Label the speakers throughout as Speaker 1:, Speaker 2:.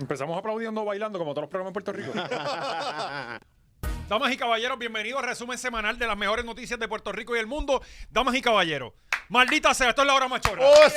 Speaker 1: Empezamos aplaudiendo, bailando, como todos los programas en Puerto Rico. Damas y caballeros, bienvenidos a resumen semanal de las mejores noticias de Puerto Rico y el mundo. Damas y caballeros, maldita sea, esto es la hora machorra.
Speaker 2: Oh,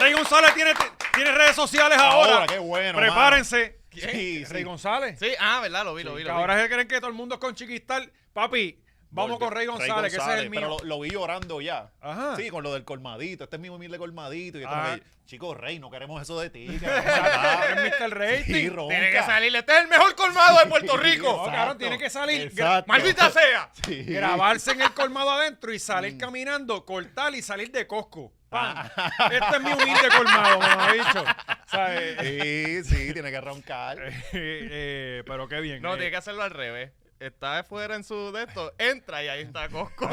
Speaker 1: Rey González tiene, tiene redes sociales ahora.
Speaker 2: Ahora, qué bueno,
Speaker 1: Prepárense.
Speaker 2: ¿Quién?
Speaker 1: Sí,
Speaker 2: Rey
Speaker 1: Rey González.
Speaker 3: Sí, ah, verdad, lo vi, lo vi. Lo vi.
Speaker 1: ahora se creen que todo el mundo es con Chiquistal. Papi, vamos con Rey González, que ese es el mío.
Speaker 2: Pero lo, lo vi llorando ya.
Speaker 1: Ajá.
Speaker 2: Sí, con lo del colmadito. Este es mi humilde colmadito. Y yo
Speaker 1: Ah.
Speaker 2: como que, chico, Rey, no queremos eso de ti.
Speaker 1: Cabrón,
Speaker 2: cabrón".
Speaker 1: es Mr. Rating.
Speaker 2: Sí, ronca.
Speaker 3: Tiene que salir. Este es el mejor colmado de Puerto
Speaker 1: No,
Speaker 3: Rico.
Speaker 2: Exacto,
Speaker 1: cabrón, tiene que salir.
Speaker 2: exacto.
Speaker 3: ¡Maldita sea!
Speaker 2: Sí.
Speaker 1: grabarse en el colmado adentro y salir caminando, cortar y salir de Costco. ¡Pam! Este es mi humilde colmado, me lo ha dicho. ¿Sabes?
Speaker 2: Sí, sí, tiene que roncar.
Speaker 1: Eh, eh, pero qué bien.
Speaker 3: No,
Speaker 1: eh.
Speaker 3: tiene que hacerlo al revés. Está afuera en su de esto, entra y ahí está Costco.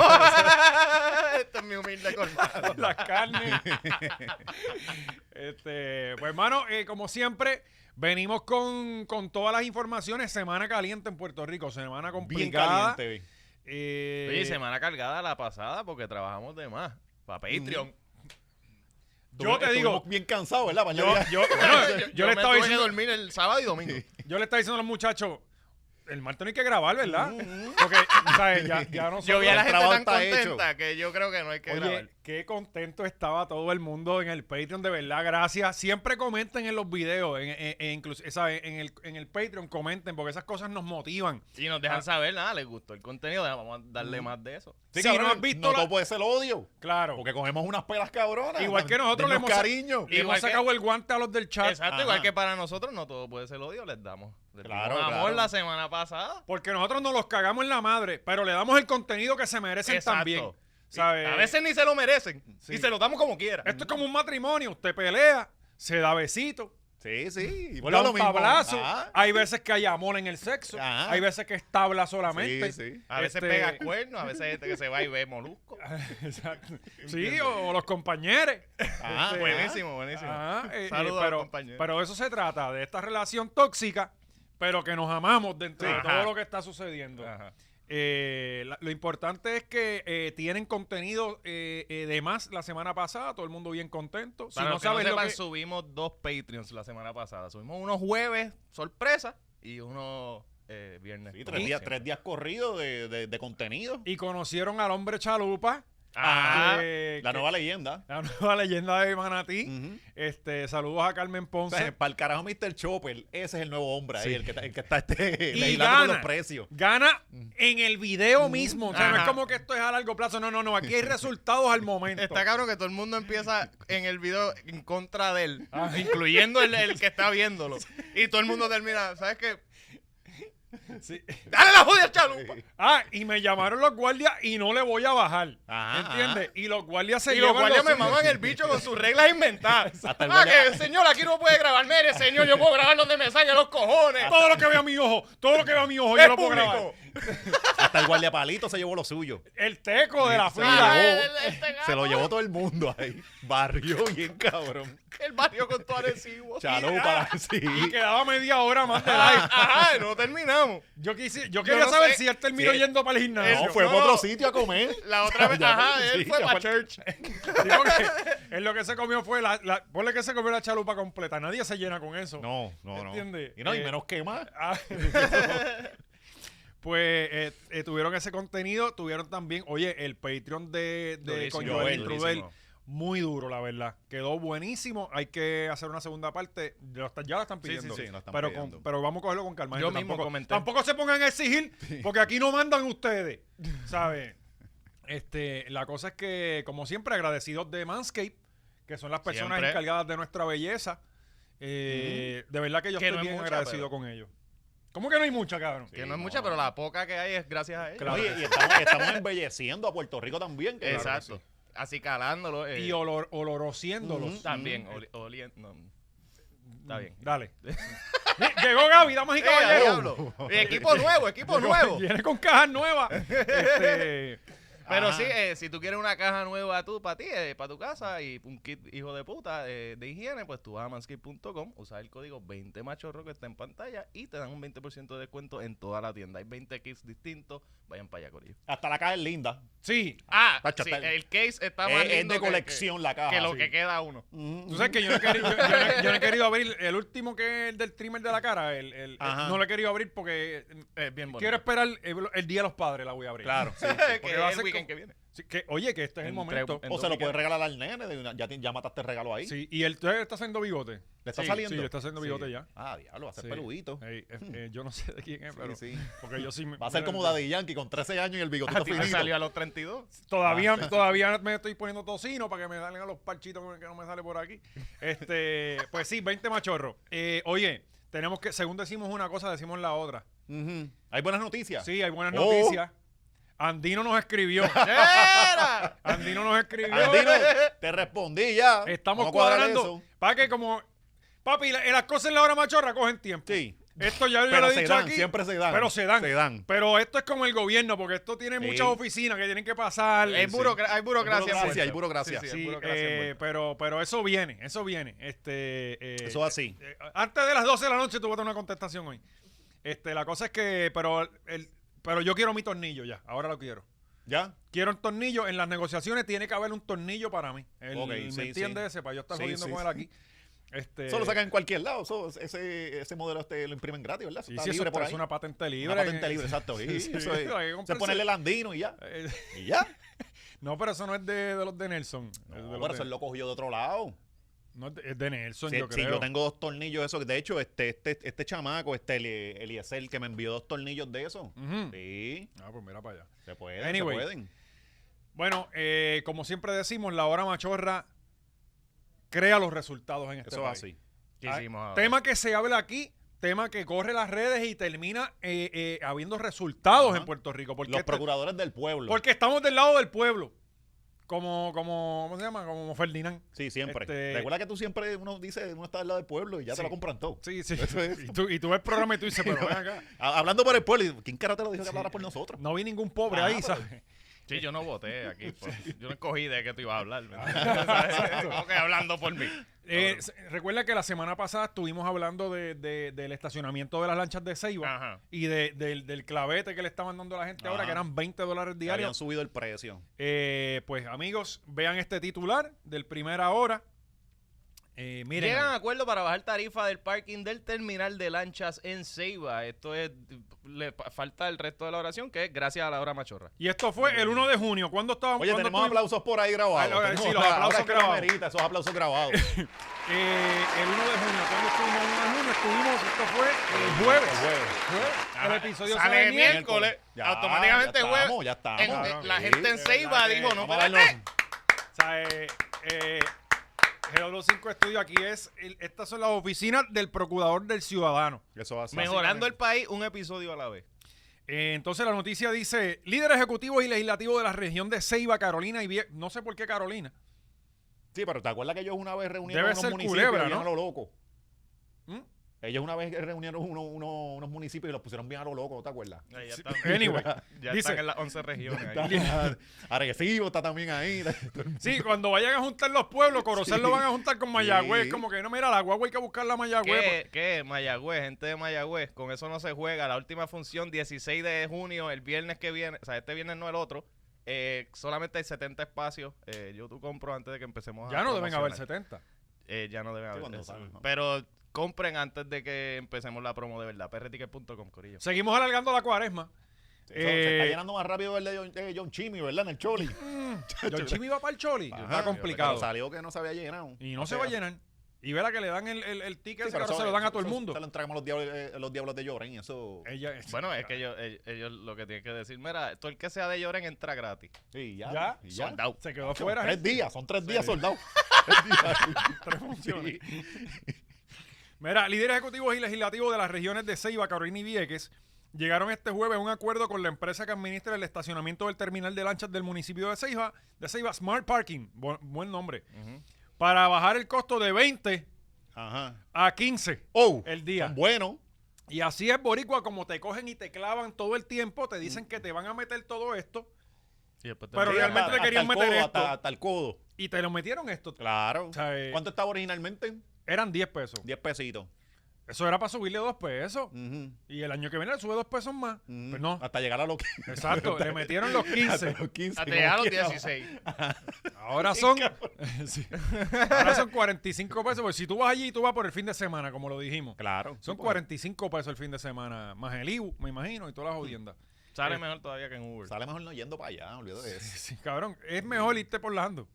Speaker 3: este es mi humilde colmado.
Speaker 1: las carnes. este, pues hermano, eh, como siempre, venimos con, con todas las informaciones. Semana caliente en Puerto Rico, semana
Speaker 2: Bien
Speaker 1: complicada.
Speaker 2: caliente. vi.
Speaker 1: Eh,
Speaker 3: Oye, semana cargada la pasada porque trabajamos de más. Para Patreon.
Speaker 1: yo te
Speaker 2: Estuvimos
Speaker 1: digo,
Speaker 2: bien cansado, ¿verdad?
Speaker 1: yo,
Speaker 2: Mañana-
Speaker 1: yo- bueno, yo- yo le estaba
Speaker 3: me tuve
Speaker 1: diciendo,
Speaker 3: que dormir el sábado y domingo.
Speaker 1: yo le estaba diciendo a los muchachos, el martes no hay que grabar, ¿verdad? Porque, ¿sabes? Ya, ya nosotros-
Speaker 3: Yo vi a la
Speaker 2: el
Speaker 3: gente
Speaker 2: trabajo
Speaker 3: tan
Speaker 2: está hecho.
Speaker 3: contenta que yo creo que no hay que
Speaker 1: Oye,
Speaker 3: grabar.
Speaker 1: qué contento estaba todo el mundo en el Patreon, de verdad, gracias. Siempre comenten en los videos, en, en- en incluso- esa- en el, en el Patreon comenten, porque esas cosas nos motivan.
Speaker 3: Y nos dejan
Speaker 1: Ah.
Speaker 3: saber, nada, les gustó el contenido, vamos a darle más de eso.
Speaker 2: Sí,
Speaker 1: si
Speaker 2: cabrón,
Speaker 1: no has visto la-
Speaker 2: todo puede ser odio.
Speaker 1: Claro.
Speaker 2: Porque cogemos unas pelas cabronas.
Speaker 1: Igual que nosotros le
Speaker 2: Denos
Speaker 1: hemos-
Speaker 2: cariño.
Speaker 1: Le hemos
Speaker 3: Igual que-
Speaker 1: sacado el guante a los del chat.
Speaker 3: Exacto,
Speaker 2: Ajá.
Speaker 3: igual que para nosotros no todo puede ser odio, les damos. Les
Speaker 2: Claro,
Speaker 3: dimos amor
Speaker 2: claro.
Speaker 3: la semana pasada.
Speaker 1: Porque nosotros nos los cagamos en la madre, pero le damos el contenido que se merecen
Speaker 3: Exacto.
Speaker 1: también.
Speaker 3: Y
Speaker 1: ¿sabes?
Speaker 3: A veces ni se lo merecen.
Speaker 1: Sí.
Speaker 3: Y se lo damos como quiera.
Speaker 1: Esto es como un matrimonio. Usted pelea, se da besito,
Speaker 2: Sí, sí. y
Speaker 1: da
Speaker 2: lo
Speaker 1: un
Speaker 2: mismo. Ah,
Speaker 1: tablazo.
Speaker 3: Ah.
Speaker 2: Ajá.
Speaker 1: Hay veces que hay amor en el sexo.
Speaker 2: Ajá.
Speaker 1: Hay veces que es tabla solamente.
Speaker 2: Sí, sí.
Speaker 3: A veces
Speaker 1: Este-
Speaker 3: pega cuernos, a veces hay gente que se va y ve molusco.
Speaker 1: Exacto. Sí, o, o los compañeros.
Speaker 2: Ajá,
Speaker 1: Este,
Speaker 3: buenísimo, buenísimo.
Speaker 1: ajá, eh, eh,
Speaker 3: Saludos a los
Speaker 1: pero,
Speaker 3: compañeros.
Speaker 1: pero de eso se trata, de esta relación tóxica, pero que nos amamos dentro de
Speaker 3: Ajá.
Speaker 1: todo lo que está sucediendo.
Speaker 3: Ajá.
Speaker 1: Eh, la- lo importante es que eh, tienen contenido eh, eh, de más la semana pasada, todo el mundo bien contento. Si
Speaker 3: Para
Speaker 1: no
Speaker 3: los que no
Speaker 1: sabes lo
Speaker 3: sepan,
Speaker 1: que-
Speaker 3: subimos dos Patreons la semana pasada. Subimos unos jueves, sorpresa, y unos eh, viernes.
Speaker 2: Sí, tres, días, tres días corridos de, de- de contenido.
Speaker 1: y conocieron al hombre chalupa, eh,
Speaker 3: Ah,
Speaker 1: que-
Speaker 2: La
Speaker 1: que-
Speaker 2: nueva leyenda.
Speaker 1: la nueva leyenda de Manatí.
Speaker 3: Mm.
Speaker 2: Ujú.
Speaker 1: Este, saludos a Carmen
Speaker 2: Entonces,
Speaker 3: Pues,
Speaker 1: Ponce.
Speaker 2: para el carajo Mr. Chopper, ese es el nuevo hombre ahí,
Speaker 3: Sí.
Speaker 2: el, que, está- el que está este,
Speaker 1: Y
Speaker 2: legislando con los
Speaker 1: gana.
Speaker 2: precios.
Speaker 1: Gana en el video mismo. O sea, no es
Speaker 3: Mm. Ajá.
Speaker 1: como que esto es a largo plazo. No, no, no. Aquí hay resultados al momento.
Speaker 3: Está cabrón que todo el mundo empieza en el video en contra de él,
Speaker 1: Ah.
Speaker 3: incluyendo el, el que está viéndolo. Y todo el mundo termina, ¿sabes qué?
Speaker 1: Sí.
Speaker 3: ¡Dale la jodida chalupa!
Speaker 1: Ah, y me llamaron los guardias y no le voy a bajar.
Speaker 2: Ajá,
Speaker 1: ¿Entiendes? Y los guardias se
Speaker 3: Y los
Speaker 1: llevan
Speaker 3: guardias
Speaker 1: lo
Speaker 3: me
Speaker 1: suyo.
Speaker 3: maman el bicho con sus reglas inventadas.
Speaker 2: Hasta el
Speaker 3: ah,
Speaker 2: guardia-
Speaker 3: que señor, aquí no puede grabar. Mire, señor, yo puedo grabar donde me salga los cojones.
Speaker 2: Ah,
Speaker 1: Todo lo que vea mi ojo, todo lo que vea mi ojo, yo
Speaker 3: Es
Speaker 1: lo puedo
Speaker 3: público.
Speaker 1: grabar.
Speaker 2: Hasta el guardiapalito se llevó lo suyo.
Speaker 1: El teco de la
Speaker 2: Sí,
Speaker 1: fila.
Speaker 3: Ah,
Speaker 2: Mira,
Speaker 3: el- el- este
Speaker 2: Se lo
Speaker 3: gato,
Speaker 2: llevó todo el mundo ahí. Barrió bien cabrón.
Speaker 3: El barrio con todo agresivo.
Speaker 2: Chalupa, sí.
Speaker 1: Y quedaba media hora más de live.
Speaker 3: Ajá, ajá, no terminamos.
Speaker 1: Yo, quise, yo quería
Speaker 3: no
Speaker 1: saber
Speaker 3: sé.
Speaker 1: si él terminó
Speaker 2: Sí.
Speaker 1: yendo para el gimnasio.
Speaker 2: No, fue
Speaker 3: no,
Speaker 2: a otro
Speaker 3: no.
Speaker 2: sitio a comer.
Speaker 3: La otra vez,
Speaker 2: Ya,
Speaker 3: ajá, él
Speaker 2: sí,
Speaker 3: fue
Speaker 2: ya
Speaker 3: para
Speaker 2: fue-
Speaker 3: church.
Speaker 1: Sí, porque él lo que se comió fue la, la- ponle que se comió la chalupa completa. Nadie se llena con eso.
Speaker 2: No, no, no.
Speaker 1: ¿Entiendes?
Speaker 2: Y no, y
Speaker 1: Eh,
Speaker 2: menos que más.
Speaker 1: Ah, pues eh, eh, tuvieron ese contenido, tuvieron también, oye, el Patreon de, de
Speaker 3: Durísimo,
Speaker 1: con Joel
Speaker 2: Joel,
Speaker 1: Trudel,
Speaker 3: durísimo.
Speaker 1: muy duro, la verdad. Quedó buenísimo. Hay que hacer una segunda parte. Lo está- ya la están
Speaker 2: Sí, sí,
Speaker 1: pidiendo.
Speaker 2: sí, lo están
Speaker 1: pero,
Speaker 2: pidiendo.
Speaker 1: con- pero vamos a cogerlo con calma.
Speaker 3: Yo
Speaker 1: gente.
Speaker 3: mismo
Speaker 1: tampoco,
Speaker 3: comenté.
Speaker 1: Tampoco se pongan a exigir, porque aquí no mandan ustedes, ¿sabes? Este, la cosa es que, como siempre, agradecidos de Manscape, que son las personas
Speaker 3: Siempre.
Speaker 1: encargadas de nuestra belleza. Eh, De verdad que yo
Speaker 3: Que
Speaker 1: estoy
Speaker 3: no es
Speaker 1: bien
Speaker 3: mucha,
Speaker 1: agradecido
Speaker 3: pero-
Speaker 1: con ellos. ¿Cómo que no hay mucha, cabrón?
Speaker 3: Que no es mucha, pero la poca que hay es gracias a él.
Speaker 1: Claro.
Speaker 2: Oye, y estamos, estamos embelleciendo a Puerto Rico también. que-
Speaker 3: Exacto. Así calándolo. eh,
Speaker 1: Y olor, olorociéndolos.
Speaker 2: Ujú.
Speaker 3: También, oli- oliendo. no. Está bien.
Speaker 1: Dale. Llegó Gaby, damas y
Speaker 3: Eh,
Speaker 1: caballeros.
Speaker 3: diablo. Eh, Equipo nuevo, equipo nuevo.
Speaker 1: Viene con cajas nuevas. Este,
Speaker 3: Pero
Speaker 2: Ajá.
Speaker 3: sí, eh, si tú quieres una caja nueva tú, para ti, eh, para tu casa y un kit hijo de puta eh, de higiene, pues tú vas a manscape.com, usas el código 20machorro que está en pantalla y te dan un 20% de descuento en toda la tienda. Hay 20 kits distintos, vayan para allá, Corillo.
Speaker 2: Hasta la caja es linda.
Speaker 1: Sí.
Speaker 3: Ah,
Speaker 2: Tacho,
Speaker 3: sí,
Speaker 2: está-
Speaker 3: el case está más
Speaker 2: Es, es
Speaker 3: lindo
Speaker 2: de
Speaker 3: que-
Speaker 2: colección la
Speaker 3: que,
Speaker 2: caja.
Speaker 3: que lo
Speaker 2: sí.
Speaker 3: que queda uno.
Speaker 2: Mm.
Speaker 1: Tú sabes que yo no, he querido, yo, yo no- yo no he querido abrir el último que es el del trimmer de la cara. El, el- el-
Speaker 2: Ajá.
Speaker 1: no lo he querido abrir porque eh,
Speaker 3: Es bien bonito.
Speaker 1: quiero esperar el, el día de los padres la voy a abrir.
Speaker 2: Claro. sí.
Speaker 1: porque
Speaker 3: que
Speaker 1: va a
Speaker 3: es
Speaker 1: ser
Speaker 3: el weekend
Speaker 1: como-
Speaker 3: que viene.
Speaker 1: Sí, que, oye, que este es el
Speaker 3: Entre-
Speaker 1: momento.
Speaker 3: en-
Speaker 2: O se lo
Speaker 3: Entonces,
Speaker 2: puedes regalar al nene. de una- ya, te- ya mataste el regalo ahí.
Speaker 1: Sí, y él todavía está haciendo bigote.
Speaker 2: ¿Le está
Speaker 1: Sí,
Speaker 2: saliendo?
Speaker 1: Sí, le está haciendo bigote ya.
Speaker 2: Ah, diablo, va a ser
Speaker 1: Sí.
Speaker 2: peludito.
Speaker 1: Ey, eh, eh, yo no sé de quién es, pero.
Speaker 2: Sí, sí.
Speaker 1: Porque yo sí me-
Speaker 2: Va a ser como Daddy Yankee con 13 años y el bigotito
Speaker 1: Ah,
Speaker 3: A ti te
Speaker 2: finito.
Speaker 3: salió a los 32.
Speaker 1: Todavía,
Speaker 2: Ah.
Speaker 1: todavía me estoy poniendo tocino para que me salgan los parchitos que no me sale por aquí. Este, pues sí, 20 machorros. Eh, oye, tenemos que, según decimos una cosa, decimos la otra.
Speaker 2: Ujú. Hay buenas noticias.
Speaker 1: Sí, hay buenas
Speaker 2: Oh.
Speaker 1: noticias. Andino nos escribió.
Speaker 3: ¡Era!
Speaker 1: Andino nos escribió.
Speaker 2: Andino, te respondí ya. Vamos
Speaker 1: Estamos
Speaker 2: a cuadrar
Speaker 1: cuadrando.
Speaker 2: eso.
Speaker 1: Para que como. Papi, la- las cosas en la hora machorra cogen tiempo.
Speaker 2: Sí.
Speaker 1: Esto ya yo
Speaker 2: Pero
Speaker 1: lo he
Speaker 2: se
Speaker 1: dicho
Speaker 2: dan,
Speaker 1: aquí.
Speaker 2: siempre se dan.
Speaker 1: Pero se dan. Eh,
Speaker 2: Se dan.
Speaker 1: Pero esto es como el gobierno, porque esto tiene
Speaker 2: Sí.
Speaker 1: muchas oficinas que tienen que pasar.
Speaker 3: Hay, burocra-
Speaker 2: Hay
Speaker 3: hay burocracia.
Speaker 2: burocracia,
Speaker 3: envuelta.
Speaker 2: hay burocracia.
Speaker 3: Sí, sí, hay
Speaker 1: Sí,
Speaker 3: burocracia
Speaker 1: eh,
Speaker 3: envuelta.
Speaker 1: pero, pero eso viene, eso viene. Este, eh,
Speaker 2: Eso así.
Speaker 1: eh, antes de las 12 de la noche tú vas a tener una contestación hoy. Este, la cosa es que, pero, el, pero yo quiero mi tornillo ya, ahora lo quiero.
Speaker 2: ¿Ya?
Speaker 1: Quiero un tornillo, en las negociaciones tiene que haber un tornillo para mí. El,
Speaker 2: Ok, sí,
Speaker 1: ¿Me entiendes?
Speaker 2: sí.
Speaker 1: Ese, para yo estar
Speaker 2: Sí,
Speaker 1: jodiendo
Speaker 2: sí,
Speaker 1: con él
Speaker 2: sí.
Speaker 1: aquí. Este,
Speaker 2: Eso lo sacan en cualquier lado. eso- ese, ese modelo este lo imprimen gratis, ¿verdad? Eso
Speaker 1: sí,
Speaker 2: está
Speaker 1: sí, eso
Speaker 2: libre por
Speaker 1: es
Speaker 2: ahí.
Speaker 1: una patente libre.
Speaker 2: Una patente libre, exacto.
Speaker 1: Sí,
Speaker 2: Sí,
Speaker 1: sí,
Speaker 2: eso
Speaker 1: hay
Speaker 2: es.
Speaker 1: que
Speaker 2: Se
Speaker 1: comprarse-
Speaker 2: pone el andino y ya.
Speaker 1: Eh,
Speaker 2: Y ya.
Speaker 1: no, pero eso no es de, de los de Nelson. es de
Speaker 2: No,
Speaker 1: los
Speaker 2: pero
Speaker 1: de-
Speaker 2: eso lo cogió de otro lado.
Speaker 1: no, es de- es de Nelson,
Speaker 2: Si si
Speaker 1: yo
Speaker 2: yo,
Speaker 1: creo.
Speaker 2: tengo dos tornillos de esos, de hecho, este, este, este chamaco, este Eli- Eliezer, que me envió dos tornillos de esos.
Speaker 1: Ujú.
Speaker 2: Sí,
Speaker 1: Ah, pues mira para allá.
Speaker 2: se pueden,
Speaker 1: Mm. Anyway.
Speaker 2: se pueden.
Speaker 1: Bueno, eh, como siempre decimos, la hora machorra crea los resultados en este
Speaker 2: Eso es
Speaker 1: país.
Speaker 2: así.
Speaker 3: ¿Qué
Speaker 1: Ah,
Speaker 3: hicimos ahora?
Speaker 1: Tema que se habla aquí, tema que corre las redes y termina eh, eh, habiendo resultados
Speaker 2: Ajá.
Speaker 1: en Puerto Rico. Porque,
Speaker 2: Los
Speaker 1: este-
Speaker 2: procuradores del pueblo.
Speaker 1: porque estamos del lado del pueblo. Como, como, ¿cómo se llama? Como Ferdinand.
Speaker 2: Sí, siempre.
Speaker 1: Este-
Speaker 2: Recuerda que tú siempre uno dice, uno está al lado del pueblo y ya
Speaker 1: Sí.
Speaker 2: te lo compran todo.
Speaker 1: Sí, sí.
Speaker 2: Eso es.
Speaker 1: Y tú, y tú ves el programa y tú dices, pero ven acá.
Speaker 2: Ha- Hablando por el pueblo, y digo, ¿quién cara te lo dijo que hablara por nosotros?
Speaker 1: No vi ningún pobre
Speaker 2: Ajá,
Speaker 1: ahí,
Speaker 2: Ah, pero-
Speaker 1: ¿sabes?
Speaker 3: Sí, yo no voté aquí. por- Yo no escogí de qué tú ibas a hablar. ¿verdad? Como que hablando por mí.
Speaker 1: Eh, se- recuerda que la semana pasada estuvimos hablando de- de- del estacionamiento de las lanchas de Ceiba.
Speaker 3: Ajá.
Speaker 1: y de- del, del clavete que le estaban dando a la gente ahora,
Speaker 2: Ajá.
Speaker 1: que eran 20 dólares
Speaker 2: Habían
Speaker 1: diarios.
Speaker 2: subido el precio.
Speaker 1: Eh, pues amigos, vean este titular del primera hora. Eh, miren,
Speaker 3: Llegan a
Speaker 1: ahí.
Speaker 3: acuerdo para bajar tarifa del parking del terminal de lanchas en Ceiba. Esto es. Le pa- falta el resto de la oración, que es gracias a la hora machorra.
Speaker 1: y esto fue el 1 de junio. ¿Cuándo estábamos?
Speaker 2: Oye,
Speaker 1: cuándo
Speaker 2: tenemos
Speaker 1: estuvimos?
Speaker 2: aplausos por ahí grabados.
Speaker 1: Ay, lo-
Speaker 2: Tenemos-
Speaker 1: sí, los
Speaker 2: ahora
Speaker 1: aplausos
Speaker 2: es que
Speaker 1: grabados.
Speaker 2: amerita esos aplausos grabados.
Speaker 1: Eh, el 1 de junio. ¿Cuándo estuvimos? El 1 de junio estuvimos, esto fue el jueves.
Speaker 2: El jueves.
Speaker 1: Fue el
Speaker 3: Ajá.
Speaker 1: episodio
Speaker 3: Sale
Speaker 1: sabe
Speaker 3: de
Speaker 1: miel.
Speaker 3: miel. Miércoles,
Speaker 2: Ya,
Speaker 3: automáticamente
Speaker 2: ya
Speaker 3: jueves.
Speaker 2: estamos, ya estamos.
Speaker 3: En-
Speaker 1: claro,
Speaker 3: la
Speaker 2: Ah, sí.
Speaker 3: gente en
Speaker 1: de
Speaker 3: Ceiba
Speaker 1: verdad que
Speaker 3: dijo: no
Speaker 2: Vamos a darnos-
Speaker 3: espérate.
Speaker 1: O sea, eh, eh, GW 5 Estudio aquí es, el- estas son las oficinas del Procurador del Ciudadano.
Speaker 2: Eso hace.
Speaker 3: Mejorando el país un episodio a la vez.
Speaker 1: Eh, entonces la noticia dice, líder ejecutivo y legislativo de la región de Ceiba, Carolina y Vie- no sé por qué Carolina.
Speaker 2: Sí, pero ¿te acuerdas que ellos una vez reunieron
Speaker 1: Debe
Speaker 2: unos
Speaker 1: ser
Speaker 2: municipios
Speaker 1: Culebra,
Speaker 2: y vieron
Speaker 1: ¿no?
Speaker 2: a lo loco?
Speaker 1: ¿Mm?
Speaker 2: Ellos una vez reunieron uno- uno- unos municipios y los pusieron bien a lo loco, ¿te acuerdas?
Speaker 3: Ahí
Speaker 1: Sí. Anyway,
Speaker 3: ya
Speaker 1: dice-
Speaker 3: están en las 11 regiones. ahí.
Speaker 2: Arecibo está también ahí.
Speaker 1: Sí, cuando vayan a juntar los pueblos, Corozal
Speaker 2: Sí.
Speaker 1: lo van a juntar con Mayagüez.
Speaker 2: Sí.
Speaker 1: Como que no, mira, la guagua hay que buscar la Mayagüez.
Speaker 3: ¿Qué, qué? Mayagüez, gente de Mayagüez, con eso no se juega. La última función, 16 de junio, el viernes que viene, o sea, este viernes no el otro. eh, solamente hay 70 espacios. Eh, yo tú compro antes de que empecemos a.
Speaker 1: pues, Ya no deben haber
Speaker 3: promocionar.
Speaker 1: 70.
Speaker 3: Eh, ya no deben haber.
Speaker 2: cuando
Speaker 3: eso.
Speaker 2: salgan, ¿no?
Speaker 3: Pero compren antes de que empecemos la promo de verdad. prticket.com, corillo.
Speaker 1: Seguimos alargando la cuaresma.
Speaker 2: Eso se está
Speaker 1: Eh.
Speaker 2: llenando más rápido el de John, de John Chimmy, ¿verdad? En el Choli.
Speaker 1: Don Chimi va para el Choli.
Speaker 2: Ajá.
Speaker 1: Está
Speaker 2: Pero
Speaker 1: complicado.
Speaker 2: salió que no se había llenado.
Speaker 1: Y no se va a llenar. Y verá que le dan el, el, el ticket,
Speaker 2: Sí,
Speaker 1: ese
Speaker 2: pero
Speaker 1: carro
Speaker 2: eso-
Speaker 1: se lo dan a
Speaker 2: eso-
Speaker 1: todo el
Speaker 2: eso
Speaker 1: mundo. Eh,
Speaker 2: Se lo entregamos los diablos, eh, los diablos de Lloren. Eso.
Speaker 1: Ella-
Speaker 3: Bueno, es que ellos, ellos, ellos lo que tienen que decir, mira, todo el que sea de Lloren entra gratis.
Speaker 2: Y ya.
Speaker 1: Ya,
Speaker 2: y ya.
Speaker 3: Soldado.
Speaker 1: se quedó
Speaker 2: Son
Speaker 1: afuera.
Speaker 2: tres
Speaker 1: gente.
Speaker 2: días, son tres días soldados.
Speaker 1: Tres funciones. Mira, líderes ejecutivos y legislativos de las regiones de Ceiba, Carolina y Vieques llegaron este jueves a un acuerdo con la empresa que administra el estacionamiento del terminal de lanchas del municipio de Ceiba, de Ceiba Smart Parking, bu- buen nombre,
Speaker 3: Ujú.
Speaker 1: para bajar el costo de 20
Speaker 2: Ajá.
Speaker 1: a 15
Speaker 2: Oh,
Speaker 1: el día.
Speaker 2: son buenos.
Speaker 1: Y así es, Boricua, como te cogen y te clavan todo el tiempo, te dicen que te van a meter todo esto
Speaker 4: Y después te
Speaker 1: Pero
Speaker 4: envían
Speaker 1: realmente
Speaker 2: Hasta-
Speaker 1: te
Speaker 2: hasta
Speaker 1: querían
Speaker 2: el
Speaker 1: meter
Speaker 2: codo,
Speaker 1: esto.
Speaker 2: Hasta, hasta el codo.
Speaker 1: Y te lo metieron esto.
Speaker 2: Claro.
Speaker 1: O sea, eh,
Speaker 2: ¿Cuánto estaba originalmente?
Speaker 1: Eran 10 pesos.
Speaker 2: 10 pesitos.
Speaker 1: Eso era para subirle 2 pesos.
Speaker 2: Ujú,
Speaker 1: Y el año que viene le sube 2 pesos más.
Speaker 2: ujú.
Speaker 1: Pero Pues no.
Speaker 2: Hasta llegar a los
Speaker 1: Exacto. le metieron los 15.
Speaker 2: hasta los 15.
Speaker 4: A
Speaker 2: como
Speaker 4: llegar a los
Speaker 2: quiera.
Speaker 4: 16.
Speaker 1: Ahora son. Sí. Ahora son 45 pesos. Porque si tú vas allí, tú vas por el fin de semana, como lo dijimos.
Speaker 2: Claro.
Speaker 1: Son
Speaker 2: Sí, pues.
Speaker 1: 45 pesos el fin de semana, más el IVU, me imagino, y todas las jodiendas. Eh.
Speaker 4: Sale mejor todavía que en Uber.
Speaker 2: Sale mejor no yendo para allá, olvídate de eso.
Speaker 1: Sí, cabrón, es mejor irte por Lando.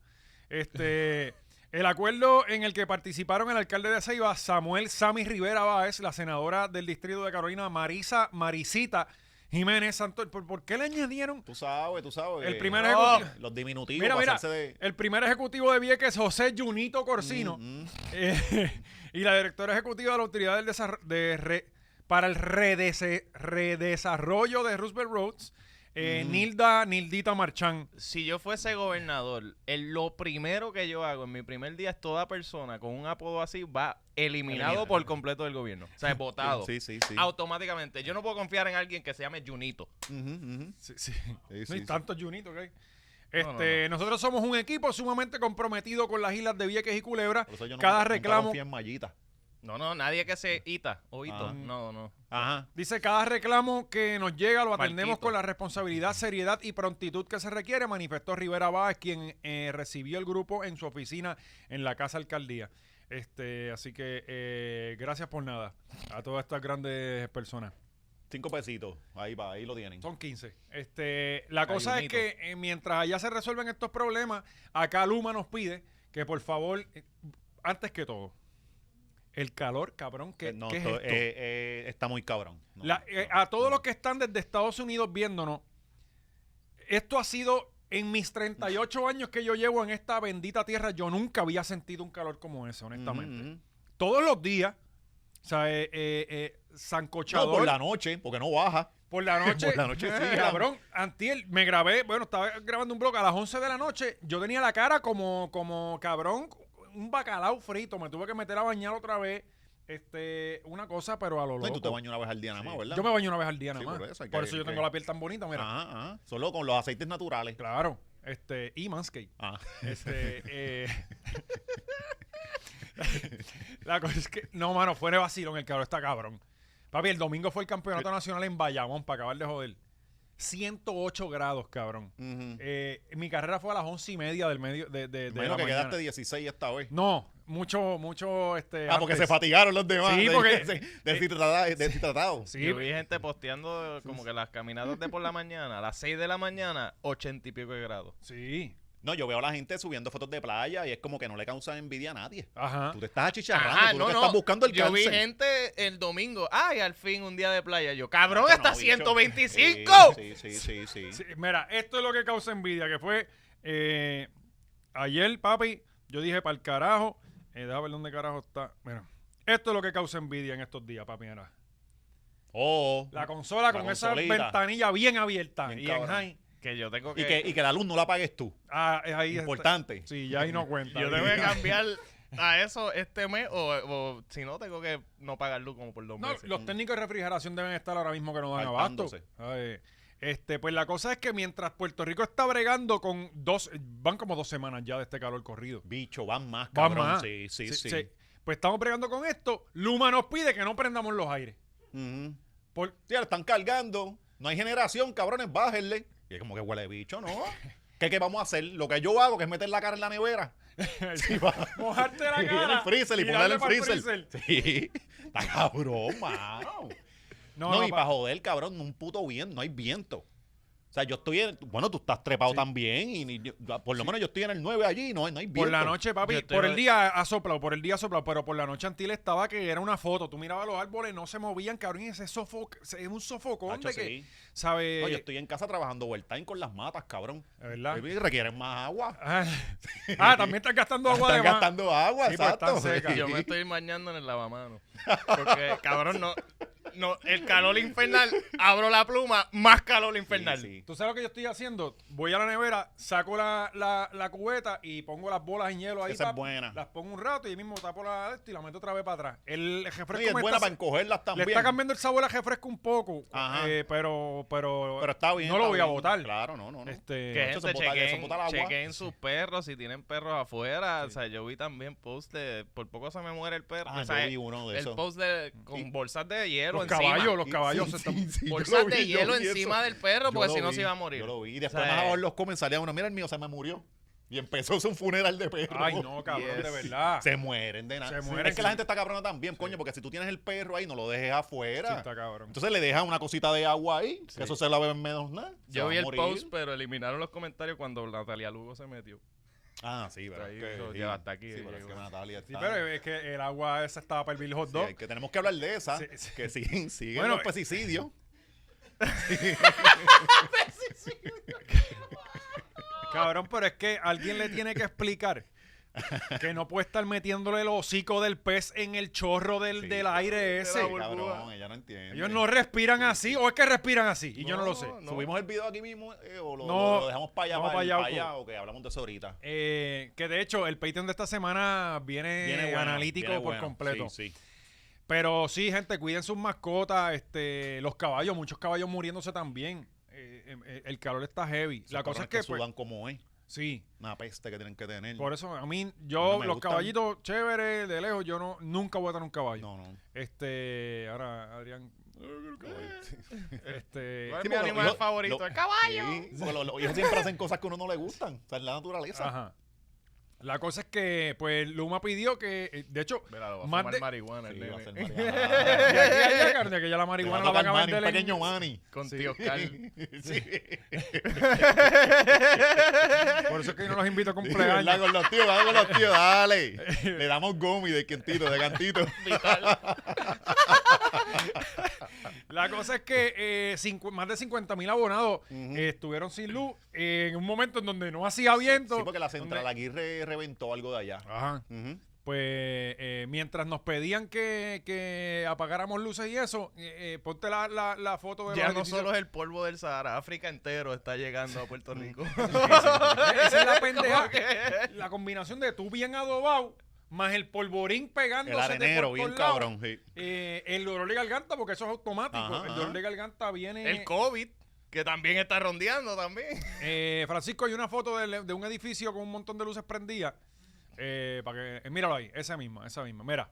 Speaker 1: Este, el acuerdo en el que participaron el alcalde de Ceiba, Samuel Sami Rivera Báez, la senadora del distrito de Carolina, Marisa Maricita Jiménez Santos. ¿Por, por qué le añadieron
Speaker 2: Tú sabes, tú sabes.
Speaker 1: El
Speaker 2: eh,
Speaker 1: primer
Speaker 2: no,
Speaker 1: ejecutivo.
Speaker 2: Los diminutivos.
Speaker 1: Mira, mira,
Speaker 2: pasarse de...
Speaker 1: el primer ejecutivo de Vieques, José Junito Corsino?
Speaker 2: Mm, mm.
Speaker 1: Eh, y la directora ejecutiva de la Autoridad del Desar- de Re- para el Redese- Redesarrollo de Roosevelt Roads, eh,
Speaker 2: Mm.
Speaker 1: Nilda Nildita Marchán.
Speaker 4: Si yo fuese gobernador, el- lo primero que yo hago en mi primer día es toda persona con un apodo así va eliminado
Speaker 2: Eliminado.
Speaker 4: por completo del gobierno. O sea, es votado.
Speaker 2: Sí, sí, sí.
Speaker 4: Automáticamente. Yo no puedo confiar en alguien que se llame Junito.
Speaker 2: Ujú, ujú.
Speaker 1: Sí, sí.
Speaker 2: Sí,
Speaker 1: No
Speaker 2: sí,
Speaker 1: hay
Speaker 2: sí.
Speaker 1: tantos Junitos que hay.
Speaker 4: No, no,
Speaker 1: Este, Nosotros somos un equipo sumamente comprometido con las islas de Vieques y Culebra.
Speaker 2: Por eso yo
Speaker 1: Cada
Speaker 2: nunca- nunca
Speaker 1: reclamo-
Speaker 2: confío en mallita.
Speaker 4: No, no, nadie que se ita o hito.
Speaker 2: Ah.
Speaker 4: No, no.
Speaker 2: Ajá.
Speaker 1: Dice, cada reclamo que nos llega lo atendemos
Speaker 4: Marquito.
Speaker 1: con la responsabilidad, seriedad y prontitud que se requiere, manifestó Rivera Báez, quien eh, recibió el grupo en su oficina en la Casa Alcaldía. Este, así que eh, gracias por nada a todas estas grandes personas.
Speaker 2: Cinco pesitos. Ahí va, ahí lo tienen.
Speaker 1: Son 15. Este, la cosa es
Speaker 4: Ayunito.
Speaker 1: que eh, mientras allá se resuelven estos problemas, acá Luma nos pide que por favor, eh, antes que todo, el calor, cabrón, que,
Speaker 2: Eh, no,
Speaker 1: ¿qué es
Speaker 2: esto-
Speaker 1: esto?
Speaker 2: eh, eh, está muy cabrón. No,
Speaker 1: La- eh,
Speaker 2: no,
Speaker 1: a todos
Speaker 2: no.
Speaker 1: los que están desde Estados Unidos viéndonos, esto ha sido en mis 38 años que yo llevo en esta bendita tierra, yo nunca había sentido un calor como ese, honestamente.
Speaker 2: Ujú, ujú.
Speaker 1: Todos los días, o sea, eh, eh, eh,
Speaker 2: No,
Speaker 1: sancochador.
Speaker 2: por la noche, porque no baja.
Speaker 1: Por la noche. Eh,
Speaker 2: Por la noche, sí,
Speaker 1: Cabrón, antier me grabé, bueno, estaba grabando un blog a las 11 de la noche. Yo tenía la cara como, como cabrón, un bacalao frito. Me tuve que meter a bañar otra vez. Este, una cosa, pero a lo
Speaker 2: No,
Speaker 1: loco.
Speaker 2: y Pues, tú te bañas una vez al día nada más,
Speaker 1: Sí.
Speaker 2: ¿verdad?
Speaker 1: Yo me baño una vez al día nada
Speaker 2: Sí,
Speaker 1: más. Por
Speaker 2: por eso
Speaker 1: eso,
Speaker 2: hay que-
Speaker 1: yo
Speaker 2: que- Ah.
Speaker 1: tengo la piel tan bonita, mira.
Speaker 2: Ajá, ajá. Solo con los aceites naturales.
Speaker 1: Claro. Este, y Manscaped.
Speaker 2: Ah.
Speaker 1: Este, eh, la cosa es que, no, mano, fue de vacilón, el cabrón está cabrón. Papi, el domingo fue el campeonato nacional en Bayamón, para acabar de joder. 108 grados, cabrón.
Speaker 2: Ujú.
Speaker 1: Eh, mi carrera fue a las once y media del medio de, de, de
Speaker 2: Menos
Speaker 1: la
Speaker 2: que
Speaker 1: mañana.
Speaker 2: quedaste 16 esta vez.
Speaker 1: No, mucho, mucho, este...
Speaker 2: Ah, porque se
Speaker 1: antes.
Speaker 2: fatigaron los demás.
Speaker 1: Sí,
Speaker 2: de-
Speaker 1: porque- eh,
Speaker 2: de- deshidratado- Deshidratados.
Speaker 1: Sí,
Speaker 4: Yo vi gente posteando como que las caminatas de por la mañana, a las 6 de la mañana, 80 y pico de grados.
Speaker 1: sí,
Speaker 2: No, yo veo a la gente subiendo fotos de playa y es como que no le causan envidia a nadie.
Speaker 1: ajá.
Speaker 2: Tú te estás achicharrando,
Speaker 1: Ah,
Speaker 2: tú lo que estás buscando el
Speaker 4: Yo vi
Speaker 2: cáncer.
Speaker 4: gente el domingo. Ay, al fin un día de playa. Yo, cabrón, está
Speaker 2: No, Ah, bicho.
Speaker 4: 125.
Speaker 2: Sí, sí, sí, sí.
Speaker 1: Sí, mira, esto es lo que causa envidia, que fue eh, ayer, papi, yo dije para el carajo, eh, déjame ver dónde carajo está. Mira, esto es lo que causa envidia en estos días, papi, mira.
Speaker 2: Oh,
Speaker 1: La consola
Speaker 2: La
Speaker 1: con esa
Speaker 2: consolita.
Speaker 1: ventanilla bien abierta
Speaker 2: Bien
Speaker 1: y en
Speaker 2: cabrón.
Speaker 1: high.
Speaker 4: Que yo tengo que.
Speaker 2: y, que, y que la luz no la pagues tú.
Speaker 1: Ah, es ahí está.
Speaker 2: Importante.
Speaker 1: Sí, ya ahí no cuenta.
Speaker 4: yo tengo que cambiar a eso este mes o, o si no, tengo que no pagar luz como por dos
Speaker 1: No,
Speaker 4: meses.
Speaker 1: los técnicos de refrigeración deben estar ahora mismo que no dan abasto.
Speaker 2: Hartándose.
Speaker 1: Ay, Este, pues la cosa es que mientras Puerto Rico está bregando con dos, van como dos semanas ya de este calor corrido.
Speaker 2: Bicho, van más,
Speaker 1: Va
Speaker 2: cabrón.
Speaker 1: más.
Speaker 2: Sí, sí, sí.
Speaker 1: Pues estamos bregando con esto. Luma nos pide que no prendamos los aires.
Speaker 2: Ujú.
Speaker 1: Por-
Speaker 2: Sí, la están cargando. No hay generación, cabrones, bájenle. Y es como que huele bicho, ¿no? ¿Qué, ¿Qué vamos a hacer? Lo que yo hago que es meter la cara en la nevera. Sí, va.
Speaker 1: Mojarte la
Speaker 2: Y en
Speaker 1: cara.
Speaker 2: el freezer y
Speaker 1: darle
Speaker 2: ponerle el
Speaker 1: pa'l
Speaker 2: freezer. Sí. Está cabrón, mano.
Speaker 1: No,
Speaker 2: No,
Speaker 1: no,
Speaker 2: y
Speaker 1: pa-
Speaker 2: para joder, cabrón, un puto viento, no hay viento. O sea, yo estoy en. Bueno, tú estás trepado también. Y, ni- yo- por lo menos yo estoy en el 9 allí, no, no hay viento.
Speaker 1: por la noche,
Speaker 4: Yo
Speaker 1: papi,
Speaker 4: estoy
Speaker 1: por el
Speaker 4: jod-
Speaker 1: día ha soplado, por el día ha soplado, pero por la noche Antil estaba que era una foto. Tú mirabas los árboles, no se movían, cabrón, y ese sofoc, es un sofocón
Speaker 2: Nacho,
Speaker 1: de que,
Speaker 2: sí.
Speaker 1: ¿sabes?
Speaker 2: No, yo estoy en casa trabajando overtime con las matas, cabrón.
Speaker 1: Es ¿Verdad?
Speaker 2: Y requieren más agua.
Speaker 1: Ah, ah, también estás gastando agua de
Speaker 2: Están
Speaker 1: más.
Speaker 2: gastando agua,
Speaker 1: Sí, pues,
Speaker 2: exacto.
Speaker 1: están secas.
Speaker 2: Sí.
Speaker 4: Yo me estoy bañando en el lavamanos. Porque, cabrón, no.
Speaker 3: No, el calor infernal, abro la pluma, más calor infernal.
Speaker 2: Sí,
Speaker 1: ¿Tú sabes lo que yo estoy haciendo? Voy a la nevera, saco la, la, la cubeta y pongo las bolas en hielo ahí.
Speaker 2: Esa es
Speaker 1: pap,
Speaker 2: buena.
Speaker 1: Las pongo un rato y ahí mismo tapo la y la meto otra vez para atrás. El
Speaker 2: No,
Speaker 1: refresco
Speaker 2: y es
Speaker 1: me
Speaker 2: buena
Speaker 1: está-
Speaker 2: para encogerlas
Speaker 1: le
Speaker 2: también.
Speaker 1: está cambiando el sabor al refresco un poco,
Speaker 2: Ajá.
Speaker 1: eh, pero, pero,
Speaker 2: Pero está bien.
Speaker 1: no lo
Speaker 2: está
Speaker 1: voy a
Speaker 2: bien.
Speaker 1: botar.
Speaker 2: Claro, no, no, no.
Speaker 1: Este,
Speaker 2: ¿Qué?
Speaker 3: Que
Speaker 2: Eso
Speaker 3: gente,
Speaker 2: bota- eso
Speaker 3: chequen,
Speaker 2: bota el agua.
Speaker 3: chequen sus perros si tienen perros afuera. O sea, yo vi también post de por poco se me muere el perro.
Speaker 2: Ah,
Speaker 3: o sea,
Speaker 2: yo vi uno de
Speaker 3: el
Speaker 2: esos.
Speaker 3: post de con bolsas de hielo
Speaker 1: Los
Speaker 3: encima.
Speaker 1: caballos, los caballos
Speaker 2: Sí,
Speaker 1: se
Speaker 2: sí,
Speaker 1: están...
Speaker 2: sí, yo
Speaker 3: Bolsas
Speaker 2: lo
Speaker 3: de
Speaker 2: vi, yo
Speaker 3: hielo
Speaker 2: vi eso.
Speaker 3: encima del perro,
Speaker 2: Yo
Speaker 3: porque
Speaker 2: lo
Speaker 3: si no
Speaker 2: vi,
Speaker 3: se iba a morir.
Speaker 2: Yo lo vi. Después
Speaker 3: O sea,
Speaker 2: más
Speaker 1: eh.
Speaker 2: abajo en los comen salía uno. Mira, el mío se me murió. Y empezó su funeral de perro.
Speaker 1: Ay, no, cabrón, de
Speaker 3: Yes.
Speaker 1: verdad.
Speaker 2: Se mueren de
Speaker 1: Se
Speaker 2: nada. Sí.
Speaker 1: mueren,
Speaker 2: Es que la
Speaker 1: sí.
Speaker 2: gente está cabrona también, coño, porque si tú tienes el perro ahí, no lo dejes afuera.
Speaker 1: Sí, está cabrón.
Speaker 2: Entonces le dejas una cosita de agua ahí, que eso se la beben menos nada. se
Speaker 3: Yo
Speaker 2: va
Speaker 3: vi
Speaker 2: a
Speaker 3: el
Speaker 2: morir.
Speaker 3: post, pero eliminaron los comentarios cuando Natalia Lugo se metió.
Speaker 2: Ah, sí, pero
Speaker 3: Ahí,
Speaker 2: es que-
Speaker 3: eso
Speaker 2: sí.
Speaker 3: llega hasta aquí,
Speaker 2: Sí, pero es
Speaker 3: llegó.
Speaker 2: que Natalia está-
Speaker 1: Sí, pero es que el agua esa estaba para hervir los hot
Speaker 2: Sí,
Speaker 1: dogs.
Speaker 2: hay que tenemos que hablar de esa,
Speaker 1: Sí, sí.
Speaker 2: que siguen, siguen
Speaker 1: Bueno, eh,
Speaker 2: los pesticidios.
Speaker 1: Cabrón, pero es que alguien le tiene que explicar que no puede estar metiéndole el hocico del pez en el chorro del,
Speaker 2: Sí.
Speaker 1: del aire
Speaker 2: Sí,
Speaker 1: ese.
Speaker 3: burbuja.
Speaker 2: cabrón, ella no entiende.
Speaker 1: Ellos no respiran así, o es que respiran así, y yo no lo sé.
Speaker 3: no.
Speaker 2: Subimos el video aquí mismo eh, o lo,
Speaker 1: No,
Speaker 2: lo- lo dejamos para allá,
Speaker 1: vamos pa'
Speaker 2: para,
Speaker 1: allá,
Speaker 2: allá,
Speaker 1: Oco.
Speaker 2: o que hablamos de eso ahorita.
Speaker 1: Eh, que de hecho, el Patreon de esta semana viene,
Speaker 2: bueno,
Speaker 1: Eh, analítico
Speaker 2: viene
Speaker 1: por
Speaker 2: bueno.
Speaker 1: completo.
Speaker 2: Sí, sí.
Speaker 1: Pero sí, gente, cuiden sus mascotas, este, los caballos, muchos caballos muriéndose también. Eh, eh, el calor está heavy.
Speaker 2: Esos
Speaker 1: La cosa
Speaker 2: cabrones
Speaker 1: es que, pues,
Speaker 2: sudan como es,
Speaker 1: sí,
Speaker 2: una peste que tienen que tener.
Speaker 1: por eso a mí, yo,
Speaker 2: No me
Speaker 1: los
Speaker 2: gustan.
Speaker 1: caballitos chéveres, de lejos, yo no, nunca voy a tener un caballo.
Speaker 2: No, no.
Speaker 1: Este, ahora Adrián, este,
Speaker 3: ¿Cuál
Speaker 2: Sí,
Speaker 3: es mi
Speaker 2: porque
Speaker 3: animal
Speaker 2: los-
Speaker 3: favorito?
Speaker 2: los-
Speaker 3: ¡El caballo!
Speaker 2: Sí, porque los, los hijos siempre hacen cosas que a uno no le gustan. O sea, es la naturaleza.
Speaker 1: ajá. La cosa es que, pues, Luma pidió que, eh, de hecho,
Speaker 3: Mira, lo va a
Speaker 1: Más
Speaker 3: fumar
Speaker 1: de-
Speaker 3: marihuana el
Speaker 2: Sí, va a
Speaker 3: nene.
Speaker 2: ser
Speaker 1: de aquí
Speaker 2: marihuana.
Speaker 1: a allá, carne, que ya la
Speaker 2: Le Ah. va
Speaker 1: marihuana
Speaker 2: a
Speaker 1: la van
Speaker 2: tocar
Speaker 1: a
Speaker 2: Manny, un
Speaker 1: vender en-
Speaker 2: pequeño Manny.
Speaker 3: Con tío Oscar.
Speaker 2: Sí.
Speaker 1: Por eso es que yo no los invito a
Speaker 2: Sí, ¿verdad?
Speaker 1: cumpleaños.
Speaker 2: con los tíos, vamos con los tíos, dale. Le damos gomi de quentito, de cantito.
Speaker 1: La cosa es que eh, cincu- más de 50 mil abonados
Speaker 2: Ujú.
Speaker 1: eh, estuvieron sin luz eh, en un momento en donde no hacía viento.
Speaker 2: Sí, porque la
Speaker 1: donde-
Speaker 2: central aquí re- reventó algo de allá.
Speaker 1: Ajá.
Speaker 2: Ujú.
Speaker 1: Pues eh, mientras nos pedían que, que apagáramos luces y eso, eh, eh, ponte la, la- la foto de
Speaker 3: Ya
Speaker 1: los
Speaker 3: no
Speaker 1: edificios.
Speaker 3: solo es el polvo del Sahara, África entero está llegando a Puerto Rico.
Speaker 1: Esa es la pendeja.
Speaker 3: ¿Cómo que?
Speaker 1: La combinación de tú bien adobado más el polvorín pegándose
Speaker 2: El arenero,
Speaker 1: por
Speaker 2: bien
Speaker 1: todos lados.
Speaker 2: cabrón. sí.
Speaker 1: Eh, el dolor de garganta, porque eso es automático.
Speaker 2: Ajá,
Speaker 1: el dolor
Speaker 2: ajá.
Speaker 1: de garganta viene.
Speaker 3: El COVID, que también está rondeando también.
Speaker 1: Eh, Francisco, hay una foto del- de, un edificio con un montón de luces prendidas. Eh, para que, eh, míralo ahí, esa misma, esa misma. Mira,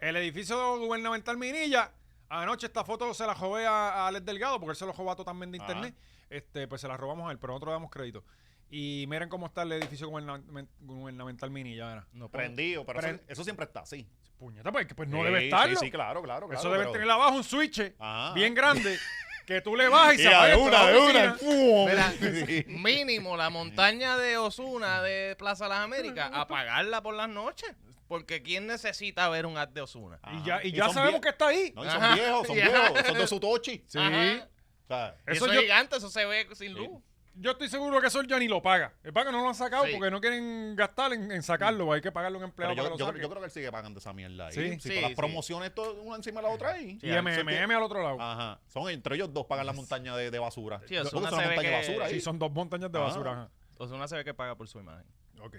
Speaker 1: el edificio gubernamental Minilla. Anoche esta foto se la robé a, a Alex Delgado, porque él se lo robó también de
Speaker 2: Ajá.
Speaker 1: internet. Este, pues se la robamos a él, pero nosotros le damos crédito. Y miren cómo está el edificio gubernament- gubernamental Minilla. mira.
Speaker 3: No
Speaker 2: Prendido, pero
Speaker 1: Pren-
Speaker 2: eso, eso siempre está así.
Speaker 1: Puñeta, pues, que, pues no
Speaker 2: Sí,
Speaker 1: debe estarlo.
Speaker 2: Sí, sí, claro, claro. claro
Speaker 1: Eso debe
Speaker 2: pero-
Speaker 1: tener abajo un switch
Speaker 2: Ajá.
Speaker 1: bien grande que tú le bajas y se
Speaker 2: Mira,
Speaker 1: apaga
Speaker 2: de
Speaker 1: en toda
Speaker 2: una,
Speaker 1: la
Speaker 2: de una.
Speaker 1: oficina.
Speaker 2: ¡fum!
Speaker 3: Mira,
Speaker 2: Sí.
Speaker 3: mínimo la montaña de Osuna de Plaza Las Américas, apagarla por las noches. Porque ¿quién necesita ver un ad de Osuna?
Speaker 1: Y ya,
Speaker 2: Ajá.
Speaker 1: y ya
Speaker 2: Ah, son
Speaker 1: sabemos
Speaker 2: vie-
Speaker 1: que está ahí.
Speaker 2: No, y son
Speaker 3: Ajá.
Speaker 2: viejos, son
Speaker 3: Ya.
Speaker 2: viejos. Son de su tochi.
Speaker 1: Sí.
Speaker 3: Ajá.
Speaker 2: O sea,
Speaker 3: Y Eso,
Speaker 1: Eso
Speaker 3: es
Speaker 1: yo-
Speaker 3: gigante, eso se ve sin luz.
Speaker 1: Yo estoy seguro que eso ya ni lo paga. Es para que no lo han sacado
Speaker 3: Sí.
Speaker 1: porque no quieren gastar en, en sacarlo. pues Hay que pagarle a un
Speaker 2: pero
Speaker 1: empleado
Speaker 2: yo,
Speaker 1: para
Speaker 2: yo-
Speaker 1: que lo saque.
Speaker 2: yo creo que él sigue pagando esa mierda ahí.
Speaker 1: Sí,
Speaker 2: Sí,
Speaker 3: sí,
Speaker 2: todas las
Speaker 3: sí.
Speaker 2: promociones, todo, una encima de la otra ahí.
Speaker 1: y MMM al otro lado.
Speaker 2: Ajá. Son entre ellos dos pagan la montaña de, de basura.
Speaker 3: Sí,
Speaker 2: Luego
Speaker 3: Ozuna
Speaker 2: son
Speaker 3: se
Speaker 2: una
Speaker 3: ve
Speaker 2: montaña de
Speaker 3: que-
Speaker 2: basura ahí.
Speaker 1: Sí, son dos montañas de
Speaker 2: Ah.
Speaker 1: basura. ajá.
Speaker 3: Osuna se ve que paga por su imagen.
Speaker 1: Ok.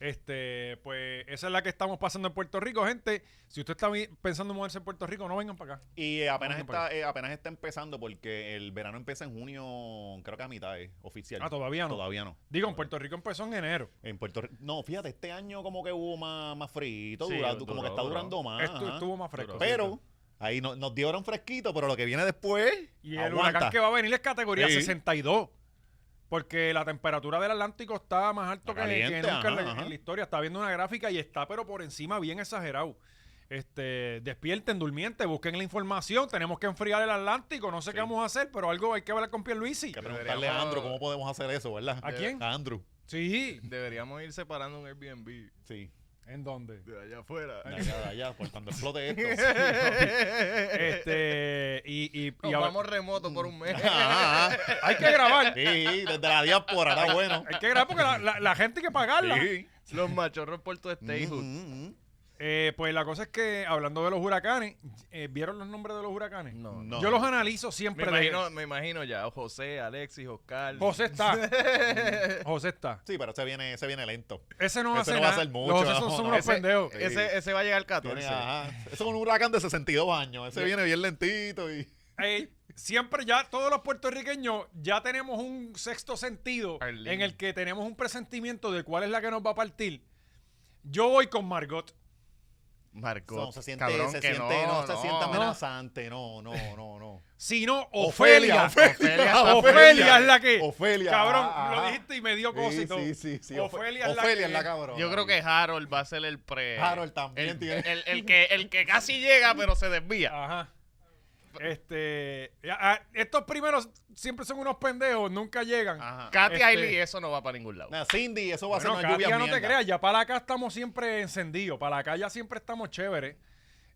Speaker 1: Este, pues esa es la que estamos pasando en Puerto Rico, gente. Si usted está vi- pensando en moverse en Puerto Rico, no vengan para acá.
Speaker 2: Y eh, apenas
Speaker 1: Vamos para
Speaker 2: está, eh, apenas está empezando porque el verano empieza en junio, creo que a mitad es oficial.
Speaker 1: Ah, todavía no.
Speaker 2: Todavía no.
Speaker 1: Digo, en Puerto Rico empezó en enero.
Speaker 2: En Puerto Ri- No, fíjate, este año como que hubo más, más frito,
Speaker 3: Sí,
Speaker 2: dura-
Speaker 3: duró,
Speaker 2: como que está
Speaker 3: duró.
Speaker 2: durando más.
Speaker 1: Esto
Speaker 2: Ah, ajá.
Speaker 1: estuvo más fresco.
Speaker 2: Pero ahí no- nos dieron fresquito, pero lo que viene después.
Speaker 1: Y el
Speaker 2: aguanta.
Speaker 1: huracán que va a venir es categoría
Speaker 2: Sí.
Speaker 1: 62. Porque la temperatura del Atlántico está más alto que,
Speaker 2: Está caliente,
Speaker 1: que nunca en, la,
Speaker 2: ajá, ajá.
Speaker 1: en la historia. Está viendo una gráfica y está, pero por encima, bien exagerado. Este, despierten, durmientes, busquen la información. Tenemos que enfriar el Atlántico. No sé
Speaker 2: Sí.
Speaker 1: qué vamos a hacer, pero algo hay que hablar con Pierluisi.
Speaker 2: Hay que preguntarle a
Speaker 3: Deberíamos-
Speaker 2: Andrew cómo podemos hacer eso, ¿verdad?
Speaker 1: ¿A quién?
Speaker 2: A Andrew.
Speaker 1: Sí.
Speaker 3: Deberíamos ir separando un Airbnb
Speaker 2: Sí.
Speaker 1: ¿En dónde?
Speaker 3: de allá afuera.
Speaker 2: De allá, de allá, por tanto explote esto.
Speaker 1: Este, y, y,
Speaker 3: Nos
Speaker 1: y ahora- Ah,
Speaker 3: vamos remoto por un mes.
Speaker 2: Ajá, ajá.
Speaker 1: hay que grabar.
Speaker 2: Sí, desde la diáspora, está bueno.
Speaker 1: Hay que grabar porque la, la- la gente hay que pagarla.
Speaker 2: Sí.
Speaker 3: Los machorros por tu stay
Speaker 1: Mm,
Speaker 2: Ujú,
Speaker 3: hood.
Speaker 2: ujú, ujú.
Speaker 1: Eh, pues la cosa es que, hablando de los huracanes, eh, ¿vieron los nombres de los huracanes?
Speaker 4: No.
Speaker 2: No.
Speaker 1: Yo los analizo
Speaker 4: Me
Speaker 1: siempre. de-
Speaker 4: imagino, me imagino ya, José, Alexis, Oscar.
Speaker 1: José está. Mm. José está.
Speaker 2: Sí, pero ese viene, ese viene lento.
Speaker 1: Ese no, hace
Speaker 2: Ese no va a
Speaker 1: nada.
Speaker 2: hacer mucho,
Speaker 1: Los José son,
Speaker 2: no,
Speaker 1: son
Speaker 2: no.
Speaker 1: unos
Speaker 2: Ese- eh.
Speaker 1: pendejos.
Speaker 2: Sí.
Speaker 4: Ese, ese va a llegar al
Speaker 2: Tiene,
Speaker 4: 14.
Speaker 2: ajá. Eso es un huracán de 62 años. Ese viene bien lentito y...
Speaker 1: Eh, siempre ya todos los puertorriqueños ya tenemos un sexto sentido
Speaker 4: Arlene.
Speaker 1: en el que tenemos un presentimiento de cuál es la que nos va a partir. Yo voy con Margot.
Speaker 4: Marcó.
Speaker 2: No, se siente,
Speaker 4: cabrón,
Speaker 2: se
Speaker 4: que
Speaker 2: siente, no,
Speaker 4: no,
Speaker 2: se
Speaker 4: no.
Speaker 2: siente amenazante. No, no, no, no.
Speaker 1: Si no, Ofelia.
Speaker 4: Ofelia,
Speaker 1: Ofelia,
Speaker 2: Ofelia
Speaker 1: es la que.
Speaker 2: Ofelia.
Speaker 1: Cabrón,
Speaker 2: ajá,
Speaker 1: lo
Speaker 2: ajá.
Speaker 1: dijiste y me dio cosa y todo.
Speaker 2: Ah, Sí, sí, sí.
Speaker 1: Ofelia, es la
Speaker 2: Ofelia
Speaker 1: que-
Speaker 2: es la cabrón.
Speaker 3: Yo creo que Harold va a ser el pre.
Speaker 2: Harold también
Speaker 3: el,
Speaker 2: tiene-
Speaker 3: el- el que, el que casi llega, pero se desvía.
Speaker 1: Ajá. Este. ya, ah, estos primeros siempre son unos pendejos, nunca llegan.
Speaker 2: Ajá.
Speaker 3: Katia y
Speaker 1: Este-
Speaker 3: Lee, eso no va para ningún lado.
Speaker 2: Nah, Cindy, eso va a ser
Speaker 1: Bueno,
Speaker 2: una lluvia
Speaker 1: Katia, no te
Speaker 2: mierda.
Speaker 1: creas, ya para acá estamos siempre encendidos, para acá ya siempre estamos chéveres.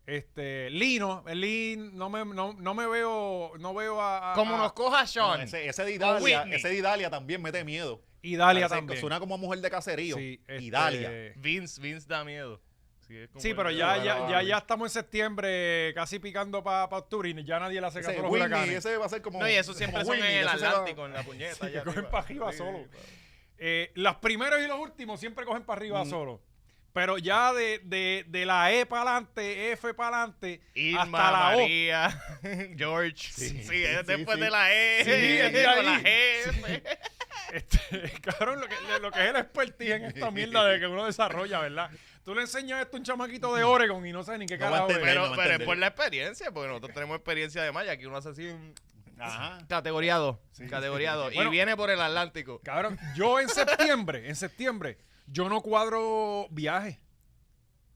Speaker 1: Este, Lino, Lin, no me, no, no me veo, no veo a, a-
Speaker 3: Como nos
Speaker 1: a
Speaker 3: coja
Speaker 2: No,
Speaker 3: Sean.
Speaker 2: ese, ese de
Speaker 3: O
Speaker 2: Idalia,
Speaker 3: Whitney.
Speaker 2: ese de Idalia también mete miedo.
Speaker 1: Idalia
Speaker 2: Parece-
Speaker 1: también.
Speaker 2: Suena como a mujer de caserío.
Speaker 1: Sí, este,
Speaker 2: Idalia.
Speaker 3: Vince, Vince da miedo. Sí, es como
Speaker 1: Sí,
Speaker 3: el-
Speaker 1: pero ya,
Speaker 3: el-
Speaker 1: ya, ya, ya estamos en septiembre, casi picando para octubre y ya nadie le hace caso a
Speaker 2: Ese,
Speaker 1: los
Speaker 2: Whitney,
Speaker 1: huracanes.
Speaker 2: ese va a ser como.
Speaker 3: No, y eso siempre
Speaker 2: como
Speaker 3: son en
Speaker 2: Whitney,
Speaker 3: el
Speaker 2: eso se va-
Speaker 3: Atlántico, en la puñeta.
Speaker 1: Sí, que
Speaker 3: allá
Speaker 1: cogen
Speaker 3: arriba.
Speaker 1: para arriba
Speaker 3: Sí,
Speaker 1: solo.
Speaker 3: pa-
Speaker 1: Eh, los primeros y los últimos siempre cogen para arriba
Speaker 2: Mm.
Speaker 1: solo. Pero ya de, de, de la E para adelante, F para adelante,
Speaker 3: Irma,
Speaker 1: hasta la O.
Speaker 3: María, George. Sí,
Speaker 2: sí,
Speaker 3: es después
Speaker 2: sí.
Speaker 3: de la E.
Speaker 1: Sí, es de
Speaker 3: con la
Speaker 1: ahí.
Speaker 3: F.
Speaker 1: Este, cabrón, lo que, lo que es el expertise en esta mierda de que uno desarrolla, ¿verdad? Tú le enseñas esto a un chamaquito de Oregon y no sabe ni qué
Speaker 2: No va a
Speaker 1: carajo es.
Speaker 2: entender.
Speaker 3: Pero,
Speaker 2: no
Speaker 3: pero es
Speaker 2: entendí.
Speaker 3: por la experiencia, porque nosotros tenemos experiencia de Maya. Aquí uno hace así. mm,
Speaker 2: Ajá.
Speaker 3: Categoría 2. categoría 2.
Speaker 1: Bueno.
Speaker 3: y viene por el Atlántico.
Speaker 1: Cabrón, yo en septiembre, en septiembre, yo no cuadro viajes.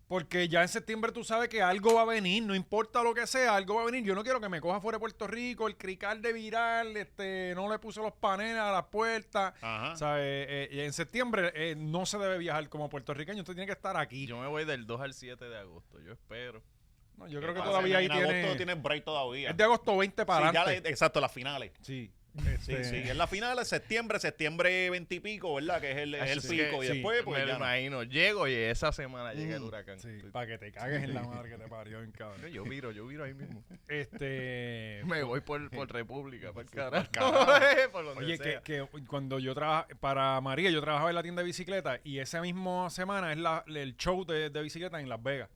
Speaker 1: Porque ya en septiembre tú sabes que algo va a venir, no importa lo que sea, algo va a venir. Yo no quiero que me coja fuera de Puerto Rico, el crical de viral, este, no le puse los paneles a la puerta.
Speaker 2: Ajá.
Speaker 1: O sea, eh, eh, en septiembre eh, no se debe viajar como puertorriqueño, usted tiene que estar aquí.
Speaker 4: Yo me voy del 2 al 7 de agosto, yo espero.
Speaker 1: No, yo creo que
Speaker 2: Ah,
Speaker 1: todavía ahí
Speaker 2: en agosto
Speaker 1: tiene...
Speaker 2: tienen break todavía.
Speaker 1: Es de agosto 20 para
Speaker 2: Sí, ya
Speaker 1: adelante.
Speaker 2: le- exacto, las finales.
Speaker 1: Sí.
Speaker 2: Sí,
Speaker 1: Este,
Speaker 2: sí, es la final, es septiembre, septiembre 20 y pico, ¿verdad? Que es el, es el
Speaker 3: Así
Speaker 2: pico.
Speaker 3: que,
Speaker 2: y
Speaker 1: sí,
Speaker 2: después, pues
Speaker 3: me lo
Speaker 2: ya no.
Speaker 3: imagino. Llego y esa semana llega el
Speaker 2: Mm,
Speaker 3: huracán.
Speaker 1: sí,
Speaker 3: Estoy-
Speaker 1: para que te cagues en la madre que te parió, bien cabrón.
Speaker 3: Yo viro, yo viro ahí mismo.
Speaker 1: Este.
Speaker 3: Me voy por, por República, por carajo.
Speaker 2: carajo.
Speaker 3: por donde
Speaker 1: Oye, que,
Speaker 3: sea.
Speaker 1: que cuando yo trabajaba para María, yo trabajaba en la tienda de bicicleta y esa misma semana es la- el show de, de bicicleta en Las Vegas.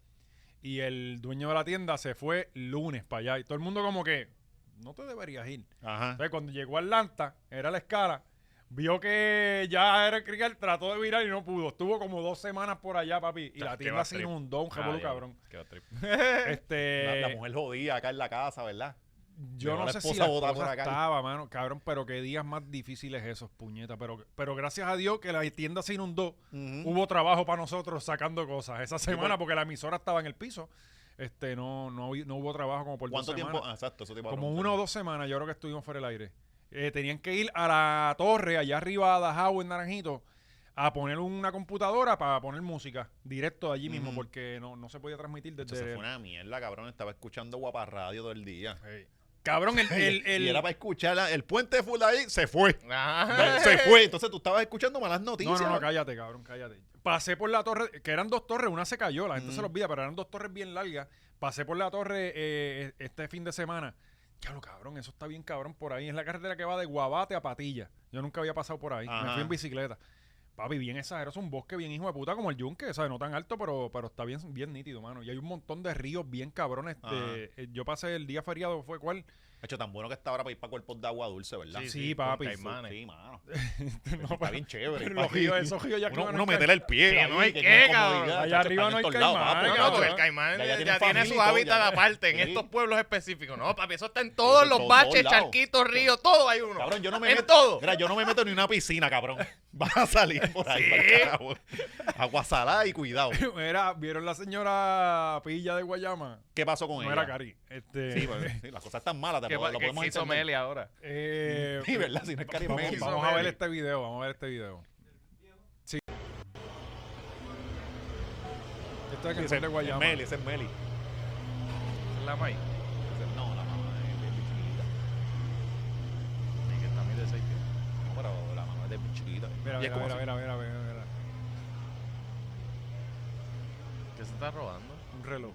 Speaker 1: Y el dueño de la tienda se fue lunes para allá y todo el mundo, como que no te deberías ir.
Speaker 2: Ajá.
Speaker 1: Entonces, cuando llegó a Atlanta, era la escala, vio que ya era el cricket, trató de virar y no pudo. Estuvo como dos semanas por allá, papi. Y
Speaker 4: Ah,
Speaker 1: la
Speaker 4: qué
Speaker 1: tienda
Speaker 4: bad
Speaker 1: se
Speaker 4: trip.
Speaker 1: inundó, un
Speaker 4: Ah,
Speaker 1: revolú,
Speaker 4: diablo,
Speaker 1: cabrón.
Speaker 4: qué trip.
Speaker 2: La,
Speaker 1: Este,
Speaker 2: la mujer jodida acá en la casa, ¿verdad?
Speaker 1: yo
Speaker 2: llegó
Speaker 1: no
Speaker 2: la
Speaker 1: sé si
Speaker 2: esposa
Speaker 1: la
Speaker 2: botada
Speaker 1: esposa
Speaker 2: por acá.
Speaker 1: estaba, mano, cabrón, pero qué días más difíciles esos, puñeta. Pero, pero gracias a Dios que la tienda se inundó,
Speaker 2: Ujú.
Speaker 1: hubo trabajo para nosotros sacando cosas esa semana
Speaker 2: por-
Speaker 1: porque la emisora estaba en el piso. Este, no, no, hubi- no hubo trabajo como por dos
Speaker 2: ¿Cuánto tiempo?
Speaker 1: semanas.
Speaker 2: Ah, exacto, eso te iba a
Speaker 1: Como
Speaker 2: preguntar.
Speaker 1: una o dos semanas, yo creo que estuvimos fuera del aire. Eh, tenían que ir a la torre, allá arriba, a Dajau, en Naranjito, a poner una computadora para poner música directo de allí mismo,
Speaker 2: Ujú.
Speaker 1: porque no, no se podía transmitir
Speaker 2: Chacho,
Speaker 1: desde.
Speaker 2: se fue una mierda, cabrón. Estaba escuchando guapa radio todo el día.
Speaker 1: Ey. Cabrón, el. el- el-
Speaker 2: Y era para escuchar la- el puente de full ahí, se fue.
Speaker 3: Ajá.
Speaker 2: se fue. Entonces tú estabas escuchando malas
Speaker 1: no,
Speaker 2: noticias.
Speaker 1: no, no, cállate, cabrón, cállate. Pasé por la torre, que eran dos torres, una se cayó, la gente
Speaker 2: Ujú.
Speaker 1: se los olvida, pero eran dos torres bien largas. Pasé por la torre eh, este fin de semana. Diablo, cabrón, eso está bien cabrón por ahí. Es la carretera que va de Guabate a Patilla. Yo nunca había pasado por ahí. Me
Speaker 2: Ajá.
Speaker 1: fui en bicicleta. Papi, bien exagero, es un bosque bien hijo de puta como el yunque, ¿sabes? No tan alto, pero, pero está bien, bien nítido, mano. Y hay un montón de ríos bien cabrones.
Speaker 2: Ajá.
Speaker 1: de- eh, yo pasé el día feriado, ¿fue cuál?
Speaker 2: Hecho, tan bueno que está ahora para ir para cuerpos de agua dulce, ¿verdad?
Speaker 1: Sí, papi.
Speaker 2: Con caimanes. Sí, mano. está bien chévere.
Speaker 1: Pero
Speaker 2: ir
Speaker 1: los
Speaker 2: pa' ahí.
Speaker 1: ríos, esos ríos ya que
Speaker 2: Uno,
Speaker 1: van a
Speaker 2: uno
Speaker 1: caer.
Speaker 2: meterle el pie.
Speaker 3: Que
Speaker 2: ahí,
Speaker 3: no hay
Speaker 2: que
Speaker 3: qué,
Speaker 2: es comodidad,
Speaker 3: cabrón.
Speaker 1: Allá
Speaker 2: chacho,
Speaker 1: arriba
Speaker 2: están en
Speaker 1: no hay
Speaker 2: todos lados,
Speaker 1: caimán,
Speaker 2: papi,
Speaker 3: No, no,
Speaker 1: cabrón.
Speaker 3: porque el caimán
Speaker 2: Ya-
Speaker 3: ya,
Speaker 2: ya tiene
Speaker 3: tiene
Speaker 2: familia y
Speaker 3: su
Speaker 2: todo,
Speaker 3: hábitat
Speaker 2: ya.
Speaker 3: aparte en
Speaker 2: Sí.
Speaker 3: estos pueblos específicos. No, papi, eso está en
Speaker 2: Eso
Speaker 3: todos
Speaker 2: en
Speaker 3: los
Speaker 2: todos
Speaker 3: baches,
Speaker 2: lados.
Speaker 3: charquitos, ríos, todo hay uno.
Speaker 2: Cabrón, yo no me
Speaker 3: en
Speaker 2: meto.
Speaker 3: todo.
Speaker 2: Mira, yo no me meto ni una piscina, cabrón. Vas a salir por ahí. pa'l carajo. Agua salada y cuidado.
Speaker 1: Era, ¿vieron la señora Pilla de Guayama?
Speaker 2: ¿Qué pasó con
Speaker 1: No
Speaker 2: ella?
Speaker 1: era Cari. Este,
Speaker 2: Sí, pues, sí, las cosas están malas, te
Speaker 3: ¿Qué,
Speaker 2: lo,
Speaker 3: pa-
Speaker 2: lo
Speaker 3: qué
Speaker 2: podemos
Speaker 3: quiso
Speaker 2: entender.
Speaker 3: Meli ahora?
Speaker 1: eh,
Speaker 2: Sí, ¿verdad? Si no es Cari
Speaker 1: vamos,
Speaker 2: Meli.
Speaker 1: vamos a ver
Speaker 3: Meli.
Speaker 1: este video, vamos a ver este video. Sí. Esto es en el
Speaker 2: Ese
Speaker 1: sur de
Speaker 2: es
Speaker 1: Guayama.
Speaker 2: Meli, ese es Meli.
Speaker 3: Esa es la maíz.
Speaker 2: Ese es- No, la mamá es bien chiquita.
Speaker 3: Sí, que está muy desecho.
Speaker 2: No, pero la mamá es bien chiquita.
Speaker 1: Mira,
Speaker 2: Y es
Speaker 1: mira,
Speaker 2: como
Speaker 1: mira,
Speaker 2: si-
Speaker 1: mira, mira, mira, mira.
Speaker 3: Que se está robando?
Speaker 1: Un reloj.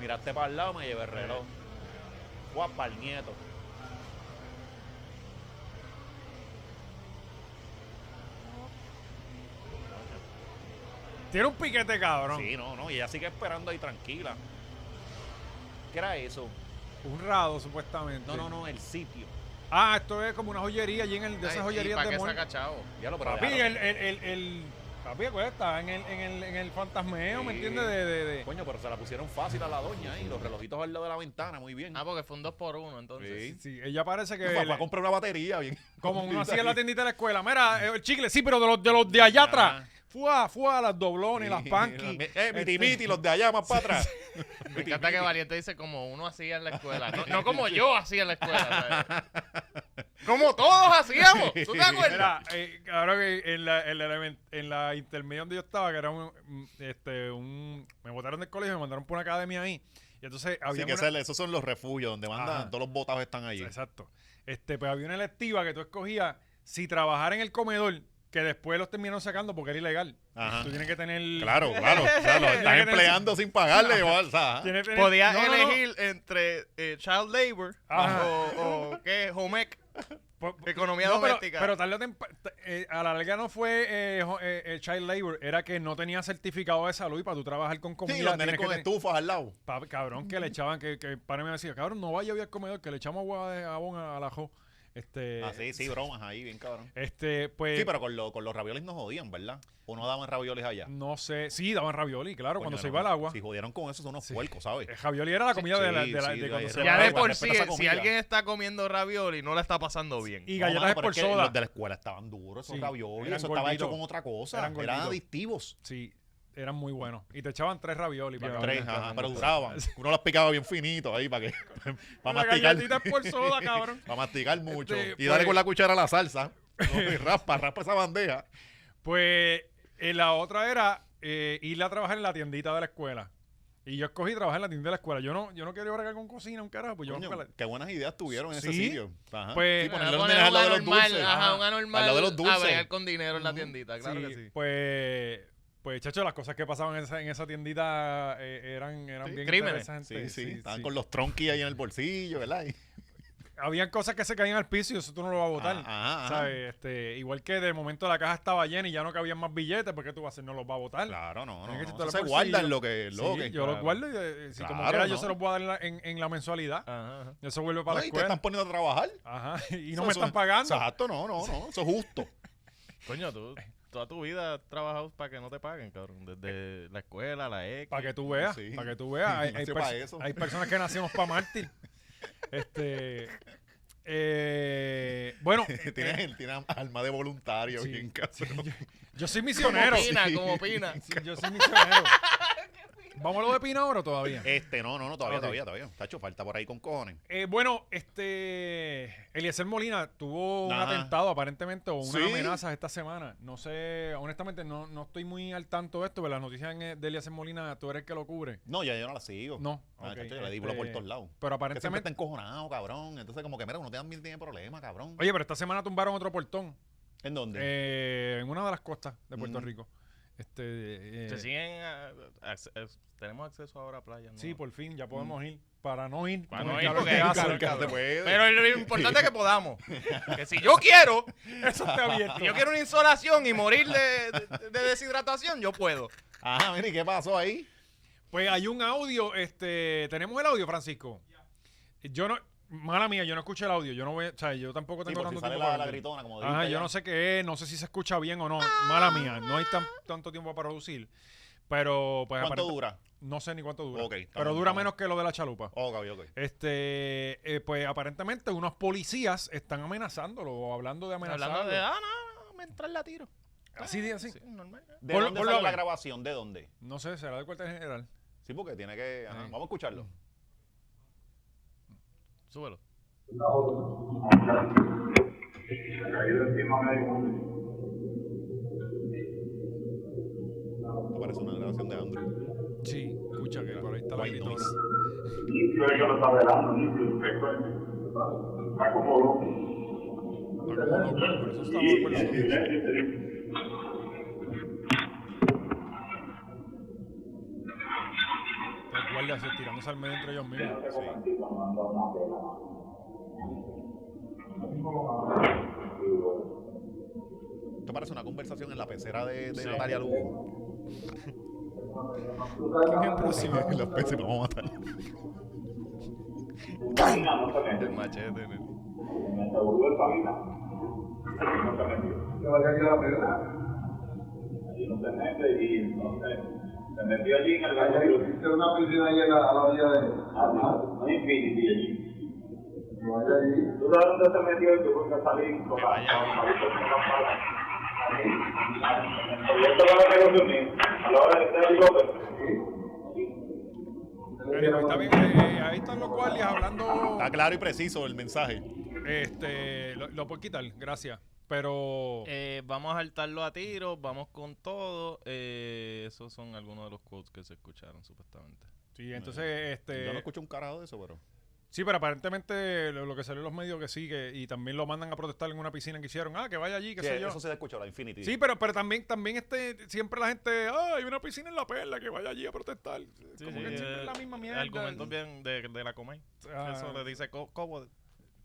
Speaker 2: Miraste para el este lado, me llevé el reloj. Guapa el nieto.
Speaker 1: Tiene un piquete, cabrón.
Speaker 2: Sí, no, no, y ella sigue esperando ahí tranquila. ¿Qué era eso?
Speaker 1: Un rado, supuestamente.
Speaker 2: No, no, no, el sitio.
Speaker 1: Ah, esto es como una joyería allí en el de esas joyerías
Speaker 3: ¿Para
Speaker 1: de
Speaker 3: qué
Speaker 1: mall.
Speaker 3: saca chavo?
Speaker 2: Ya lo
Speaker 1: Papi, el, el, el, el- Papi, acuérdate, en el, en el, en el fantasmeo, ¿me
Speaker 2: Sí. Pues,
Speaker 1: entiendes? De, de, de-
Speaker 2: Coño, pero se la pusieron fácil a la doña ahí, los relojitos al lado de la ventana, muy bien.
Speaker 3: Ah, porque fue un 2 por 1 entonces.
Speaker 2: Sí.
Speaker 1: Sí, ella parece que...
Speaker 2: Fue- fue
Speaker 1: le-
Speaker 2: a comprar una batería, bien.
Speaker 1: como uno hacía
Speaker 2: ahí.
Speaker 1: en la tiendita de la escuela. Mira, eh, el chicle, sí, pero de los de, los de allá
Speaker 2: Ajá.
Speaker 1: atrás. Fuá, fuá, las doblones, las
Speaker 2: Sí,
Speaker 1: panqui.
Speaker 2: Eh, miti,
Speaker 1: Este-
Speaker 2: miti, los de allá más para atrás.
Speaker 3: Me encanta que Valiente dice como uno hacía en la escuela. No, no como yo hacía en la escuela. ¿sabes? como todos hacíamos. ¿Tú te acuerdas?
Speaker 1: Mira, eh, claro que en la, en, la, elemen- en la intermedia donde yo estaba, que era un, mm, este, un... Me botaron del colegio, me mandaron por una academia ahí. Y entonces había
Speaker 2: Así que
Speaker 1: una-
Speaker 2: esa es la- esos son los refugios donde mandan,
Speaker 1: Ajá.
Speaker 2: todos los botados están allí.
Speaker 1: Exacto. Este, pues había una electiva que tú escogías si trabajar en el comedor, que después los terminaron sacando porque era ilegal.
Speaker 2: Ajá.
Speaker 1: Tú tienes que tener.
Speaker 2: Claro, claro, claro, los están
Speaker 1: Tiene que
Speaker 2: empleando sin pagarle, igual, o sea,
Speaker 1: tienes que tener-
Speaker 3: Podías
Speaker 1: Este, No, no, no.
Speaker 3: elegir entre eh, child labor
Speaker 1: Ajá.
Speaker 3: o, o qué, Homec,
Speaker 1: Po- po-
Speaker 3: economía
Speaker 1: no, pero-
Speaker 3: doméstica.
Speaker 1: Pero, tarde o tempa- ta- eh, a la larga no fue eh, jo- eh, eh, child labor, era que no tenía certificado de salud y para tú trabajar con comida.
Speaker 2: Sí, los nenes
Speaker 1: tienes
Speaker 2: con
Speaker 1: que tener-
Speaker 2: estufas al lado.
Speaker 1: Pa- cabrón, que le echaban, que, que el padre me decía, cabrón, no vaya a ir al comedor, que le echamos agua de jabón a- al ajo. Este,
Speaker 2: Ah, sí, sí, bromas ahí, bien cabrón.
Speaker 1: Este, pues.
Speaker 2: Sí, pero con, lo- con los ravioles nos jodían, ¿verdad? O no daban ravioles allá.
Speaker 1: No sé. Sí, daban ravioli, claro,
Speaker 2: Coño,
Speaker 1: cuando se
Speaker 2: no,
Speaker 1: iba al agua.
Speaker 2: Si jodieron con eso, son unos
Speaker 1: Sí.
Speaker 2: puercos, ¿sabes?
Speaker 1: Eh, Ravioli era la comida de, la,
Speaker 2: Sí,
Speaker 1: de, la-
Speaker 2: sí,
Speaker 1: de cuando
Speaker 2: de-
Speaker 1: se
Speaker 2: de-
Speaker 1: va
Speaker 3: ya de
Speaker 1: al agua.
Speaker 3: por sí, eh,
Speaker 2: respeta esa
Speaker 3: si
Speaker 2: comida.
Speaker 3: alguien está comiendo ravioli, no la está pasando bien.
Speaker 1: Y
Speaker 2: No,
Speaker 1: galletas
Speaker 2: mano, pero es que
Speaker 1: esforzadas.
Speaker 2: Los de la escuela estaban duros, esos
Speaker 1: Sí,
Speaker 2: ravioles.
Speaker 1: eran
Speaker 2: Eso estaba
Speaker 1: gorditos.
Speaker 2: hecho con otra cosa.
Speaker 1: Eran
Speaker 2: Eran,
Speaker 1: gorditos.
Speaker 2: adictivos.
Speaker 1: Sí, eran muy buenos. Y te echaban tres ravioli. para acabar
Speaker 2: Tres,
Speaker 1: con-
Speaker 2: ajá, pero duraban. Uno los picaba bien finito ahí para que para
Speaker 1: Una galletita
Speaker 2: masticar.
Speaker 1: por soda, cabrón.
Speaker 2: Para mastigar mucho.
Speaker 1: Este,
Speaker 2: y darle
Speaker 1: pues-
Speaker 2: con la cuchara a la salsa. No, y raspa, raspa esa bandeja.
Speaker 1: Pues eh, la otra era eh, ir a trabajar en la tiendita de la escuela. Y yo escogí trabajar en la tienda de la escuela. Yo no, yo no quería bregar con cocina, un carajo. Pues yo
Speaker 2: Coño,
Speaker 1: me la-
Speaker 2: qué buenas ideas tuvieron en
Speaker 1: Sí,
Speaker 2: ese sitio. Ajá.
Speaker 1: pues-
Speaker 2: sí, ponerle
Speaker 3: Ah,
Speaker 2: órdenes al lado de los
Speaker 3: anormal,
Speaker 2: dulces.
Speaker 3: Ajá, un
Speaker 2: Ajá.
Speaker 3: anormal.
Speaker 2: Al lado de los dulces.
Speaker 3: A bregar con dinero en la tiendita, claro
Speaker 1: Sí,
Speaker 3: que sí.
Speaker 1: Pues, pues, chacho, las cosas que pasaban en esa, en esa tiendita eh, eran, eran
Speaker 3: Sí,
Speaker 1: bien
Speaker 3: crímenes.
Speaker 1: interesantes.
Speaker 2: Ah, Sí, sí, estaban
Speaker 1: sí.
Speaker 2: con los tronquis ahí en el bolsillo, ¿verdad? Y-
Speaker 1: Habían cosas que se caían al piso y eso tú no lo vas a botar.
Speaker 2: Ajá, ajá.
Speaker 1: ¿sabes? Este, igual que de momento la caja estaba llena y ya no cabían más billetes, porque tú vas a hacer? No los va a botar.
Speaker 2: Claro, no, no.
Speaker 1: Tienes que
Speaker 2: no,
Speaker 1: quitarle
Speaker 2: eso se
Speaker 1: bolsillo.
Speaker 2: guardan lo que. Lo
Speaker 1: Sí,
Speaker 2: que
Speaker 1: yo los
Speaker 2: claro.
Speaker 1: guardo y eh, si como
Speaker 2: Claro,
Speaker 1: quiera yo
Speaker 2: ¿no? Ah.
Speaker 1: se los voy a dar en la, en, en la mensualidad.
Speaker 3: Ajá, ajá.
Speaker 1: Eso vuelve para la
Speaker 2: No, y te
Speaker 1: escuela.
Speaker 2: están poniendo a trabajar.
Speaker 1: Ajá. Y no
Speaker 2: Eso-
Speaker 1: me
Speaker 2: eso-
Speaker 1: están pagando.
Speaker 2: Exacto, no, no, no. Eso es justo.
Speaker 3: Coño, tú toda tu vida has trabajado para que no te paguen, cabrón. Desde la escuela, la X.
Speaker 1: Para que tú veas.
Speaker 2: Sí.
Speaker 1: Para que tú veas. Hay, hay
Speaker 2: Nació
Speaker 1: pers-
Speaker 2: pa' eso.
Speaker 1: hay personas que nacimos para mártir. Este. eh, bueno, eh,
Speaker 2: Tienes tiene alma de voluntario,
Speaker 1: Sí.
Speaker 2: bien cabrón.
Speaker 1: yo soy
Speaker 3: Como
Speaker 1: misionero.
Speaker 3: opina,
Speaker 2: sí.
Speaker 3: como opina.
Speaker 1: Sí, yo soy misionero. ¿Vamos a lo de Pina ahora o todavía?
Speaker 2: Este, no, no, no, todavía,
Speaker 1: Ok.
Speaker 2: todavía, todavía. Tacho, falta por ahí con cojones.
Speaker 1: Eh, bueno, este. Eliezer Molina tuvo un
Speaker 2: Ajá.
Speaker 1: atentado aparentemente o unas
Speaker 2: ¿Sí?
Speaker 1: amenazas esta semana. No sé, honestamente, no, no estoy muy al tanto de esto, pero las noticias en- eh, de Eliezer Molina, tú eres el que lo cubre.
Speaker 2: No, ya yo no la sigo.
Speaker 1: No,
Speaker 2: Ah,
Speaker 1: ok,
Speaker 2: tacho, yo le digo por
Speaker 1: este,
Speaker 2: todos lados.
Speaker 1: Pero
Speaker 2: Que siempre está
Speaker 1: aparentemente.
Speaker 2: encojonado, cabrón. Entonces, como que, mira, uno también tiene problemas, cabrón.
Speaker 1: Oye, pero esta semana tumbaron otro portón
Speaker 2: ¿En dónde?
Speaker 1: eh, en una de las costas de Puerto
Speaker 2: Mm.
Speaker 1: Rico. Este, eh,
Speaker 3: Se siguen, ah, ac- ac- tenemos acceso ahora a playas.
Speaker 1: sí,
Speaker 3: nuevas.
Speaker 1: por fin, ya podemos ir. Para no ir.
Speaker 3: Para
Speaker 1: con
Speaker 3: no
Speaker 1: el
Speaker 3: ir,
Speaker 1: calor
Speaker 3: porque
Speaker 1: que
Speaker 3: hay
Speaker 1: hace,
Speaker 3: calor que
Speaker 1: cabrón.
Speaker 2: se puede.
Speaker 3: Pero lo importante es que podamos. Que si yo quiero,
Speaker 1: Eso está abierto.
Speaker 3: si yo quiero una insolación y morir de, de- de deshidratación, yo puedo.
Speaker 2: Ajá, mira, ¿y qué pasó ahí?
Speaker 1: Pues hay un audio, este, tenemos el audio, Francisco. Yo no, mala mía, yo no escuché el audio, yo no voy, o sea, yo tampoco
Speaker 2: Sí,
Speaker 1: tengo
Speaker 2: por si
Speaker 1: tanto
Speaker 2: sale
Speaker 1: tiempo
Speaker 2: la,
Speaker 1: para
Speaker 2: la
Speaker 1: ver.
Speaker 2: gritona, como
Speaker 1: Ajá,
Speaker 2: dijiste
Speaker 1: yo
Speaker 2: ya.
Speaker 1: no sé qué es, no sé si se escucha bien o no, mala mía, no hay tan- tanto tiempo para producir, pero pues
Speaker 2: ¿Cuánto
Speaker 1: aparenta-
Speaker 2: dura?
Speaker 1: no sé ni cuánto dura,
Speaker 2: Ok, está
Speaker 1: pero
Speaker 2: bien,
Speaker 1: dura
Speaker 2: está bien.
Speaker 1: menos que lo de la chalupa.
Speaker 2: Ok, ok.
Speaker 1: Este, eh, pues aparentemente unos policías están amenazándolo o hablando de amenazarlo.
Speaker 3: Hablando de, ah, no, no, me entra la tiro.
Speaker 1: Así de así.
Speaker 3: Sí, normal.
Speaker 2: ¿De
Speaker 1: Ponlo-
Speaker 2: dónde
Speaker 1: ponlo
Speaker 2: sale
Speaker 1: a
Speaker 2: la
Speaker 1: ver.
Speaker 2: grabación? ¿De dónde?
Speaker 1: No sé, será del cuartel general.
Speaker 2: Sí, porque tiene que... ajá,
Speaker 1: Ahí.
Speaker 2: Vamos a escucharlo.
Speaker 3: Súbelo.
Speaker 5: caído encima me
Speaker 2: Esto parece una grabación de Andrew.
Speaker 1: Sí, escucha que por ahí está la
Speaker 2: White
Speaker 1: gritona.
Speaker 2: noise.
Speaker 5: yo que lo está velando, nítido, recuerde. Está como loco.
Speaker 1: Está como loco, por eso estamos de acuerdo. Los guardias se tirándose al medio entre ellos mismos.
Speaker 2: Esto parece una conversación en la pecera de, de Natalia Lugo.
Speaker 1: ¿Quién es el próximo?
Speaker 2: Los peces vamos a matar.
Speaker 3: El machete. nene.
Speaker 5: Se va a caer la pelota. Allí existe una piscina allí a la, a la orilla de... Que vaya allí.
Speaker 1: Pero ahí, está bien, eh, ahí están los guardias hablando.
Speaker 2: Está claro y preciso el mensaje.
Speaker 1: Este, lo, lo puedo quitar, gracias. Pero.
Speaker 3: Eh, vamos a saltarlo a tiros, vamos con todo. Eh, esos son algunos de los quotes que se escucharon supuestamente.
Speaker 1: sí, entonces,
Speaker 2: Yo no
Speaker 1: este.
Speaker 2: escucho un carajo de eso, pero.
Speaker 1: Sí, pero aparentemente lo, lo que salió en los medios que sí, que, y también lo mandan a protestar en una piscina que hicieron. Ah, que vaya allí, que
Speaker 2: Sí,
Speaker 1: sé yo.
Speaker 2: eso se escuchó, la Infinity.
Speaker 1: Sí, pero, pero también, también este, siempre la gente, ah, hay una piscina en la perla, que vaya allí a protestar. Como que
Speaker 3: sí,
Speaker 1: siempre
Speaker 3: eh,
Speaker 1: es la misma mierda.
Speaker 3: Argumentos bien de, de la Comay.
Speaker 1: Ah.
Speaker 3: Eso le dice, co- ¿cómo?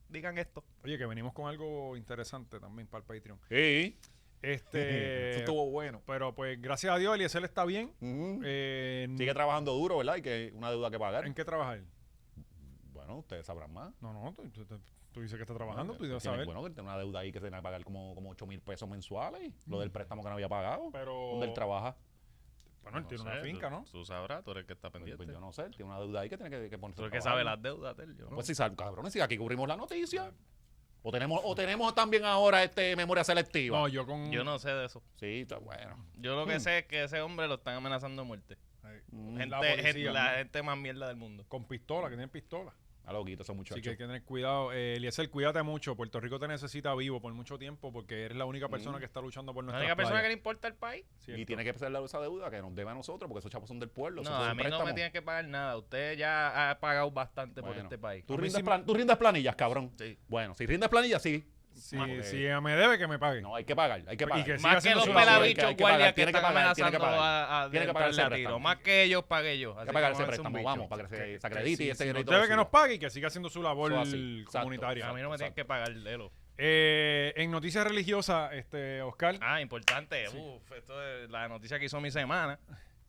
Speaker 3: Digan esto.
Speaker 1: Oye, que venimos con algo interesante también para el Patreon.
Speaker 2: Sí.
Speaker 1: Este,
Speaker 2: Eso estuvo bueno.
Speaker 1: Pero pues gracias a Dios, Eliezer está bien. Eh,
Speaker 2: Sigue trabajando duro, ¿verdad? Y que hay una deuda que pagar.
Speaker 1: ¿En qué trabajar?
Speaker 2: Bueno, ustedes sabrán más.
Speaker 1: No, no, tú, tú- tú- tú dices que está trabajando, tú
Speaker 2: Tiene-
Speaker 1: debes saber.
Speaker 2: Bueno, que tiene una deuda ahí que tiene que pagar como, como 8 mil pesos mensuales. Lo del préstamo que no había pagado.
Speaker 1: Mm. Pero-
Speaker 2: Donde él trabaja.
Speaker 1: Bueno, él tiene
Speaker 3: No
Speaker 1: una
Speaker 3: sé,
Speaker 1: finca,
Speaker 3: Eh, tú-
Speaker 1: ¿no?
Speaker 3: Tú sabrás, tú eres el que está
Speaker 2: Pues,
Speaker 3: pendiente.
Speaker 2: pues yo no sé, él tiene una deuda ahí que tiene que, que ponerse.
Speaker 3: Tú
Speaker 2: a
Speaker 3: eres el que
Speaker 2: trabajar.
Speaker 3: sabe las deudas de él, yo no.
Speaker 2: Pues si sal, cabrones, si aquí cubrimos la noticia. O tenemos, o tenemos también ahora este memoria selectiva.
Speaker 1: No, yo con...
Speaker 3: Yo no sé de eso.
Speaker 2: Sí, está bueno.
Speaker 3: Yo lo que sé es que ese hombre lo están amenazando de muerte.
Speaker 1: eh,
Speaker 2: Hmm.
Speaker 3: Gente,
Speaker 1: la
Speaker 3: la,
Speaker 1: policía,
Speaker 3: la
Speaker 1: ¿no?
Speaker 3: gente más mierda del mundo.
Speaker 1: Con pistola, que tienen pistola.
Speaker 2: A Mm, loquito esos muchachos.
Speaker 1: Así que hay que tener cuidado. Eh, Eliezer, cuídate mucho. Puerto Rico te necesita vivo por mucho tiempo porque eres la única
Speaker 2: Mm.
Speaker 1: persona que está luchando por
Speaker 6: La
Speaker 1: nuestra
Speaker 6: única persona que le importa el país.
Speaker 2: y tiene que ser la- esa deuda que nos debe a nosotros, porque esos chavos son del pueblo.
Speaker 3: No,
Speaker 2: esos son
Speaker 3: a mí no me
Speaker 2: préstamos.
Speaker 3: tienen que pagar nada. Usted ya ha pagado bastante por
Speaker 2: Bueno,
Speaker 3: este país.
Speaker 2: ¿Tú
Speaker 1: mí
Speaker 2: rindes,
Speaker 1: sí
Speaker 2: plan- tú rindes planillas, cabrón.
Speaker 3: Sí.
Speaker 2: Bueno, si rindes planillas, sí.
Speaker 1: Si,
Speaker 2: Ah, ok.
Speaker 1: si ella me debe, que me pague.
Speaker 2: No, hay que pagar, hay que pagar.
Speaker 1: y que siga
Speaker 3: Más que
Speaker 1: haciendo
Speaker 3: los
Speaker 1: su labor.
Speaker 2: pelabichos,
Speaker 3: pelabichos
Speaker 2: guardias
Speaker 3: guardias que,
Speaker 2: que
Speaker 3: están
Speaker 2: están
Speaker 3: amenazando
Speaker 2: amenazando
Speaker 3: a,
Speaker 2: a- a adentrarle a tiro.
Speaker 3: Más
Speaker 2: Más
Speaker 3: que ellos pagué yo.
Speaker 2: Hay que pagar ese préstamo, vamos, para que se, se acredite y
Speaker 1: Si,
Speaker 2: este
Speaker 1: si nos
Speaker 2: crédito
Speaker 1: debe,
Speaker 2: lo
Speaker 1: que nos
Speaker 2: suba.
Speaker 1: pague y que siga haciendo su labor
Speaker 2: Eso así, exacto,
Speaker 1: comunitaria.
Speaker 3: A mí no me tienen
Speaker 2: Exacto.
Speaker 3: que pagar, Lelo.
Speaker 1: Eh, en noticias religiosas, este, Oscar,
Speaker 3: Ah, importante. Uf, esto es la noticia que hizo mi semana.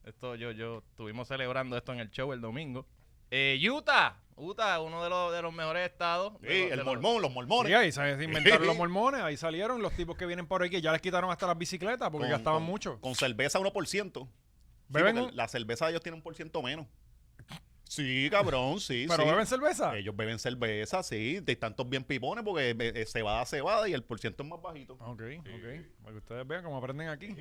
Speaker 3: Esto yo, yo estuvimos celebrando esto en el show el domingo. Eh, Utah, Utah, uno de los, de los mejores estados. de
Speaker 2: Sí,
Speaker 3: los- de
Speaker 2: el
Speaker 3: los-
Speaker 2: mormón, los mormones.
Speaker 1: Sí, ahí se se inventaron los mormones, ahí salieron los tipos que vienen por aquí, ya les quitaron hasta las bicicletas porque
Speaker 2: Con-
Speaker 1: gastaban
Speaker 2: con-
Speaker 1: mucho.
Speaker 2: Con cerveza 1%. Sí,
Speaker 1: Beben
Speaker 2: porque
Speaker 1: un-
Speaker 2: La cerveza de ellos tiene un por ciento menos. Sí, cabrón, sí.
Speaker 1: Pero
Speaker 2: sí.
Speaker 1: beben cerveza.
Speaker 2: Ellos beben cerveza, sí, de tantos bien pipones, porque eh, eh, cebada, cebada y el por ciento es más bajito.
Speaker 1: Ok, ok. Para que ustedes vean cómo aprenden aquí.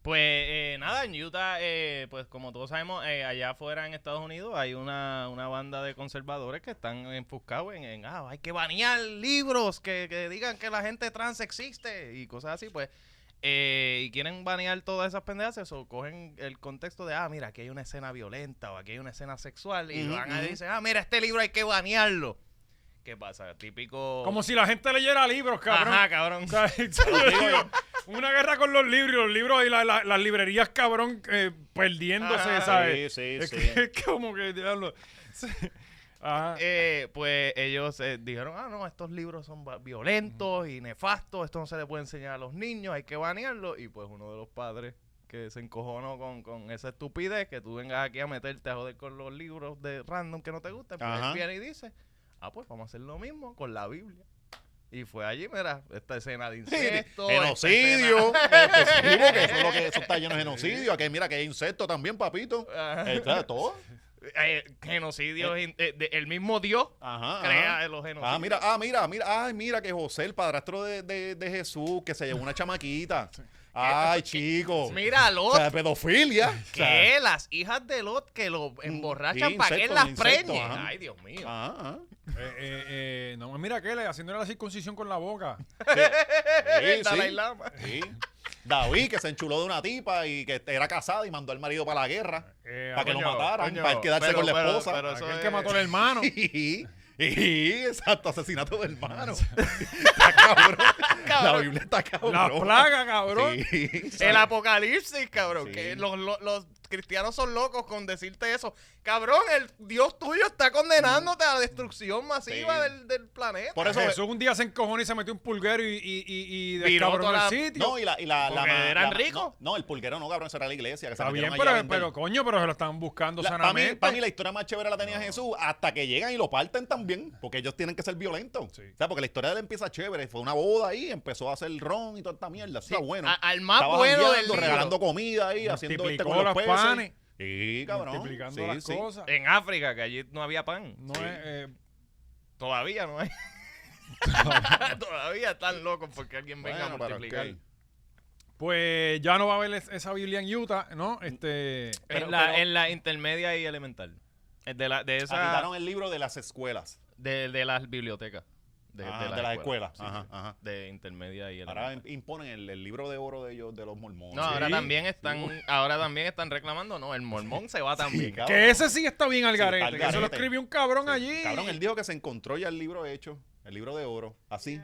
Speaker 3: Pues eh, nada, en Utah, eh, pues como todos sabemos, eh, allá afuera en Estados Unidos hay una, una banda de conservadores que están enfuscados en, en, ah, hay que banear libros que, que digan que la gente trans existe y cosas así, pues. eh, y quieren banear todas esas pendejas, o cogen el contexto de, ah, mira, aquí hay una escena violenta o aquí hay una escena sexual y
Speaker 2: Ujú,
Speaker 3: van a
Speaker 2: ujú.
Speaker 3: decir, ah, mira, este libro hay que banearlo. ¿Qué pasa? Típico...
Speaker 1: Como si la gente leyera libros, cabrón.
Speaker 3: Ajá, cabrón.
Speaker 1: O sea, Una guerra con los libros, los libros y la- la- las librerías, cabrón, eh, perdiéndose,
Speaker 3: Ajá.
Speaker 1: ¿sabes?
Speaker 2: Ah, Sí, sí,
Speaker 1: es
Speaker 2: sí.
Speaker 1: que- es como que diablo. Sí. Ajá.
Speaker 3: Eh, pues ellos eh, dijeron, ah, no, estos libros son va- violentos y nefastos, esto no se le puede enseñar a los niños, hay que banearlo. Y pues uno de los padres que se encojonó con, con esa estupidez, que tú vengas aquí a meterte a joder con los libros de random que no te gustan, pues
Speaker 2: Ajá.
Speaker 3: él viene y dice, ah, pues vamos a hacer lo mismo con la Biblia. Y fue allí, mira, esta escena de incesto. esta
Speaker 2: genocidio.
Speaker 3: escena-
Speaker 2: eh, sí, porque eso, es lo que, eso está lleno de genocidio. Aquí, mira que hay insectos también, papito.
Speaker 3: Ajá.
Speaker 2: Ahí Está todo.
Speaker 3: Eh, genocidio, in- eh, de- el mismo Dios
Speaker 2: Ajá. ajá.
Speaker 3: crea los genocidios.
Speaker 2: Ah, mira, ah, mira, mira, ay, mira que José, el padrastro de, de- de Jesús, que se llevó una chamaquita. Ay, chico.
Speaker 3: Mira,
Speaker 2: O
Speaker 3: Lot.
Speaker 2: sea, pedofilia. O sea,
Speaker 3: ¿Qué? Las hijas de Lot que lo emborrachan
Speaker 2: sí,
Speaker 3: para que él
Speaker 2: insectos,
Speaker 3: las
Speaker 2: insectos,
Speaker 3: preñe.
Speaker 2: ajá. Ah,
Speaker 3: Ay, Dios mío.
Speaker 2: Ajá, ajá.
Speaker 1: Eh, eh, eh, no, mira que le haciendo la circuncisión con la boca.
Speaker 2: Sí,
Speaker 3: Dalai
Speaker 2: sí.
Speaker 3: Lama.
Speaker 2: Sí. David, que se enchuló de una tipa y que era casada y mandó al marido para la guerra.
Speaker 1: Eh,
Speaker 2: para que lo
Speaker 1: coño,
Speaker 2: mataran,
Speaker 1: coño,
Speaker 2: para él quedarse
Speaker 3: ah, pero-
Speaker 2: con la
Speaker 3: pero-
Speaker 2: esposa.
Speaker 3: pero eso
Speaker 1: Aquel
Speaker 3: es-
Speaker 1: que mató al hermano.
Speaker 2: Sí. Y, exacto, asesinato de hermano. está cabrón. La
Speaker 3: Cabrón.
Speaker 2: Biblia está
Speaker 1: La
Speaker 2: cabrón.
Speaker 1: plaga, cabrón.
Speaker 2: Sí.
Speaker 3: El apocalipsis, cabrón.
Speaker 2: Sí.
Speaker 3: Que los, lo- los cristianos son locos con decirte eso. Cabrón, el Dios tuyo está condenándote a la destrucción masiva
Speaker 2: Sí. Pues,
Speaker 3: del, del planeta.
Speaker 2: Por eso.
Speaker 1: Jesús un día se encojonó y se metió un pulguero y, y, y, y
Speaker 3: Viró
Speaker 1: descabronó
Speaker 3: toda la-
Speaker 1: el sitio.
Speaker 2: No, y la. Y la, la
Speaker 3: Porque
Speaker 2: ma-
Speaker 3: eran
Speaker 2: la-
Speaker 3: ricos.
Speaker 2: No, no, el pulguero no, cabrón, eso era la iglesia. Que
Speaker 1: Está
Speaker 2: se
Speaker 1: bien,
Speaker 2: metieron allá a
Speaker 1: pero,
Speaker 2: vender.
Speaker 1: pero coño, pero se lo están buscando
Speaker 2: Para mí,
Speaker 1: sanamente.
Speaker 2: pa' mí la historia más chévere la tenía Jesús hasta que llegan y lo parten también, porque ellos tienen que ser violentos.
Speaker 1: Sí.
Speaker 2: O sea, porque la historia de él empieza chévere. Fue una boda ahí, empezó a hacer ron y toda esta mierda. Eso
Speaker 3: Sí,
Speaker 2: Está bueno.
Speaker 3: a- al más
Speaker 2: Estaba
Speaker 3: bueno del
Speaker 2: jangueando,
Speaker 3: libro.
Speaker 2: regalando comida ahí, haciendo este
Speaker 1: Multiplicó
Speaker 2: con los
Speaker 1: los
Speaker 2: peces.
Speaker 1: panes.
Speaker 2: Sí, cabrón.
Speaker 1: Multiplicando
Speaker 2: Sí,
Speaker 1: las
Speaker 2: sí. Eh,
Speaker 1: cosas.
Speaker 4: En África, que allí no había pan.
Speaker 1: No
Speaker 2: Sí.
Speaker 1: es, eh,
Speaker 3: Todavía no hay. Todavía están locos porque alguien venga
Speaker 2: Bueno,
Speaker 3: a
Speaker 2: pero
Speaker 3: multiplicar.
Speaker 2: es que-
Speaker 1: pues ya no va a haber es- esa Biblia en Utah, ¿no? Este,
Speaker 2: Pero-
Speaker 4: en, la,
Speaker 2: pero-
Speaker 4: en la intermedia y elemental. Eh, De, la, de,
Speaker 2: Ah,
Speaker 4: esa,
Speaker 2: quitaron el libro de las escuelas.
Speaker 4: de, de las bibliotecas. De,
Speaker 2: Ah, de las escuelas.
Speaker 4: Sí,
Speaker 2: Ajá,
Speaker 4: sí.
Speaker 2: ajá.
Speaker 4: De intermedia y
Speaker 2: Ahora
Speaker 4: elemental.
Speaker 2: im- imponen el, el libro de oro de ellos, de los mormones.
Speaker 3: No, ahora
Speaker 1: Sí.
Speaker 3: también están,
Speaker 2: uh.
Speaker 3: ahora también están reclamando, no, el mormón se va también.
Speaker 2: cabrón.
Speaker 1: que ese sí está bien al
Speaker 2: Sí, está
Speaker 1: garete.
Speaker 2: al
Speaker 1: que eso lo
Speaker 2: garete.
Speaker 1: escribió un cabrón
Speaker 2: Sí.
Speaker 1: allí.
Speaker 2: Cabrón, él dijo que se encontró ya el libro hecho, el libro de oro, así.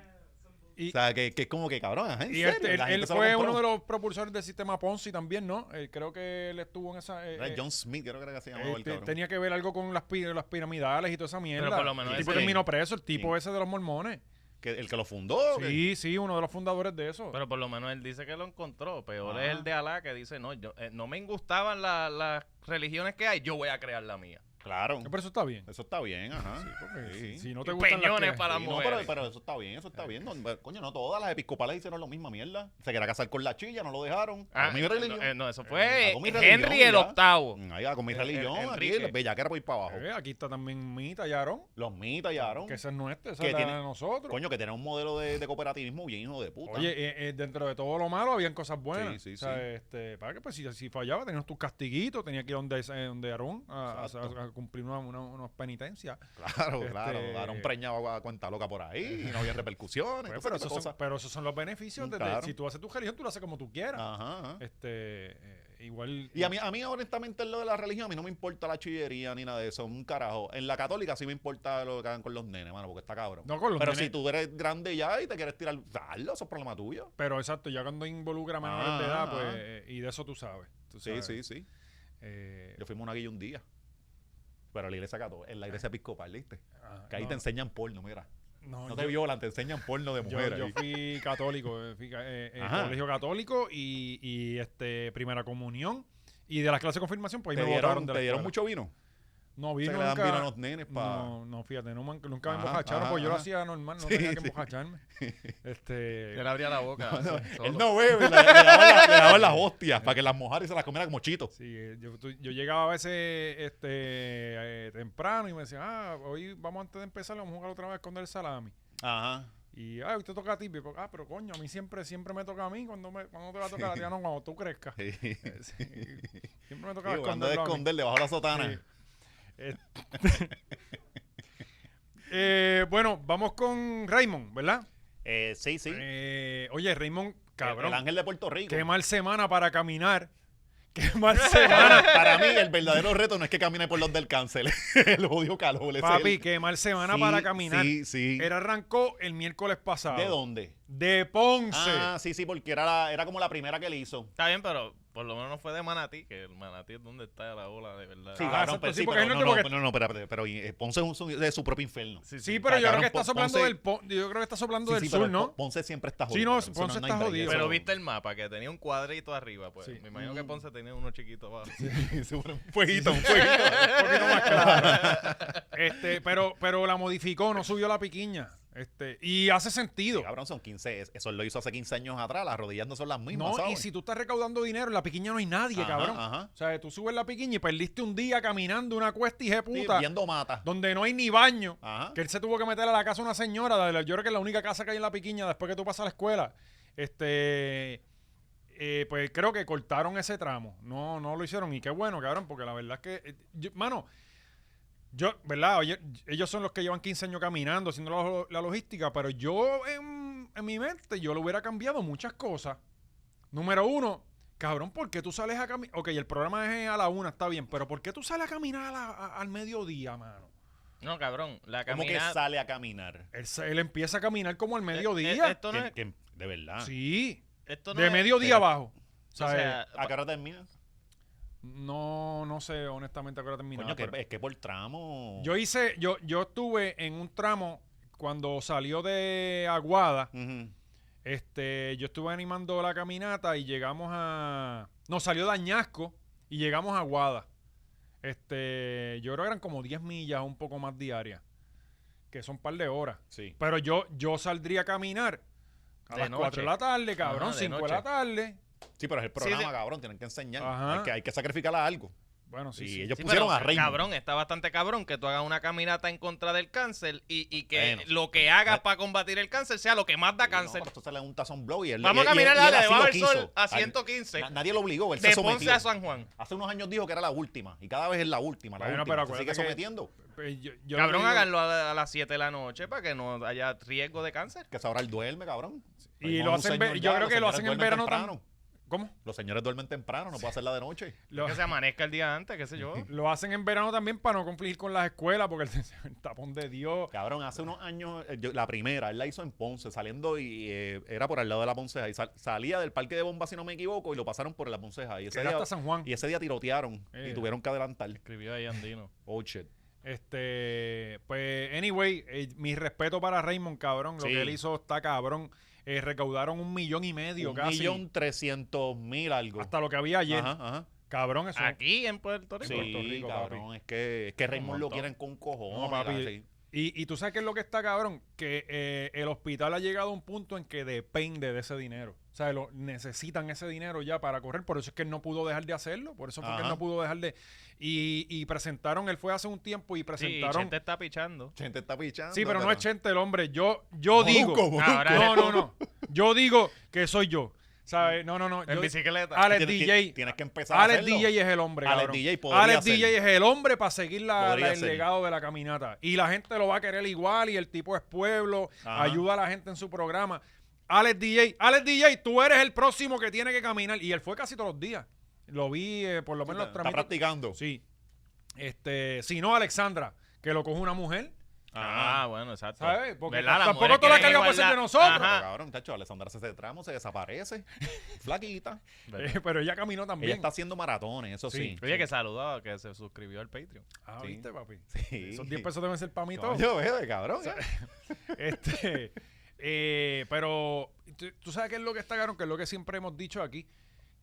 Speaker 1: Y-
Speaker 2: o sea, que, que es como que cabrón, ajá, ¿en
Speaker 1: Y
Speaker 2: serio?
Speaker 1: este, él,
Speaker 2: La gente
Speaker 1: él
Speaker 2: se lo
Speaker 1: fue
Speaker 2: compró.
Speaker 1: uno de los propulsores del sistema Ponzi también, ¿no? Eh, creo que él estuvo en esa. eh,
Speaker 2: Era
Speaker 1: eh,
Speaker 2: John Smith, creo que era que se
Speaker 1: eh,
Speaker 2: llamaba el
Speaker 1: te-
Speaker 2: cabrón.
Speaker 1: tenía que ver algo con las, pi- las piramidales y toda esa mierda.
Speaker 4: por lo menos
Speaker 1: el tipo
Speaker 4: ese-
Speaker 1: terminó preso, el tipo
Speaker 2: ¿Quién?
Speaker 1: ese de los mormones.
Speaker 2: Que- el que lo fundó. que-
Speaker 1: Sí, sí, uno de los fundadores de eso.
Speaker 4: Pero por lo menos él dice que lo encontró. Peor
Speaker 2: Ah.
Speaker 4: es el de Alá que dice, no, yo, eh, no me gustaban la- las religiones que hay, yo voy a crear la mía.
Speaker 2: Claro.
Speaker 1: Pero eso está bien.
Speaker 2: Eso está bien, ajá.
Speaker 1: Porque
Speaker 2: Sí.
Speaker 1: si- Si no
Speaker 3: Y
Speaker 1: te gustan las
Speaker 3: peñones
Speaker 1: que-
Speaker 3: para
Speaker 2: Sí,
Speaker 3: las
Speaker 2: no, pero,
Speaker 3: mujeres.
Speaker 2: pero eso está bien, eso está bien. No, pero, coño, no todas las episcopales hicieron la misma mierda. Se quería casar con la chilla, no lo dejaron.
Speaker 3: Ah,
Speaker 2: Con mi
Speaker 3: no,
Speaker 2: religión.
Speaker 3: eh, no, eso fue
Speaker 2: hago mi religión
Speaker 3: Henry
Speaker 2: y
Speaker 3: el
Speaker 2: ya. Mm.
Speaker 3: octavo.
Speaker 2: Ahí va, con mi
Speaker 3: El- el-
Speaker 2: religión, aquí,
Speaker 3: Enrique.
Speaker 2: el bellaquera por ir para abajo.
Speaker 1: Eh, aquí está también Mita y Aarón,
Speaker 2: Los mitas y Aarón.
Speaker 1: que esa es nuestra, esa
Speaker 2: Que
Speaker 1: es la
Speaker 2: tiene-
Speaker 1: de nosotros.
Speaker 2: Coño, que tienen un modelo de, de cooperativismo bien hijo de puta.
Speaker 1: Oye, eh, eh, dentro de todo lo malo habían cosas buenas.
Speaker 2: Sí, sí,
Speaker 1: o sea,
Speaker 2: sí.
Speaker 1: este, para que pues si, si fallaba tenías tus castiguitos, tenía que ir donde, eh, donde Aarón a, a-
Speaker 2: Exacto.
Speaker 1: a cumplir una, una, unas penitencias.
Speaker 2: claro,
Speaker 1: este-
Speaker 2: claro. Aarón preñado a cuenta loca por ahí y no había repercusiones.
Speaker 1: Pues,
Speaker 2: todas
Speaker 1: pero,
Speaker 2: esas
Speaker 1: esos son,
Speaker 2: cosas.
Speaker 1: pero esos son los beneficios.
Speaker 2: Mm,
Speaker 1: de- de-
Speaker 2: claro.
Speaker 1: si tú haces tu religión, tú lo haces como tú quieras.
Speaker 2: Ajá, ajá.
Speaker 1: Este, eh, igual.
Speaker 2: Y a mí, a mí, honestamente, lo de la religión, a mí no me importa la chillería ni nada de eso, un carajo. En la católica sí me importa lo que hagan con los nenes, mano, porque está cabrón.
Speaker 1: No con los
Speaker 2: pero
Speaker 1: nenes.
Speaker 2: si tú eres grande ya y te quieres tirar, dalo, eso es problema tuyo.
Speaker 1: Pero exacto, ya cuando involucra menores de
Speaker 2: Ah,
Speaker 1: edad,
Speaker 2: ah.
Speaker 1: pues, eh, y de eso tú sabes. tú
Speaker 2: Sí,
Speaker 1: sabes.
Speaker 2: sí, sí.
Speaker 1: Eh,
Speaker 2: Yo fui monaguillo un día. Pero en la iglesia católica, en la iglesia episcopal, ¿viste?
Speaker 1: ah,
Speaker 2: Que ahí
Speaker 1: no,
Speaker 2: te enseñan porno, mira.
Speaker 1: no,
Speaker 2: No te
Speaker 1: yo-
Speaker 2: violan, te enseñan porno de
Speaker 1: Yo,
Speaker 2: mujer.
Speaker 1: yo
Speaker 2: ahí.
Speaker 1: fui católico, eh, fui ca- eh, eh,
Speaker 2: Ajá.
Speaker 1: colegio católico y, y, este primera comunión. Y de las clases de confirmación, pues
Speaker 2: ¿Te
Speaker 1: ahí me
Speaker 2: dieron,
Speaker 1: botaron de la
Speaker 2: te dieron
Speaker 1: escuela.
Speaker 2: mucho vino?
Speaker 1: No
Speaker 2: Se
Speaker 1: vi
Speaker 2: le dan
Speaker 1: nunca.
Speaker 2: vino a los nenes para...
Speaker 1: No, no, fíjate, no man- nunca me
Speaker 2: Ajá,
Speaker 1: embocacharon
Speaker 2: ajá,
Speaker 1: porque yo lo
Speaker 2: ajá.
Speaker 1: hacía normal, no
Speaker 2: Sí,
Speaker 1: tenía que
Speaker 2: sí.
Speaker 1: embocacharme. Este,
Speaker 3: Él abría la boca. solo.
Speaker 2: Él no bebe, le, le daban la- le daban las hostias para que las mojara y se las comiera como chito.
Speaker 1: sí, eh, yo, tú- yo llegaba a veces este, eh, temprano y me decían, ah, hoy vamos antes de empezar, vamos a jugar otra vez con el salami.
Speaker 2: Ajá.
Speaker 1: Y, ah, hoy te toca a ti, pero, ah, pero coño, a mí siempre, siempre me toca a mí, cuando, me, cuando te va a tocar a ti, Ah, no, cuando tú crezcas.
Speaker 2: Sí.
Speaker 1: Eh, sí. Siempre me tocaba
Speaker 2: Digo, anda de
Speaker 1: esconderlo a mí.
Speaker 2: esconder debajo de la sotana.
Speaker 1: Sí. Este- Eh, bueno, vamos con Raymond, ¿verdad?
Speaker 2: Eh, sí, sí.
Speaker 1: Eh, oye, Raymond, cabrón.
Speaker 2: El ángel de Puerto Rico.
Speaker 1: Qué mal semana para caminar. Qué mal
Speaker 2: Para,
Speaker 1: semana.
Speaker 2: para mí, el verdadero reto no es que camine por los del cáncer. el odio calor. ese
Speaker 1: Papi,
Speaker 2: es
Speaker 1: qué mal
Speaker 2: el-
Speaker 1: semana
Speaker 2: Sí,
Speaker 1: para caminar.
Speaker 2: Sí, sí.
Speaker 1: Él arrancó el miércoles pasado.
Speaker 2: ¿De dónde?
Speaker 1: De Ponce.
Speaker 2: Ah, sí, sí, porque era, la- era como la primera que le hizo.
Speaker 3: Está bien, pero por lo menos no fue de Manatí, que el Manatí es donde está la ola de verdad.
Speaker 2: Sí,
Speaker 1: Ah,
Speaker 2: cabrón,
Speaker 1: exacto,
Speaker 2: pero
Speaker 1: sí,
Speaker 2: sí,
Speaker 1: porque
Speaker 2: pero
Speaker 1: él no
Speaker 2: no, no,
Speaker 1: tuvo que-
Speaker 2: no, no, espera, espera, pero eh, Ponce es un su- de su propio infierno.
Speaker 1: sí, pero yo creo
Speaker 2: cabrón,
Speaker 1: que está
Speaker 2: Ponce-
Speaker 1: soplando del, pon- yo creo que está soplando
Speaker 2: Sí,
Speaker 1: del
Speaker 2: sí, pero
Speaker 1: sur,
Speaker 2: el
Speaker 1: ¿no?
Speaker 2: Ponce siempre está
Speaker 1: Sí,
Speaker 2: jodido.
Speaker 1: no,
Speaker 2: cabrón, eso
Speaker 1: Ponce
Speaker 2: no hay
Speaker 1: está
Speaker 2: break,
Speaker 1: jodido.
Speaker 2: eso-
Speaker 3: Pero viste el mapa, que tenía un cuadrito arriba, pues.
Speaker 1: Sí.
Speaker 3: Me imagino que Ponce tenía uno chiquito abajo.
Speaker 2: un fueguito, un fueguito.
Speaker 1: Este, pero, pero la modificó, no subió la piquiña. Este, y hace sentido.
Speaker 2: Sí, cabrón, son 15. es- Eso lo hizo hace 15 años atrás. Las rodillas no son las mismas.
Speaker 1: No, y
Speaker 2: ¿sabes?
Speaker 1: si tú estás recaudando dinero, en la piquiña no hay nadie,
Speaker 2: eh. Ajá,
Speaker 1: cabrón.
Speaker 2: ajá.
Speaker 1: O sea, tú subes la piquiña y perdiste un día caminando una cuesta y
Speaker 2: Sí,
Speaker 1: puta,
Speaker 2: viendo mata.
Speaker 1: donde no hay ni baño.
Speaker 2: Ajá.
Speaker 1: Que él se tuvo que meter a la casa de una señora. de la- Yo creo que es la única casa que hay en la piquiña después que tú pasas a la escuela. Este. eh, pues creo que cortaron ese tramo. No, no lo hicieron. Y qué bueno, cabrón, porque la verdad es que. eh, yo- mano, yo, ¿verdad? Oye, ellos son los que llevan 15 años caminando, haciendo la, lo- la logística, pero yo en, en mi mente, yo le hubiera cambiado muchas cosas. Número uno, cabrón, ¿por qué tú sales a caminar? Ok, el programa es a la una, está bien, pero ¿por qué tú sales a caminar a la- a- al mediodía, mano?
Speaker 3: No, cabrón. La
Speaker 2: ¿Cómo que
Speaker 3: caminata.
Speaker 2: sale a caminar?
Speaker 1: Él, se- él empieza a caminar como al mediodía.
Speaker 3: Eh, Esto no
Speaker 2: Que-
Speaker 3: es.
Speaker 2: que- de verdad.
Speaker 1: sí,
Speaker 3: Esto no
Speaker 1: de
Speaker 3: es-
Speaker 1: mediodía
Speaker 2: pero-
Speaker 1: abajo. O
Speaker 3: O
Speaker 1: sea, eh,
Speaker 3: sea,
Speaker 2: ¿A qué hora termina?
Speaker 1: no, no sé honestamente a qué hora terminaba,
Speaker 2: Coño, que-
Speaker 1: pero-
Speaker 2: es que por tramo.
Speaker 1: Yo hice, yo, yo estuve en un tramo cuando salió de Aguada.
Speaker 2: Ujú.
Speaker 1: Este, yo estuve animando la caminata y llegamos a. Nos salió de Añasco y llegamos a Aguada. Este, yo creo que eran como 10 millas, un poco más diarias. Que son un par de horas.
Speaker 2: Sí.
Speaker 1: Pero yo, yo saldría a caminar a
Speaker 4: De
Speaker 1: las 4
Speaker 4: noche.
Speaker 1: de la tarde, cabrón,
Speaker 4: Ajá, de
Speaker 1: 5 de,
Speaker 4: noche.
Speaker 1: la tarde.
Speaker 2: Sí, pero es el programa,
Speaker 3: de-
Speaker 2: cabrón. Tienen que enseñar.
Speaker 1: Ajá.
Speaker 2: Hay que, hay que sacrificar a algo.
Speaker 1: Bueno, sí.
Speaker 2: y
Speaker 1: sí.
Speaker 2: ellos
Speaker 3: sí,
Speaker 2: pusieron
Speaker 3: pero,
Speaker 2: a Raymond.
Speaker 3: Cabrón, está bastante cabrón que tú hagas una caminata en contra del cáncer y, y que
Speaker 2: Bueno. Eh.
Speaker 3: lo que hagas para combatir el cáncer sea lo que más da
Speaker 2: Sí,
Speaker 3: cáncer.
Speaker 2: no, pero esto sale en un tazón blow y él-
Speaker 3: Vamos
Speaker 2: y-
Speaker 3: a
Speaker 2: y-
Speaker 3: caminar,
Speaker 2: y él
Speaker 3: dale,
Speaker 2: así
Speaker 3: debajo
Speaker 2: lo
Speaker 3: del sol
Speaker 2: quiso.
Speaker 3: a
Speaker 2: Al-
Speaker 3: 115.
Speaker 2: na- nadie lo obligó, él se
Speaker 3: De Ponce
Speaker 2: sometió.
Speaker 3: a San Juan.
Speaker 2: Hace unos años dijo que era la última y cada vez es la última. La
Speaker 1: Bueno,
Speaker 2: última.
Speaker 1: pero
Speaker 2: Se sigue
Speaker 1: acuérdate que-
Speaker 2: sometiendo.
Speaker 1: Pues yo- yo
Speaker 3: Cabrón,
Speaker 1: digo-
Speaker 3: háganlo a, la- a las 7 de la noche para que no haya riesgo de cáncer.
Speaker 2: Que sabrá el duerme, cabrón.
Speaker 1: Y lo
Speaker 2: Raymond es un
Speaker 1: hacen ve-
Speaker 2: señor
Speaker 1: yo
Speaker 2: ya,
Speaker 1: creo
Speaker 2: los
Speaker 1: que lo
Speaker 2: señores
Speaker 1: hacen en verano
Speaker 2: duermen
Speaker 1: tam-
Speaker 2: temprano.
Speaker 1: ¿Cómo?
Speaker 2: Los señores duermen temprano, no puede hacerla de noche.
Speaker 1: Lo-
Speaker 3: Que se amanezca el día antes, qué sé yo.
Speaker 1: Lo hacen en verano también para no conflicir con las escuelas, porque el, el tapón de Dios.
Speaker 2: Cabrón, hace unos años, eh, yo- la primera, él la hizo en Ponce, saliendo y eh, era por al lado de la Ponceja. Y sal- salía del parque de bombas, si no me equivoco, y lo pasaron por la Ponceja. Y ese,
Speaker 1: Era
Speaker 2: día,
Speaker 1: hasta San Juan.
Speaker 2: y ese día tirotearon
Speaker 1: Eh.
Speaker 2: y tuvieron que adelantar.
Speaker 3: Escribió ahí Andino.
Speaker 2: Oh, shit.
Speaker 1: Este, pues, anyway, eh, mi respeto para Raymond, cabrón. Lo
Speaker 2: Sí.
Speaker 1: que él hizo está cabrón. Eh, recaudaron un millón y medio
Speaker 2: Un
Speaker 1: casi.
Speaker 2: millón trescientos mil algo.
Speaker 1: Hasta lo que había ayer.
Speaker 2: Ajá, ajá.
Speaker 1: Cabrón,
Speaker 4: Ah,
Speaker 1: eso.
Speaker 3: Aquí en Puerto Rico.
Speaker 2: Sí,
Speaker 1: Puerto Rico,
Speaker 2: cabrón, es que, es que Raymond lo
Speaker 3: montón.
Speaker 2: quieren con cojones.
Speaker 1: No, papi.
Speaker 2: así.
Speaker 1: Y, y tú sabes qué es lo que está, cabrón. Que eh, el hospital ha llegado a un punto en que depende de ese dinero. O sea, lo, necesitan ese dinero ya para correr. Por eso es que él no pudo dejar de hacerlo. Por eso fue que
Speaker 2: Ajá.
Speaker 1: él no pudo dejar de. Y, y presentaron, él fue hace un tiempo y
Speaker 3: Sí,
Speaker 1: presentaron.
Speaker 3: Chente está pichando.
Speaker 2: Gente está pichando.
Speaker 1: Sí, pero no es Chente el hombre. Yo, yo digo.
Speaker 2: Molusco,
Speaker 3: Ahora
Speaker 1: No,
Speaker 3: eres
Speaker 1: no, no. Yo digo que soy yo. ¿Sabes? No, no, no.
Speaker 3: En
Speaker 1: Yo-
Speaker 3: bicicleta.
Speaker 1: Alex
Speaker 2: Tienes-
Speaker 1: DJ.
Speaker 2: Tienes que empezar a
Speaker 1: Alex
Speaker 2: hacerlo.
Speaker 1: DJ Ah, es el hombre,
Speaker 2: Alex
Speaker 1: cabrón.
Speaker 2: DJ podría
Speaker 1: Alex
Speaker 2: ser.
Speaker 1: DJ es el hombre para seguir la,
Speaker 2: Podría
Speaker 1: la- el
Speaker 2: ser.
Speaker 1: legado de la caminata. Y la gente lo va a querer igual y el tipo es pueblo,
Speaker 2: Ajá.
Speaker 1: ayuda a la gente en su programa. Alex DJ, Alex DJ, tú eres el próximo que tiene que caminar. Y él fue casi todos los días. Lo vi eh, por lo menos
Speaker 2: Está,
Speaker 1: los
Speaker 2: está
Speaker 1: tramitos.
Speaker 2: practicando.
Speaker 1: Sí. Este, si no, Alexandra, que lo coge una mujer.
Speaker 2: Ah,
Speaker 3: Ah, bueno, exacto.
Speaker 1: ¿Sabes? Porque
Speaker 3: ¿Verdad?
Speaker 1: t-
Speaker 3: Las
Speaker 1: tampoco
Speaker 3: mujeres
Speaker 1: toda la
Speaker 3: quieren
Speaker 1: carga puede ser de
Speaker 3: igualdad.
Speaker 1: nosotros.
Speaker 2: Pero,
Speaker 3: Ajá.
Speaker 2: cabrón, tacho, Alessandra hace ese tramo, se desaparece. Flaquita.
Speaker 1: Eh, pero ella caminó también.
Speaker 2: Ella está haciendo maratones, eso sí.
Speaker 1: Sí.
Speaker 3: Oye, que saludaba, que se suscribió al Patreon.
Speaker 1: Ah,
Speaker 2: Sí.
Speaker 1: ¿viste, papi?
Speaker 2: Sí.
Speaker 1: Esos 10 pesos deben ser para mí todo.
Speaker 2: Yo veo, cabrón. eh.
Speaker 1: Este, eh, pero tú, tú sabes qué es lo que está caro, que es lo que siempre hemos dicho aquí,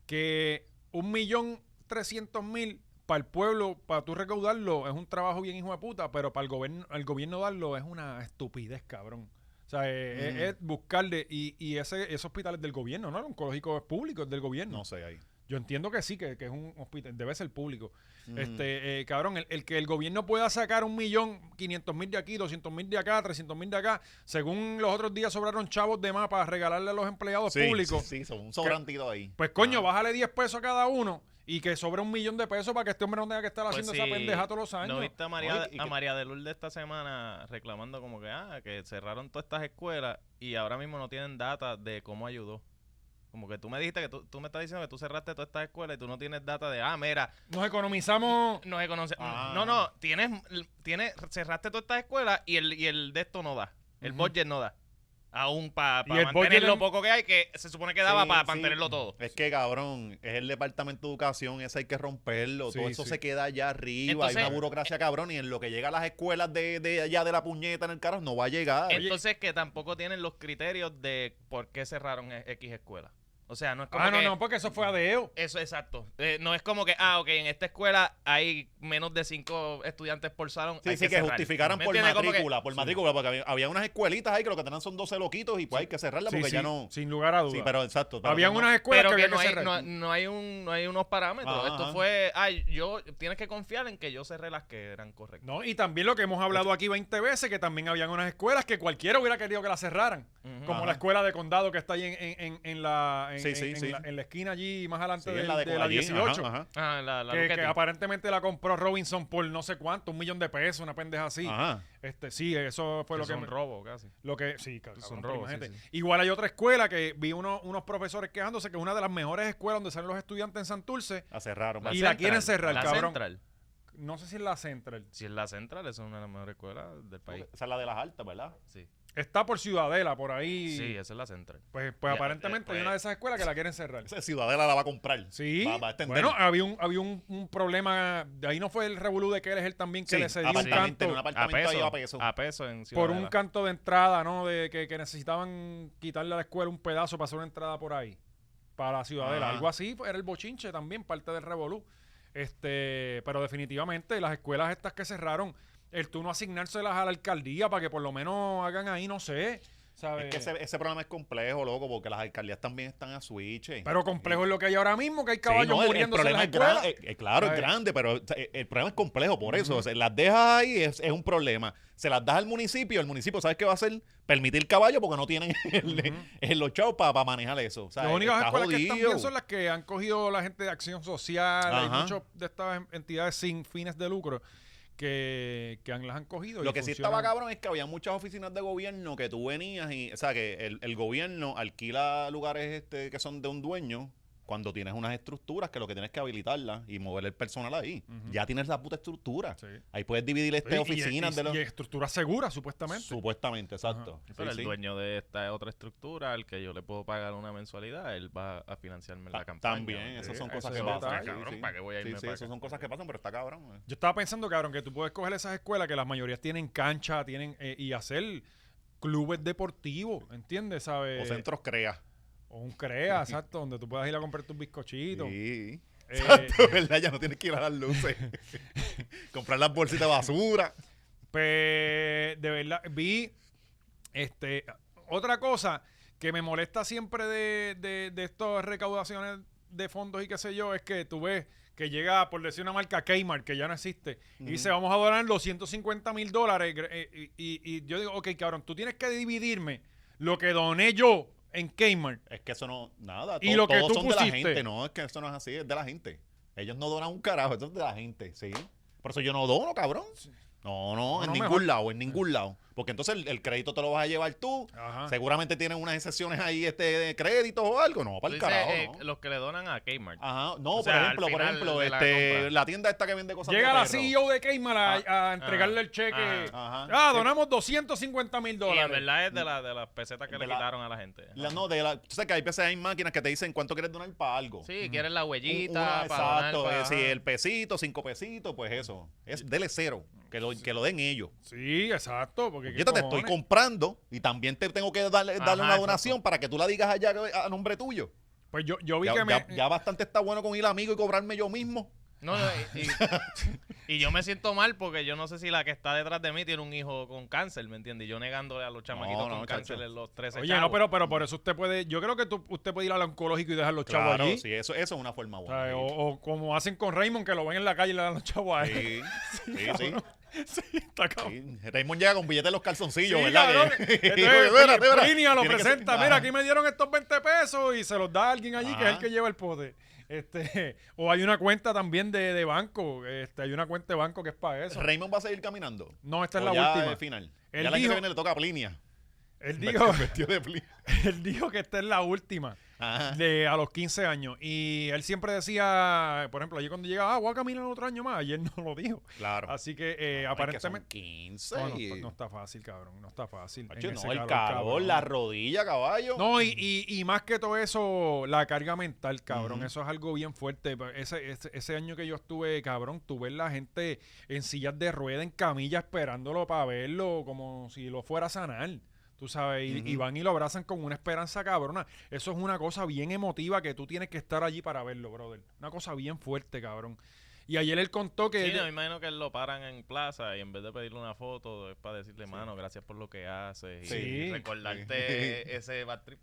Speaker 1: que un millón trescientos mil para el pueblo, para tú recaudarlo, es un trabajo bien hijo de puta, pero para el gobierno, el gobierno darlo es una estupidez, cabrón. O sea, eh, es,
Speaker 2: Mm.
Speaker 1: es buscarle, y, y ese, ese hospital es del gobierno, ¿no? El oncológico es público, es del gobierno.
Speaker 2: No sé ahí.
Speaker 1: Yo entiendo que sí, que, que es un hospital, debe ser público.
Speaker 2: Mm.
Speaker 1: Este, eh, cabrón, el, el que el gobierno pueda sacar un millón, quinientos mil de aquí, doscientos mil de acá, trescientos mil de acá, según los otros días sobraron chavos de más para regalarle a los empleados
Speaker 2: Sí,
Speaker 1: públicos,
Speaker 2: Sí, sí, son un sobrantito ahí.
Speaker 1: pues coño,
Speaker 2: Ah.
Speaker 1: bájale 10 pesos a cada uno y que sobre un millón de pesos para que este hombre no tenga que estar
Speaker 3: Pues
Speaker 1: haciendo
Speaker 3: sí,
Speaker 1: esa pendeja todos los años.
Speaker 3: ¿No viste a María,
Speaker 2: Oye, y
Speaker 3: a
Speaker 2: que-
Speaker 3: María de Lourdes esta semana reclamando como que, ah, que cerraron todas estas escuelas y ahora mismo no tienen data de cómo ayudó? Como que tú me dijiste que tú, tú me estás diciendo que tú cerraste todas estas escuelas y tú no tienes data de, ah, mira,
Speaker 1: Nos economizamos...
Speaker 3: nos econoce-
Speaker 2: Ah.
Speaker 3: No, no, tienes, tienes, cerraste todas estas escuelas y el, y el de esto no da. El
Speaker 1: Ujú.
Speaker 3: budget no da. Aún para
Speaker 1: Y el
Speaker 3: mantener
Speaker 1: budget
Speaker 3: lo
Speaker 1: en-
Speaker 3: poco que hay, que se supone que daba
Speaker 2: Sí,
Speaker 3: para
Speaker 2: sí.
Speaker 3: mantenerlo todo.
Speaker 2: Es que, cabrón, es el departamento de educación, ese hay que romperlo.
Speaker 1: Sí,
Speaker 2: todo eso
Speaker 1: sí. eh,
Speaker 2: se queda allá arriba.
Speaker 3: Entonces-
Speaker 2: hay una burocracia, cabrón, y en lo que llega a las escuelas de, de allá de la puñeta en el carro no va a llegar.
Speaker 1: Oye.
Speaker 3: Entonces que tampoco tienen los criterios de por qué cerraron e- X escuela. O sea, no es como
Speaker 1: Ah, no,
Speaker 3: que-
Speaker 1: no, porque eso fue adeo.
Speaker 3: Eso, exacto. Eh, no es como que, ah, ok, en esta escuela hay menos de cinco estudiantes por salón.
Speaker 2: Sí,
Speaker 3: hay
Speaker 2: sí, que,
Speaker 3: cerrar.
Speaker 2: justificaran
Speaker 3: ¿Me
Speaker 2: por
Speaker 3: entiendes? Como que-
Speaker 2: matrícula, por matrícula, porque había, había unas escuelitas ahí que lo que tenían son 12 loquitos y pues hay que cerrarlas
Speaker 1: Sí,
Speaker 2: porque ya
Speaker 1: sí,
Speaker 2: no...
Speaker 1: Sin lugar a dudas.
Speaker 2: Sí, pero exacto. pero
Speaker 1: Habían
Speaker 2: no-
Speaker 1: unas escuelas que,
Speaker 3: pero que
Speaker 1: había
Speaker 3: no
Speaker 1: que
Speaker 3: hay,
Speaker 1: cerrar.
Speaker 3: no, no hay un, no hay unos parámetros.
Speaker 2: Ajá,
Speaker 3: Esto
Speaker 2: ajá.
Speaker 3: fue, ay, yo, tienes que confiar en que yo cerré las que eran correctas.
Speaker 1: No, y también lo que hemos hablado aquí 20 veces, que también habían unas escuelas que cualquiera hubiera querido que las cerraran.
Speaker 3: Ujú.
Speaker 1: Como
Speaker 2: Ajá.
Speaker 1: la escuela de condado que está ahí en, en- en- en la, en,
Speaker 2: Sí, sí,
Speaker 1: en- en
Speaker 2: sí.
Speaker 1: la, en la esquina allí, más adelante
Speaker 2: Sí,
Speaker 1: del-
Speaker 2: en
Speaker 1: de, la
Speaker 2: Godallín,
Speaker 1: 18.
Speaker 2: Ajá,
Speaker 3: Ah, la, la
Speaker 1: Que, que
Speaker 3: Luchetti.
Speaker 1: aparentemente la compró Robinson por no sé cuánto, un millón de pesos, una pendeja así.
Speaker 2: ajá, ajá.
Speaker 1: Este, sí, eso fue
Speaker 3: Que
Speaker 1: lo que,
Speaker 3: son
Speaker 1: me-
Speaker 3: robo casi.
Speaker 1: lo que sí, cabrón,
Speaker 3: Son
Speaker 1: pero
Speaker 3: robos, sí,
Speaker 1: imagínate.
Speaker 3: sí.
Speaker 1: Igual hay otra escuela que vi uno- unos profesores quejándose que es una de las mejores escuelas donde salen los estudiantes en Santurce.
Speaker 2: La cerraron.
Speaker 1: Y la quieren cerrar,
Speaker 3: la
Speaker 1: cabrón.
Speaker 3: Central.
Speaker 1: No sé si es la Central.
Speaker 3: Si es la central, esa es una de las mejores escuelas del país.
Speaker 2: Esa es la de las altas, ¿verdad?
Speaker 3: Sí.
Speaker 1: Está por Ciudadela, por ahí.
Speaker 3: Sí, esa es la central.
Speaker 1: Pues, pues
Speaker 3: Ya,
Speaker 1: aparentemente
Speaker 3: eh,
Speaker 1: hay una de esas escuelas que la quieren cerrar.
Speaker 2: Esa Ciudadela la va a comprar.
Speaker 1: Sí.
Speaker 2: Va, va a extender.
Speaker 1: bueno, había un, había un, un problema. De ahí no fue el revolú de que él es él también que
Speaker 2: Sí,
Speaker 1: le cedió un
Speaker 2: apartamento,
Speaker 1: canto
Speaker 2: en un apartamento ahí a peso.
Speaker 3: A peso en
Speaker 1: por
Speaker 3: Ciudadela.
Speaker 1: un canto de entrada, ¿no? De que, que necesitaban quitarle a la escuela un pedazo para hacer una entrada por ahí. Para la ciudadela.
Speaker 2: Ah.
Speaker 1: Algo así era el bochinche también, parte del revolú. Este, pero definitivamente las escuelas estas que cerraron, el turno asignárselas a la alcaldía para que por lo menos hagan ahí, no sé. ¿sabes?
Speaker 2: Es que ese, ese programa es complejo, loco, porque las alcaldeas también están a switch. eh.
Speaker 1: Pero complejo es lo que hay ahora mismo, que hay
Speaker 2: Sí, no,
Speaker 1: caballos
Speaker 2: el- el
Speaker 1: muriéndose en
Speaker 2: problema
Speaker 1: las
Speaker 2: es gran-
Speaker 1: escuelas.
Speaker 2: eh, eh, claro, es
Speaker 1: ¿Sabes?
Speaker 2: grande, pero o sea, eh, el problema es complejo, por eso. o sea, las dejas ahí, es, es un problema. Se las das al municipio, el municipio, ¿sabes qué va a hacer? Permitir caballo porque no tienen el- el- los chavos para manejar eso. O sea,
Speaker 1: Las únicas
Speaker 2: está
Speaker 1: escuelas que están bien
Speaker 2: jodido.
Speaker 1: son las que han cogido la gente de acción social,
Speaker 2: Ajá.
Speaker 1: hay muchas de estas en- entidades sin fines de lucro que, que han- las han cogido. y
Speaker 2: Lo que sí
Speaker 1: funcionan.
Speaker 2: estaba cabrón es que había muchas oficinas de gobierno que tú venías y, o sea, que el, el gobierno alquila lugares este, que son de un dueño cuando tienes unas estructuras que lo que tienes que habilitarlas y mover el personal ahí.
Speaker 1: Ujú.
Speaker 2: Ya tienes la puta estructura.
Speaker 1: Sí.
Speaker 2: Ahí puedes dividir este
Speaker 1: Sí, y-
Speaker 2: oficinas
Speaker 1: y,
Speaker 2: de los...
Speaker 1: y estructuras seguras, supuestamente.
Speaker 2: Supuestamente, exacto. Sí,
Speaker 3: Pero el
Speaker 2: sí.
Speaker 3: dueño de esta otra estructura, al que yo le puedo pagar una mensualidad, él va a financiarme
Speaker 2: Ta-
Speaker 3: la campaña.
Speaker 2: Ah,
Speaker 3: eh,
Speaker 2: También, esas son
Speaker 1: Sí,
Speaker 2: cosas
Speaker 1: eso
Speaker 2: que
Speaker 1: es
Speaker 2: pasan.
Speaker 1: detalle,
Speaker 2: sí,
Speaker 3: cabrón,
Speaker 2: sí.
Speaker 3: ¿para qué voy a
Speaker 2: Sí,
Speaker 3: irme
Speaker 2: sí,
Speaker 3: para
Speaker 2: esas
Speaker 3: acá?
Speaker 2: son cosas que pasan, pero está cabrón. eh.
Speaker 1: Yo estaba pensando, cabrón, que tú puedes coger esas escuelas que las mayorías tienen cancha tienen eh, y hacer clubes deportivos, ¿entiendes? ¿Sabes?
Speaker 2: O centros crea.
Speaker 1: O un CREA, exacto, donde tú puedas ir a comprar tus bizcochitos.
Speaker 2: Sí.
Speaker 1: Eh,
Speaker 2: Exacto, ¿verdad? Ya no tienes que ir a las luces. Comprar las bolsitas de basura.
Speaker 1: Pues, de verdad, vi este otra cosa que me molesta siempre de, de, de estas recaudaciones de fondos y qué sé yo, es que tú ves que llega, por decir una marca Kmart, que ya no existe, y dice, vamos a donar los 150 mil dólares. gr- eh, Y, y- y yo digo, ok, cabrón, tú tienes que dividirme lo que doné yo en Kmart.
Speaker 2: Es que eso no, nada.
Speaker 1: Y
Speaker 2: to-
Speaker 1: lo que
Speaker 2: todos
Speaker 1: tú
Speaker 2: son de la
Speaker 1: pusiste.
Speaker 2: gente. No, es que eso no es así, es de la gente. Ellos no donan un carajo, eso es de la gente, sí. Por eso yo no dono, cabrón. No, no, en
Speaker 1: no,
Speaker 2: ningún
Speaker 1: mejor.
Speaker 2: lado, en ningún lado. Porque entonces el, el crédito te lo vas a llevar tú.
Speaker 1: Ajá.
Speaker 2: Seguramente tienen unas excepciones ahí este, de créditos o algo. No,
Speaker 3: Tú
Speaker 2: para el
Speaker 3: dices,
Speaker 2: carajo.
Speaker 3: eh,
Speaker 2: no.
Speaker 3: los que le donan a Kmart.
Speaker 2: Ajá, no,
Speaker 3: O
Speaker 2: por
Speaker 3: sea, al
Speaker 2: ejemplo, por
Speaker 3: final
Speaker 2: ejemplo,
Speaker 3: de la
Speaker 2: este,
Speaker 3: compra.
Speaker 2: la, tienda esta que vende cosas de
Speaker 1: Llega la E
Speaker 2: perro.
Speaker 1: CEO de Kmart a, a entregarle
Speaker 3: ah,
Speaker 1: el cheque.
Speaker 2: ah,
Speaker 1: Ah,
Speaker 2: ajá.
Speaker 1: donamos 250 mil
Speaker 3: Y
Speaker 1: dólares.
Speaker 3: en verdad es de, la, de las pesetas que
Speaker 2: De
Speaker 3: le
Speaker 2: la-
Speaker 3: quitaron a la gente.
Speaker 2: La- no, de la, tú sabes que hay veces hay máquinas que te dicen cuánto quieres donar para algo.
Speaker 3: Sí, quieren la
Speaker 2: Un- una-
Speaker 3: huellita, para donar,
Speaker 2: exacto,
Speaker 3: para-
Speaker 2: eh, si el pesito, cinco pesitos, pues eso. Es dele cero, que lo, que lo den ellos.
Speaker 1: Sí, exacto. Porque qué
Speaker 2: Pues Yo te estoy
Speaker 1: cojones.
Speaker 2: comprando y también te tengo que darle, darle
Speaker 3: Ajá,
Speaker 2: una
Speaker 3: exacto.
Speaker 2: donación para que tú la digas allá eh, a nombre tuyo.
Speaker 1: Pues yo, yo vi
Speaker 2: Ya,
Speaker 1: que
Speaker 2: ya-
Speaker 1: me.
Speaker 2: ya bastante está bueno con ir amigo y cobrarme yo mismo.
Speaker 3: No, no, y, y- y yo me siento mal porque yo no sé si la que está detrás de mí tiene un hijo con cáncer, ¿me entiendes? Y yo negándole a los chamaquitos
Speaker 2: No, no,
Speaker 3: con
Speaker 2: chacho.
Speaker 3: cáncer en los 13
Speaker 1: Oye, no,
Speaker 3: chavos.
Speaker 1: pero, pero por eso usted puede. Yo creo que tú- usted puede ir al oncológico y dejar los chavos
Speaker 2: Claro,
Speaker 1: allí. oh,
Speaker 2: sí, eso, eso es una forma
Speaker 1: O,
Speaker 2: buena.
Speaker 1: sea, o- o como hacen con Raymond, que lo ven en la calle y le dan los chavos a él.
Speaker 2: sí, sí, sí,
Speaker 1: Sí, está cabrón.
Speaker 2: sí. Raymond llega con billetes en los calzoncillos,
Speaker 1: Sí,
Speaker 2: ¿verdad?
Speaker 1: cabrón.
Speaker 2: Que-
Speaker 1: Entonces,
Speaker 2: Espera, espera.
Speaker 1: Plinia lo
Speaker 2: Tiene que ser-
Speaker 1: presenta.
Speaker 2: Ajá.
Speaker 1: Mira, aquí me dieron estos 20 pesos y se los da a alguien allí que es
Speaker 2: Ajá.
Speaker 1: el que lleva el poder. Este, o hay una cuenta también de, de banco. Este, hay una cuenta de banco que es para eso.
Speaker 2: Raymond va a seguir caminando.
Speaker 1: No, esta es
Speaker 2: O
Speaker 1: la
Speaker 2: ya
Speaker 1: última.
Speaker 2: el final.
Speaker 1: Él
Speaker 2: ya el año que
Speaker 1: dijo-
Speaker 2: viene le toca a Plinia.
Speaker 1: Él dijo,
Speaker 2: Vestido de Plinia.
Speaker 1: él dijo que esta es la última.
Speaker 2: Ajá.
Speaker 1: de a los 15 años. Y él siempre decía, por ejemplo, ayer cuando llegaba, ah, voy a caminar otro año más. Ayer no lo dijo.
Speaker 2: Claro.
Speaker 1: Así que eh,
Speaker 2: Ay, que son
Speaker 1: aparentemente.
Speaker 2: 15.
Speaker 1: No, no, está- no está fácil, cabrón. No está fácil.
Speaker 2: Macho,
Speaker 1: En
Speaker 2: no,
Speaker 1: ese
Speaker 2: el calor,
Speaker 1: cabrón.
Speaker 2: la rodilla, caballo.
Speaker 1: No, y, y- y más que todo eso, la carga mental, cabrón.
Speaker 2: Ujú.
Speaker 1: Eso es algo bien fuerte. Ese, ese, ese año que yo estuve, cabrón, tú ves la gente en sillas de rueda, en camilla, esperándolo para verlo, como si lo fuera a sanar. Tú sabes, y, y
Speaker 2: Ujú.
Speaker 1: van y lo abrazan con una esperanza cabrona. Eso es una cosa bien emotiva que tú tienes que estar allí para verlo, brother. Una cosa bien fuerte, cabrón. Y ayer él contó que...
Speaker 3: Sí,
Speaker 1: él-
Speaker 3: no, me imagino que lo paran en plaza y en vez de pedirle una foto es para decirle, mano, gracias por lo que haces y
Speaker 1: Sí.
Speaker 3: recordarte ese bad trip.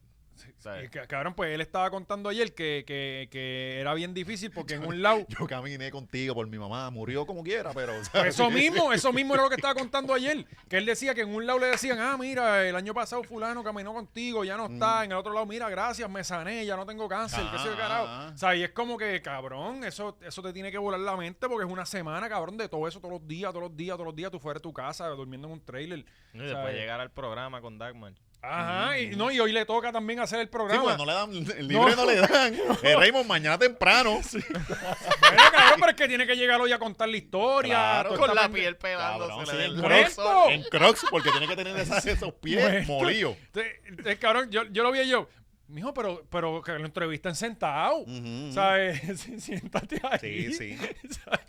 Speaker 3: ¿sabes?
Speaker 1: eh, ca- cabrón, pues él estaba contando ayer que, que- que era bien difícil porque en un lado...
Speaker 2: Yo caminé contigo por mi mamá, murió como quiera, pero. o sea,
Speaker 1: Pues eso mismo, eso mismo era lo que estaba contando ayer. Que él decía que en un lado le decían, ah, mira, el año pasado fulano caminó contigo, ya no está. En el otro lado, mira, gracias, me sané, ya no tengo cáncer, Pues, qué sé yo,
Speaker 2: Ah.
Speaker 1: carajo. O sea, y es como que, cabrón, eso, eso te tiene que volar la mente porque es una semana, cabrón, de todo eso, todos los días, todos los días, todos los días, tú fuera de tu casa, durmiendo en un trailer.
Speaker 3: No, y después
Speaker 1: ¿sabes?
Speaker 3: llegar al programa con Dagmar.
Speaker 1: Ajá, y, no, y hoy le toca también hacer el
Speaker 2: Sí,
Speaker 1: programa.
Speaker 2: pues no le dan, el libre no,
Speaker 1: No.
Speaker 2: le dan. Eh, Raymond, mañana temprano.
Speaker 1: Bueno, cabrón, pero es que tiene que llegar hoy a contar la historia.
Speaker 2: Claro.
Speaker 1: todo
Speaker 4: Con
Speaker 1: está
Speaker 4: la
Speaker 1: pendiente.
Speaker 4: piel
Speaker 2: Cabrón,
Speaker 4: pegándose
Speaker 2: sí,
Speaker 4: del
Speaker 2: el
Speaker 1: Crocs.
Speaker 4: brazo.
Speaker 2: En Crocs, porque tiene que tener esas- esos pies
Speaker 1: Muerto.
Speaker 2: molidos.
Speaker 1: Te- te- cabrón, yo, yo lo vi y yo. Mijo, pero, pero que lo entrevistan sentado.
Speaker 2: Ujú.
Speaker 1: ¿Sabes? Sí, Siéntate ahí.
Speaker 2: Sí, sí.
Speaker 1: ¿Sabes?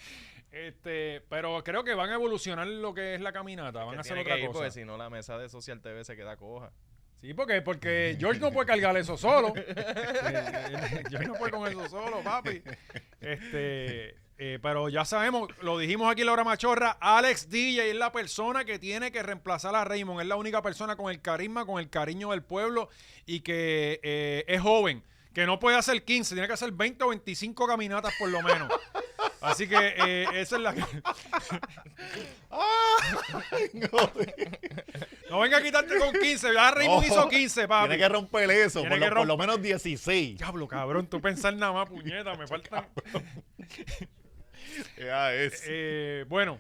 Speaker 1: Este, pero creo que van a evolucionar lo que es la caminata. Van a
Speaker 4: Que
Speaker 1: hacer
Speaker 4: tiene
Speaker 1: otra
Speaker 4: que ir,
Speaker 3: pues,
Speaker 1: cosa.
Speaker 4: porque si no la mesa de Social TV se queda coja.
Speaker 1: Sí, porque, porque George no puede cargar eso solo. Eh, George no puede con eso solo, papi. Este, eh, pero ya sabemos, lo dijimos aquí en la hora machorra, Alex DJ es la persona que tiene que reemplazar a Raymond. Es la única persona con el carisma, con el cariño del pueblo y que eh, es joven. Que no puede hacer 15, tiene que hacer 20 o 25 caminatas por lo menos. Así que eh, esa es la que... No venga a quitarte con 15, ya Raymond
Speaker 2: No,
Speaker 1: hizo 15, papi.
Speaker 2: Tiene que romper eso,
Speaker 1: Tiene
Speaker 2: por,
Speaker 1: que
Speaker 2: lo, por
Speaker 1: romp-
Speaker 2: lo menos 16.
Speaker 1: Diablo, cabrón, tú pensar nada más, puñeta, me faltan.
Speaker 2: Ya es.
Speaker 1: Eh, bueno,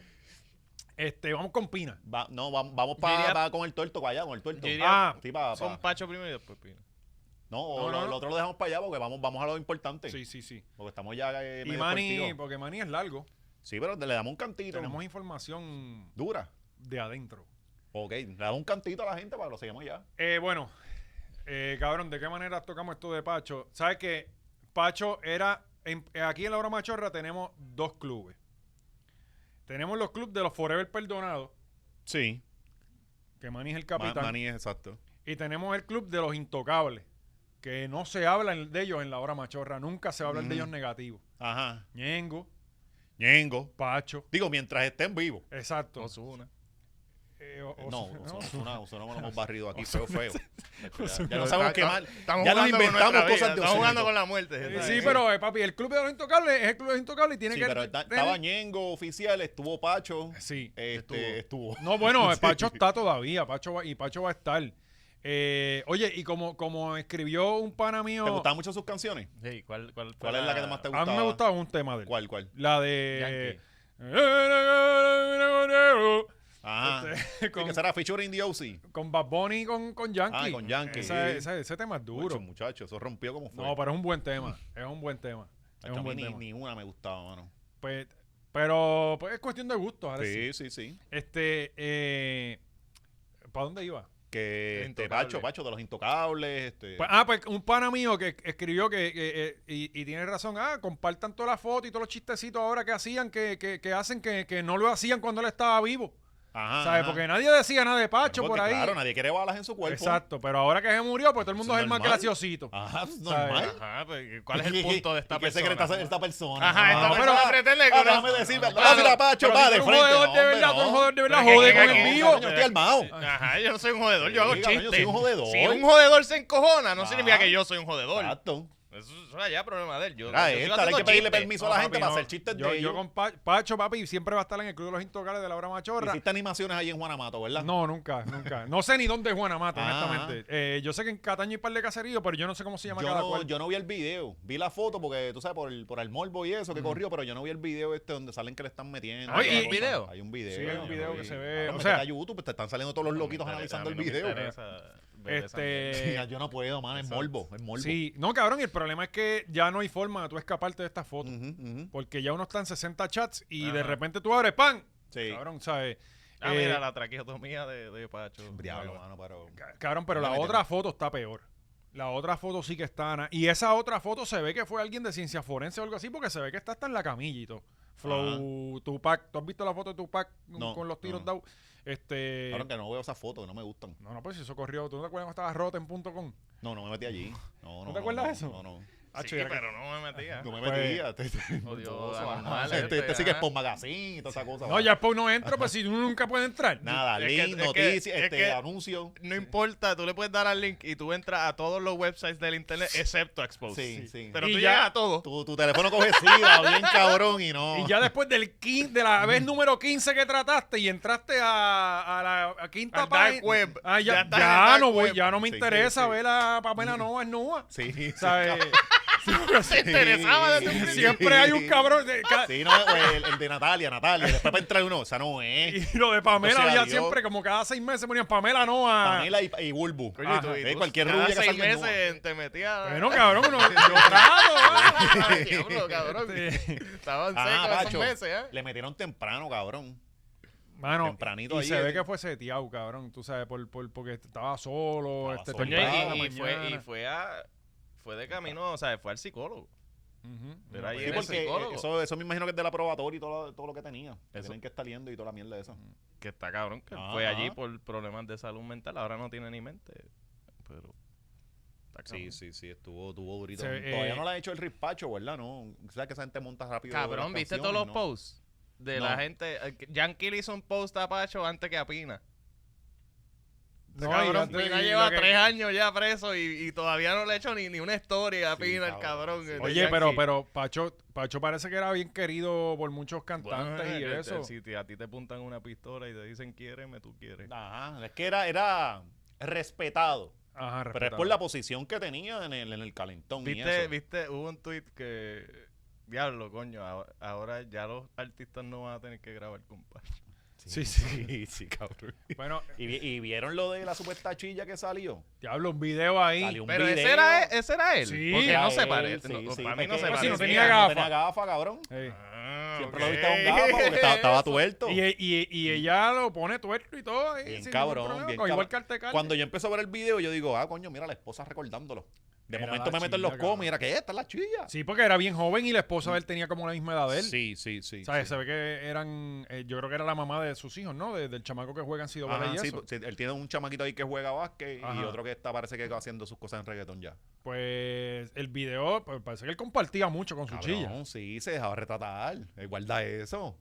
Speaker 1: este, vamos con Pina.
Speaker 2: Va- no, va- vamos
Speaker 3: Yo
Speaker 2: para
Speaker 3: diría-
Speaker 2: con el tuerto, para allá, con el tuerto.
Speaker 3: Yo diría-
Speaker 1: Ah,
Speaker 2: Sí, pa-
Speaker 3: Son
Speaker 2: pa-
Speaker 3: Pacho primero y después Pino.
Speaker 2: No, o
Speaker 1: No,
Speaker 2: lo,
Speaker 1: no, no.
Speaker 2: el otro lo dejamos para allá porque vamos, vamos a lo importante.
Speaker 1: sí, sí, sí.
Speaker 2: Porque estamos ya. eh,
Speaker 1: Y
Speaker 2: medio
Speaker 1: Manny,
Speaker 2: cortitos.
Speaker 1: porque Manny es largo.
Speaker 2: Sí, pero le damos un cantito.
Speaker 1: Tenemos información
Speaker 2: Dura.
Speaker 1: de adentro.
Speaker 2: Ok, le damos un cantito a la gente para que lo sigamos ya.
Speaker 1: Eh, bueno, eh, cabrón, ¿de qué manera tocamos esto de Pacho? ¿Sabes que Pacho era. en- aquí en la hora machorra tenemos dos clubes. Tenemos los clubes de los Forever Perdonados,
Speaker 2: Sí.
Speaker 1: que Manny es el capitán.
Speaker 2: Manny es exacto.
Speaker 1: Y tenemos el club de los intocables, que no se habla en- de ellos en la hora machorra, nunca se habla de
Speaker 2: Ujú.
Speaker 1: ellos negativo.
Speaker 2: Ajá.
Speaker 1: Ñengo,
Speaker 2: Ñengo.
Speaker 1: Pacho,
Speaker 2: Digo, mientras estén vivos.
Speaker 1: exacto.
Speaker 3: Osuna.
Speaker 1: Eh, o- o-
Speaker 2: No,
Speaker 1: no.
Speaker 2: Osuna, Osuna no lo hemos barrido aquí, feo, feo. Ya,
Speaker 1: Ozuna-
Speaker 2: ya no sabemos qué mal.
Speaker 3: Estamos
Speaker 2: Ya nos
Speaker 3: jugando con
Speaker 2: inventamos
Speaker 3: nuestra vida,
Speaker 2: cosas de
Speaker 3: Estamos jugando
Speaker 2: Osuna.
Speaker 3: con la muerte.
Speaker 1: Eh,
Speaker 3: ¿sabes?
Speaker 1: Sí, pero eh, papi, el club de los intocables es el club de los intocables y tiene
Speaker 2: Sí,
Speaker 1: que.
Speaker 2: pero está-
Speaker 1: tener-
Speaker 2: estaba Ñengo oficial, estuvo Pacho.
Speaker 1: Sí,
Speaker 2: Este, estuvo.
Speaker 1: No, bueno, eh,
Speaker 2: Sí.
Speaker 1: Pacho está todavía, Pacho va- y Pacho va a estar. Eh, oye, y como, como escribió un pana mío,
Speaker 2: ¿Te gustaban mucho sus canciones?
Speaker 3: Sí, ¿cuál, cuál,
Speaker 2: ¿Cuál es la que más te
Speaker 1: a
Speaker 2: gustaba?
Speaker 1: mí me gustaba este, un tema de él.
Speaker 2: ¿Cuál, cuál?
Speaker 1: La de.
Speaker 3: Yankee.
Speaker 2: Ajá.
Speaker 1: Este,
Speaker 2: Ah, Sí,
Speaker 1: con-
Speaker 2: que será featuring DOC.
Speaker 1: Con Bad Bunny y con, con Yankee.
Speaker 2: Ah, con Yankee,
Speaker 1: Esa-
Speaker 2: sí.
Speaker 1: esa- ese tema es
Speaker 2: Duro.
Speaker 1: duro.
Speaker 2: muchacho, eso rompió como fue.
Speaker 1: No, pero es un buen tema. Es un buen tema. Es
Speaker 2: Tacho,
Speaker 1: un
Speaker 2: a mí
Speaker 1: buen
Speaker 2: ni,
Speaker 1: tema.
Speaker 2: ni una me gustaba, mano.
Speaker 1: Pues, pero pues, es cuestión de gusto. ahora sí.
Speaker 2: Sí, sí, sí.
Speaker 1: Este, eh, ¿para dónde iba?
Speaker 2: Que este,
Speaker 3: Intocable.
Speaker 2: Pacho, Pacho, de los intocables. Este,
Speaker 1: Pues, ah, pues un pana mío que escribió que, que, eh, y, y tiene razón, ah, compartan todas las fotos y todos los chistecitos ahora que hacían, que, que, que hacen que, que no lo hacían cuando él estaba vivo.
Speaker 2: ajá,
Speaker 1: ¿Sabes?
Speaker 2: ajá. Pues,
Speaker 1: Porque nadie decía nada de Pacho
Speaker 2: Porque,
Speaker 1: por ahí.
Speaker 2: Claro, nadie quiere balas en su cuerpo.
Speaker 1: Exacto, pero ahora que se murió, pues todo el mundo
Speaker 2: Eso
Speaker 1: es
Speaker 2: es
Speaker 1: el más
Speaker 2: normal. Ah,
Speaker 1: graciosito.
Speaker 2: Ajá,
Speaker 1: ¿Sabes?
Speaker 2: es normal.
Speaker 3: Ajá, pues, ¿cuál es el punto de esta
Speaker 2: ¿Y qué
Speaker 3: persona?
Speaker 2: secreta esta persona? Ah,
Speaker 3: Ajá, esta
Speaker 2: no,
Speaker 3: persona
Speaker 2: pero-
Speaker 3: pretende que
Speaker 2: ah,
Speaker 3: no-
Speaker 2: déjame decirle,
Speaker 3: Claro,
Speaker 2: no, mira, Pacho,
Speaker 1: pero
Speaker 2: va,
Speaker 1: tú
Speaker 2: de
Speaker 1: eres un
Speaker 2: frente.
Speaker 1: jodedor de
Speaker 2: no, hombre,
Speaker 1: verdad, tú eres un
Speaker 2: no.
Speaker 1: jodedor de verdad,
Speaker 3: Pero es
Speaker 1: jode
Speaker 3: que-
Speaker 1: con
Speaker 3: que-
Speaker 1: el
Speaker 3: que-
Speaker 1: mío.
Speaker 2: Coño, estoy armado.
Speaker 3: Ajá, yo no soy un jodedor, yo hago
Speaker 2: Sí, cabrón,
Speaker 3: chistes.
Speaker 2: yo soy un jodedor.
Speaker 3: Si un jodedor se encojona, no
Speaker 2: Ah.
Speaker 3: significa que yo soy un jodedor.
Speaker 2: Exacto.
Speaker 3: Eso es allá problema de él. Yo,
Speaker 2: Mira,
Speaker 3: yo sigo
Speaker 2: esta, hay
Speaker 3: haciendo
Speaker 2: que pedirle
Speaker 3: chistes.
Speaker 2: permiso
Speaker 1: No,
Speaker 2: a la
Speaker 1: papi,
Speaker 2: gente para
Speaker 1: no.
Speaker 2: hacer chistes
Speaker 1: yo,
Speaker 2: de
Speaker 1: Yo
Speaker 2: ellos.
Speaker 1: con Pa- Pacho, papi, siempre va a estar en el Club de los Intocables de la Hora Machorra.
Speaker 2: Hiciste animaciones ahí en Juanamato, ¿verdad?
Speaker 1: No, nunca, nunca. No sé ni dónde es Juanamata,
Speaker 2: Ah.
Speaker 1: honestamente. Eh, yo sé que en Cataño hay un par de caseríos, pero yo no sé cómo se llama
Speaker 2: Yo
Speaker 1: cada
Speaker 2: no,
Speaker 1: cual.
Speaker 2: yo no vi el video, vi la foto porque tú sabes por el, por el morbo y eso que corrió, pero yo no vi el video este donde salen que le están metiendo.
Speaker 1: Ah,
Speaker 2: y toda
Speaker 1: y-
Speaker 2: la
Speaker 1: y-
Speaker 2: cosa.
Speaker 3: video.
Speaker 2: Hay un video.
Speaker 1: Sí, hay un
Speaker 2: yo
Speaker 1: video
Speaker 2: lo
Speaker 1: que
Speaker 2: vi.
Speaker 1: se ve,
Speaker 2: Claro,
Speaker 1: o
Speaker 2: me
Speaker 1: sea-
Speaker 2: mete a YouTube, pues te están saliendo todos los loquitos analizando el video.
Speaker 1: Este,
Speaker 2: Mira, yo no puedo, man, es morbo, es morbo.
Speaker 1: Sí, no, cabrón, y el problema es que ya no hay forma de tú escaparte de esta foto.
Speaker 2: Ujú, ujú.
Speaker 1: Porque ya uno está en 60 chats y de
Speaker 3: Ajá.
Speaker 1: repente tú abres ¡pam!
Speaker 2: Sí.
Speaker 1: Cabrón, ¿sabes?
Speaker 3: Ah,
Speaker 1: Eh,
Speaker 3: mira, la traqueotomía de, de Pacho.
Speaker 2: Diablo, mano, pero.
Speaker 1: ca- Cabrón, pero
Speaker 2: No
Speaker 1: la
Speaker 2: me
Speaker 1: otra foto está peor. La otra foto sí que está, Ana. Y esa otra foto se ve que fue alguien de ciencia forense o algo así, porque se ve que está hasta en la camilla y todo. Flow, Tupac. ¿Tú has visto la foto de Tupac
Speaker 2: No,
Speaker 1: con los tiros
Speaker 2: no.
Speaker 1: dados? Este.
Speaker 2: Cabrón, que no veo esas fotos, que no me gustan.
Speaker 1: No, no, pues eso corrió. ¿Tú no te acuerdas cuando estaba roto en punto com?
Speaker 2: No, no me metí allí. No, no.
Speaker 1: te acuerdas
Speaker 2: no,
Speaker 1: de eso?
Speaker 2: No, no.
Speaker 1: Ah,
Speaker 3: Sí,
Speaker 1: chica, que-
Speaker 3: pero no me metía.
Speaker 2: No me
Speaker 1: Pues-
Speaker 2: metía. Te, te,
Speaker 3: Oh, Dios,
Speaker 2: todo eso,
Speaker 3: animal,
Speaker 2: ajá. Te-
Speaker 3: este,
Speaker 2: te sigues
Speaker 3: ajá.
Speaker 2: por magazine y toda esa cosa.
Speaker 1: No, ya después no entro, pues si uno nunca puede entrar.
Speaker 2: Nada,
Speaker 3: Es que-
Speaker 2: link,
Speaker 3: es que-
Speaker 2: noticias,
Speaker 3: es
Speaker 2: este,
Speaker 3: que-
Speaker 2: anuncio.
Speaker 3: No importa, tú le puedes dar al link y tú entras a todos los websites del internet excepto a Expose.
Speaker 2: Sí, sí.
Speaker 3: Pero
Speaker 1: Y
Speaker 3: tú
Speaker 1: ya.
Speaker 3: llegas a todo.
Speaker 2: Tu, tu teléfono coge sida, bien cabrón, y no.
Speaker 1: Y ya después del quin- de la vez número 15 que trataste y entraste a, a la a quinta
Speaker 3: Al dark
Speaker 1: página-
Speaker 3: web.
Speaker 1: Ah, ya,
Speaker 3: Ya estás
Speaker 1: ya
Speaker 3: en el
Speaker 1: no
Speaker 3: dark
Speaker 1: voy,
Speaker 3: web.
Speaker 1: ya no me
Speaker 2: Sí,
Speaker 1: interesa
Speaker 2: sí, sí.
Speaker 1: ver a Pamela Nova es nueva.
Speaker 2: Sí, sí.
Speaker 1: ¿Sabes? Sí.
Speaker 4: interesaba desde un
Speaker 1: Siempre hay un cabrón. de- ca-
Speaker 2: Sí, no, o el, el de Natalia, Natalia. Después para entrar uno, o sea, no, eh.
Speaker 1: Y lo de Pamela
Speaker 2: O sea,
Speaker 1: había
Speaker 2: Dios.
Speaker 1: siempre, como cada seis meses ponían Pamela no a.
Speaker 2: Pamela y, y Bulbu.
Speaker 4: Oye, tú-
Speaker 2: Ajá.
Speaker 4: y
Speaker 2: Eh,
Speaker 4: tú
Speaker 2: cualquier
Speaker 4: cada
Speaker 2: rubia que
Speaker 4: seis
Speaker 2: salga en
Speaker 4: meses te metía.
Speaker 1: Bueno, cabrón, uno, yo trato, ¿eh?
Speaker 4: Ah, diablo, cabrón.
Speaker 1: Sí.
Speaker 4: Estaban
Speaker 2: Ah,
Speaker 4: secos esos
Speaker 2: Pacho.
Speaker 4: meses, ¿eh?
Speaker 2: Le metieron temprano, cabrón.
Speaker 1: Mano,
Speaker 2: Tempranito
Speaker 1: y
Speaker 2: ahí,
Speaker 1: se ve
Speaker 2: eh.
Speaker 1: que fue seteado, cabrón. Tú sabes, por, por, porque estaba solo.
Speaker 2: Estaba
Speaker 1: este,
Speaker 2: solo.
Speaker 4: Coño,
Speaker 1: temprano
Speaker 2: Temprano
Speaker 1: en
Speaker 4: y,
Speaker 1: la
Speaker 4: y fue, y
Speaker 1: mañana.
Speaker 4: fue a. Fue de camino, o sea, fue al psicólogo.
Speaker 1: Ujú.
Speaker 4: Pero ahí
Speaker 2: Sí,
Speaker 4: era el
Speaker 2: porque
Speaker 4: psicólogo.
Speaker 2: eh, eso, eso me imagino que es de la probatoria y todo, lo- todo lo que tenía. Que
Speaker 4: Eso.
Speaker 2: Tienen que estar liendo y toda la mierda esa.
Speaker 4: Que está cabrón, que
Speaker 2: Ajá.
Speaker 4: fue allí por problemas de salud mental. Ahora no tiene ni mente. Pero. Está cabrón.
Speaker 2: Sí, sí, sí, estuvo, tuvo durito.
Speaker 1: Se-
Speaker 2: Todavía
Speaker 1: eh,
Speaker 2: no la ha hecho el rispacho, ¿verdad? No, sabes que esa gente monta rápido.
Speaker 4: Cabrón,
Speaker 2: las
Speaker 4: ¿viste
Speaker 2: canciones,
Speaker 4: todos los
Speaker 2: ¿no?
Speaker 4: posts? De
Speaker 2: No.
Speaker 4: la gente. eh, que Yankee le hizo un post a Pacho antes que a Pina.
Speaker 1: No,
Speaker 4: cabrón,
Speaker 1: y-
Speaker 4: Pina
Speaker 1: y
Speaker 4: lleva
Speaker 1: lo que-
Speaker 4: tres años ya preso y, y todavía no le he hecho ni, ni una historia a
Speaker 2: Sí,
Speaker 4: Pina, el cabrón.
Speaker 2: cabrón, sí.
Speaker 4: el de
Speaker 1: Oye, pero,
Speaker 4: Yankee.
Speaker 1: pero Pacho, Pacho parece que era bien querido por muchos
Speaker 4: Bueno,
Speaker 1: cantantes y
Speaker 4: eh,
Speaker 1: eso.
Speaker 4: Si te- a ti te apuntan una pistola y te dicen quiéreme, tú quieres.
Speaker 2: Ajá, es que era, era respetado.
Speaker 1: Ajá,
Speaker 2: Pero es por la posición que tenía en el, en el calentón. y
Speaker 4: ¿Viste,
Speaker 2: eso.
Speaker 4: viste, hubo un tweet que. Diablo, coño, ahora, ahora ya los artistas no van a tener que grabar con Pacho.
Speaker 1: Sí,
Speaker 2: sí, sí, cabrón.
Speaker 1: Bueno,
Speaker 2: ¿Y, vi- y vieron lo de la supuesta chilla que salió?
Speaker 1: diablo, un video ahí.
Speaker 2: Salió un
Speaker 4: Pero
Speaker 2: video.
Speaker 4: ese era, e- ese era él.
Speaker 1: Sí.
Speaker 4: porque no
Speaker 2: Era
Speaker 4: se
Speaker 2: él,
Speaker 4: parece.
Speaker 2: sí, sí,
Speaker 4: para mí no se
Speaker 2: porque
Speaker 1: no
Speaker 4: parece.
Speaker 1: parecía. tenía gafa.
Speaker 2: No tenía gafa, cabrón.
Speaker 1: Ey.
Speaker 2: Siempre lo viste a un gafa porque estaba, estaba tuerto.
Speaker 1: Y, y- y ella lo pone tuerto y todo. ahí,
Speaker 2: Bien
Speaker 1: sin
Speaker 2: cabrón,
Speaker 1: ningún problema,
Speaker 2: bien
Speaker 1: con Igual
Speaker 2: cabrón.
Speaker 1: que Artecal.
Speaker 2: Cuando yo empecé a ver el video, yo digo, ah, coño, mira la esposa recordándolo. De
Speaker 1: Era
Speaker 2: momento
Speaker 1: la
Speaker 2: me meto en los
Speaker 1: chilla,
Speaker 2: comos y era que esta es la chilla.
Speaker 1: Sí, porque era bien joven y la esposa de él tenía como la misma edad de él.
Speaker 2: Mm. sí, sí. sí,
Speaker 1: O sea,
Speaker 2: sí.
Speaker 1: se ve que eran. eh, yo creo que era la mamá de sus hijos, ¿no? De- del chamaco que juega en Sido
Speaker 2: Ajá,
Speaker 1: y
Speaker 2: sí, pues.
Speaker 1: eso.
Speaker 2: sí, él tiene un chamaquito ahí que juega básquet y
Speaker 1: Ajá.
Speaker 2: otro que está parece que va haciendo sus cosas en reggaetón ya.
Speaker 1: Pues el video, pues, parece que él compartía mucho con su chilla.
Speaker 2: Cabrón, sí, se dejaba retratar. Eh, Guarda eso.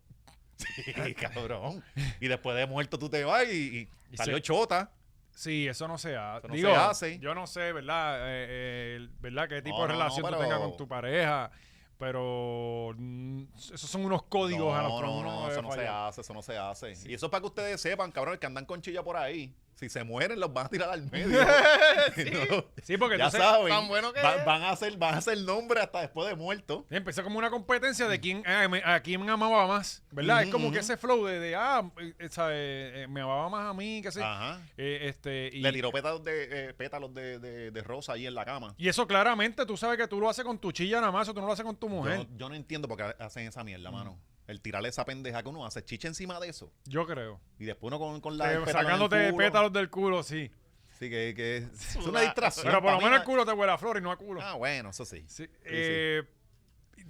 Speaker 2: Sí, cabrón. Y después de muerto tú te vas y, y
Speaker 1: Y
Speaker 2: salió
Speaker 1: se-
Speaker 2: chota.
Speaker 1: Sí, eso no se hace.
Speaker 2: Eso no
Speaker 1: Digo,
Speaker 2: se hace.
Speaker 1: Yo no sé, ¿verdad? Eh, eh, el- ¿Verdad? ¿Qué tipo
Speaker 2: No,
Speaker 1: de
Speaker 2: no, no,
Speaker 1: relación tú
Speaker 2: pero-
Speaker 1: tengas con tu pareja? Pero mm, esos son unos códigos a los eh,
Speaker 2: no,
Speaker 1: que
Speaker 2: no,
Speaker 1: uno
Speaker 2: no,
Speaker 1: debe
Speaker 2: eso no se
Speaker 1: fallar.
Speaker 2: hace, eso no se hace. Y eso es para que ustedes sepan, cabrón, que andan con chilla por ahí. Si se mueren, los van a tirar al medio. No,
Speaker 1: Sí, porque
Speaker 2: ya
Speaker 1: entonces
Speaker 2: saben.
Speaker 4: tan bueno que
Speaker 2: va-
Speaker 4: es.
Speaker 2: van, a hacer, van a hacer nombre hasta después de muerto.
Speaker 1: empezó como una competencia de quién, eh, me- a quién amaba más, ¿verdad? es
Speaker 2: Mm. Ujú,
Speaker 1: como que
Speaker 2: ujú.
Speaker 1: ese flow de, de, ah, eh, eh, ¿sabes? Eh, me amaba más a mí, qué sé.
Speaker 2: Ajá.
Speaker 1: Eh, este, y,
Speaker 2: Ah. Le tiró pétalos de, eh, pétalos de, de- de rosa ahí en la cama.
Speaker 1: y eso claramente tú sabes que tú lo haces con tu chilla nada más, o tú no lo haces con tu
Speaker 2: Yo,
Speaker 1: mujer. Mm.
Speaker 2: no- yo no entiendo por qué hacen esa mierda, mano. El tirarle esa pendeja que uno hace, chicha encima de eso.
Speaker 1: Yo creo.
Speaker 2: Y después uno con, con la.
Speaker 1: Eh,
Speaker 2: el pétalo en el
Speaker 1: sacándote
Speaker 2: culo.
Speaker 1: pétalos del culo, sí.
Speaker 2: Sí, que, que es, es una distracción.
Speaker 1: Pero por
Speaker 2: pa'
Speaker 1: lo
Speaker 2: mí,
Speaker 1: menos el
Speaker 2: ma-
Speaker 1: culo te huele a flor y no a culo.
Speaker 2: Ah, bueno, eso sí.
Speaker 1: Sí, eh,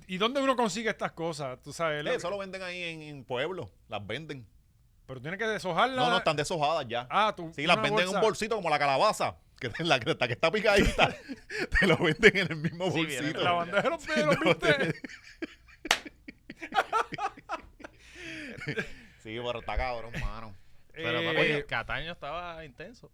Speaker 1: ¿Y y dónde uno consigue estas cosas? Tú sabes. la-
Speaker 2: Eh, eso lo venden ahí en, en pueblo. Las venden.
Speaker 1: Pero tienes que deshojarla.
Speaker 2: No, no, están deshojadas ya.
Speaker 1: Ah, tú.
Speaker 2: sí, las
Speaker 1: una
Speaker 2: venden en un
Speaker 1: bolsa.
Speaker 2: bolsito como la calabaza. Que es la cresta que está picadita. te lo venden en el mismo
Speaker 4: Sí, viene
Speaker 2: bolsito.
Speaker 1: La bandeja de los, de
Speaker 2: Sí,
Speaker 1: los
Speaker 2: no, te-
Speaker 1: bistecs.
Speaker 2: sí, pero está cabrón, mano.
Speaker 4: Pero
Speaker 1: Eh,
Speaker 4: papi, Cataño estaba intenso.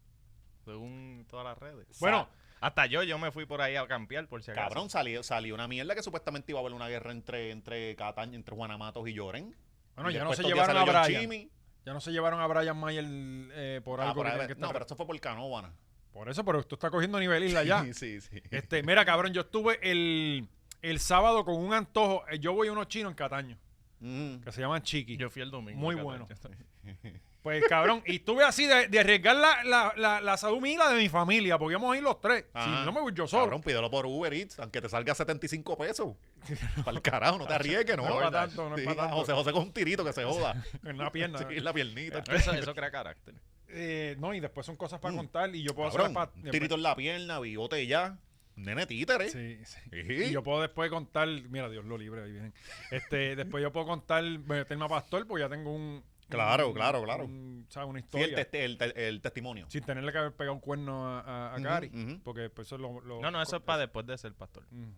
Speaker 4: Según todas las redes.
Speaker 1: Bueno,
Speaker 4: Hasta yo, yo me fui por ahí a campear, por si acaso.
Speaker 2: Cabrón, salió, salió una mierda que supuestamente iba a haber una guerra entre, entre Cataño, entre Juanamatos y Lloren.
Speaker 1: bueno,
Speaker 2: Y
Speaker 1: ya no
Speaker 2: después
Speaker 1: se
Speaker 2: estos días
Speaker 1: llevaron a
Speaker 2: salió John
Speaker 1: Brian.
Speaker 2: Chimmy.
Speaker 1: Ya no se llevaron a Brian Mayer eh, por
Speaker 2: Ah,
Speaker 1: algo.
Speaker 2: por
Speaker 1: que
Speaker 2: ahí-
Speaker 1: tienen que
Speaker 2: no,
Speaker 1: estar-
Speaker 2: pero esto fue por Canóvana.
Speaker 1: Por eso, pero tú estás cogiendo nivel isla ya.
Speaker 2: Sí, sí, sí.
Speaker 1: Este, mira, cabrón, yo estuve el, el sábado con un antojo. Eh, Yo voy a unos chinos en Cataño,
Speaker 2: Mm.
Speaker 1: que se llaman Chiqui.
Speaker 4: Yo fui el domingo.
Speaker 1: Muy
Speaker 4: Cataño.
Speaker 1: bueno. Pues, cabrón, y estuve así de, de arriesgar la, la, la, la salud mía y la de mi familia, porque íbamos a ir los tres.
Speaker 2: Ajá.
Speaker 1: Si no me voy yo solo.
Speaker 2: Ah, Cabrón, pídelo por Uber Eats, aunque te salga 75 pesos. Para el carajo, no te arriesgues, ¿no?
Speaker 1: Ah, No es pa' tanto, no es
Speaker 2: Sí, ah,
Speaker 1: pa' tanto.
Speaker 2: José José con un tirito que se joda.
Speaker 1: En una pierna.
Speaker 2: Sí, en la piernita.
Speaker 4: Eso, eso crea carácter.
Speaker 1: Eh, no, y después son cosas para
Speaker 2: Mm.
Speaker 1: contar y yo puedo
Speaker 2: Cabrón,
Speaker 1: hacer
Speaker 2: un tirito en la pierna, bigote ya. Nene títere.
Speaker 1: Sí, sí.
Speaker 2: Ejí.
Speaker 1: Y yo puedo después contar, mira, Dios lo libre, ahí vienen. Este, después yo puedo contar, meterme a pastor, porque ya tengo un.
Speaker 2: Claro,
Speaker 1: un-
Speaker 2: claro, claro.
Speaker 1: un- ¿sabes? Una
Speaker 2: Sí, el,
Speaker 1: historia.
Speaker 2: testi- el te- el testimonio.
Speaker 1: sin tenerle que haber pegado un cuerno a, a, a
Speaker 2: Ujú,
Speaker 1: Gary,
Speaker 2: ujú.
Speaker 1: porque pues, eso es lo, lo-
Speaker 3: No, no, eso es para después de ser pastor.
Speaker 1: Mm.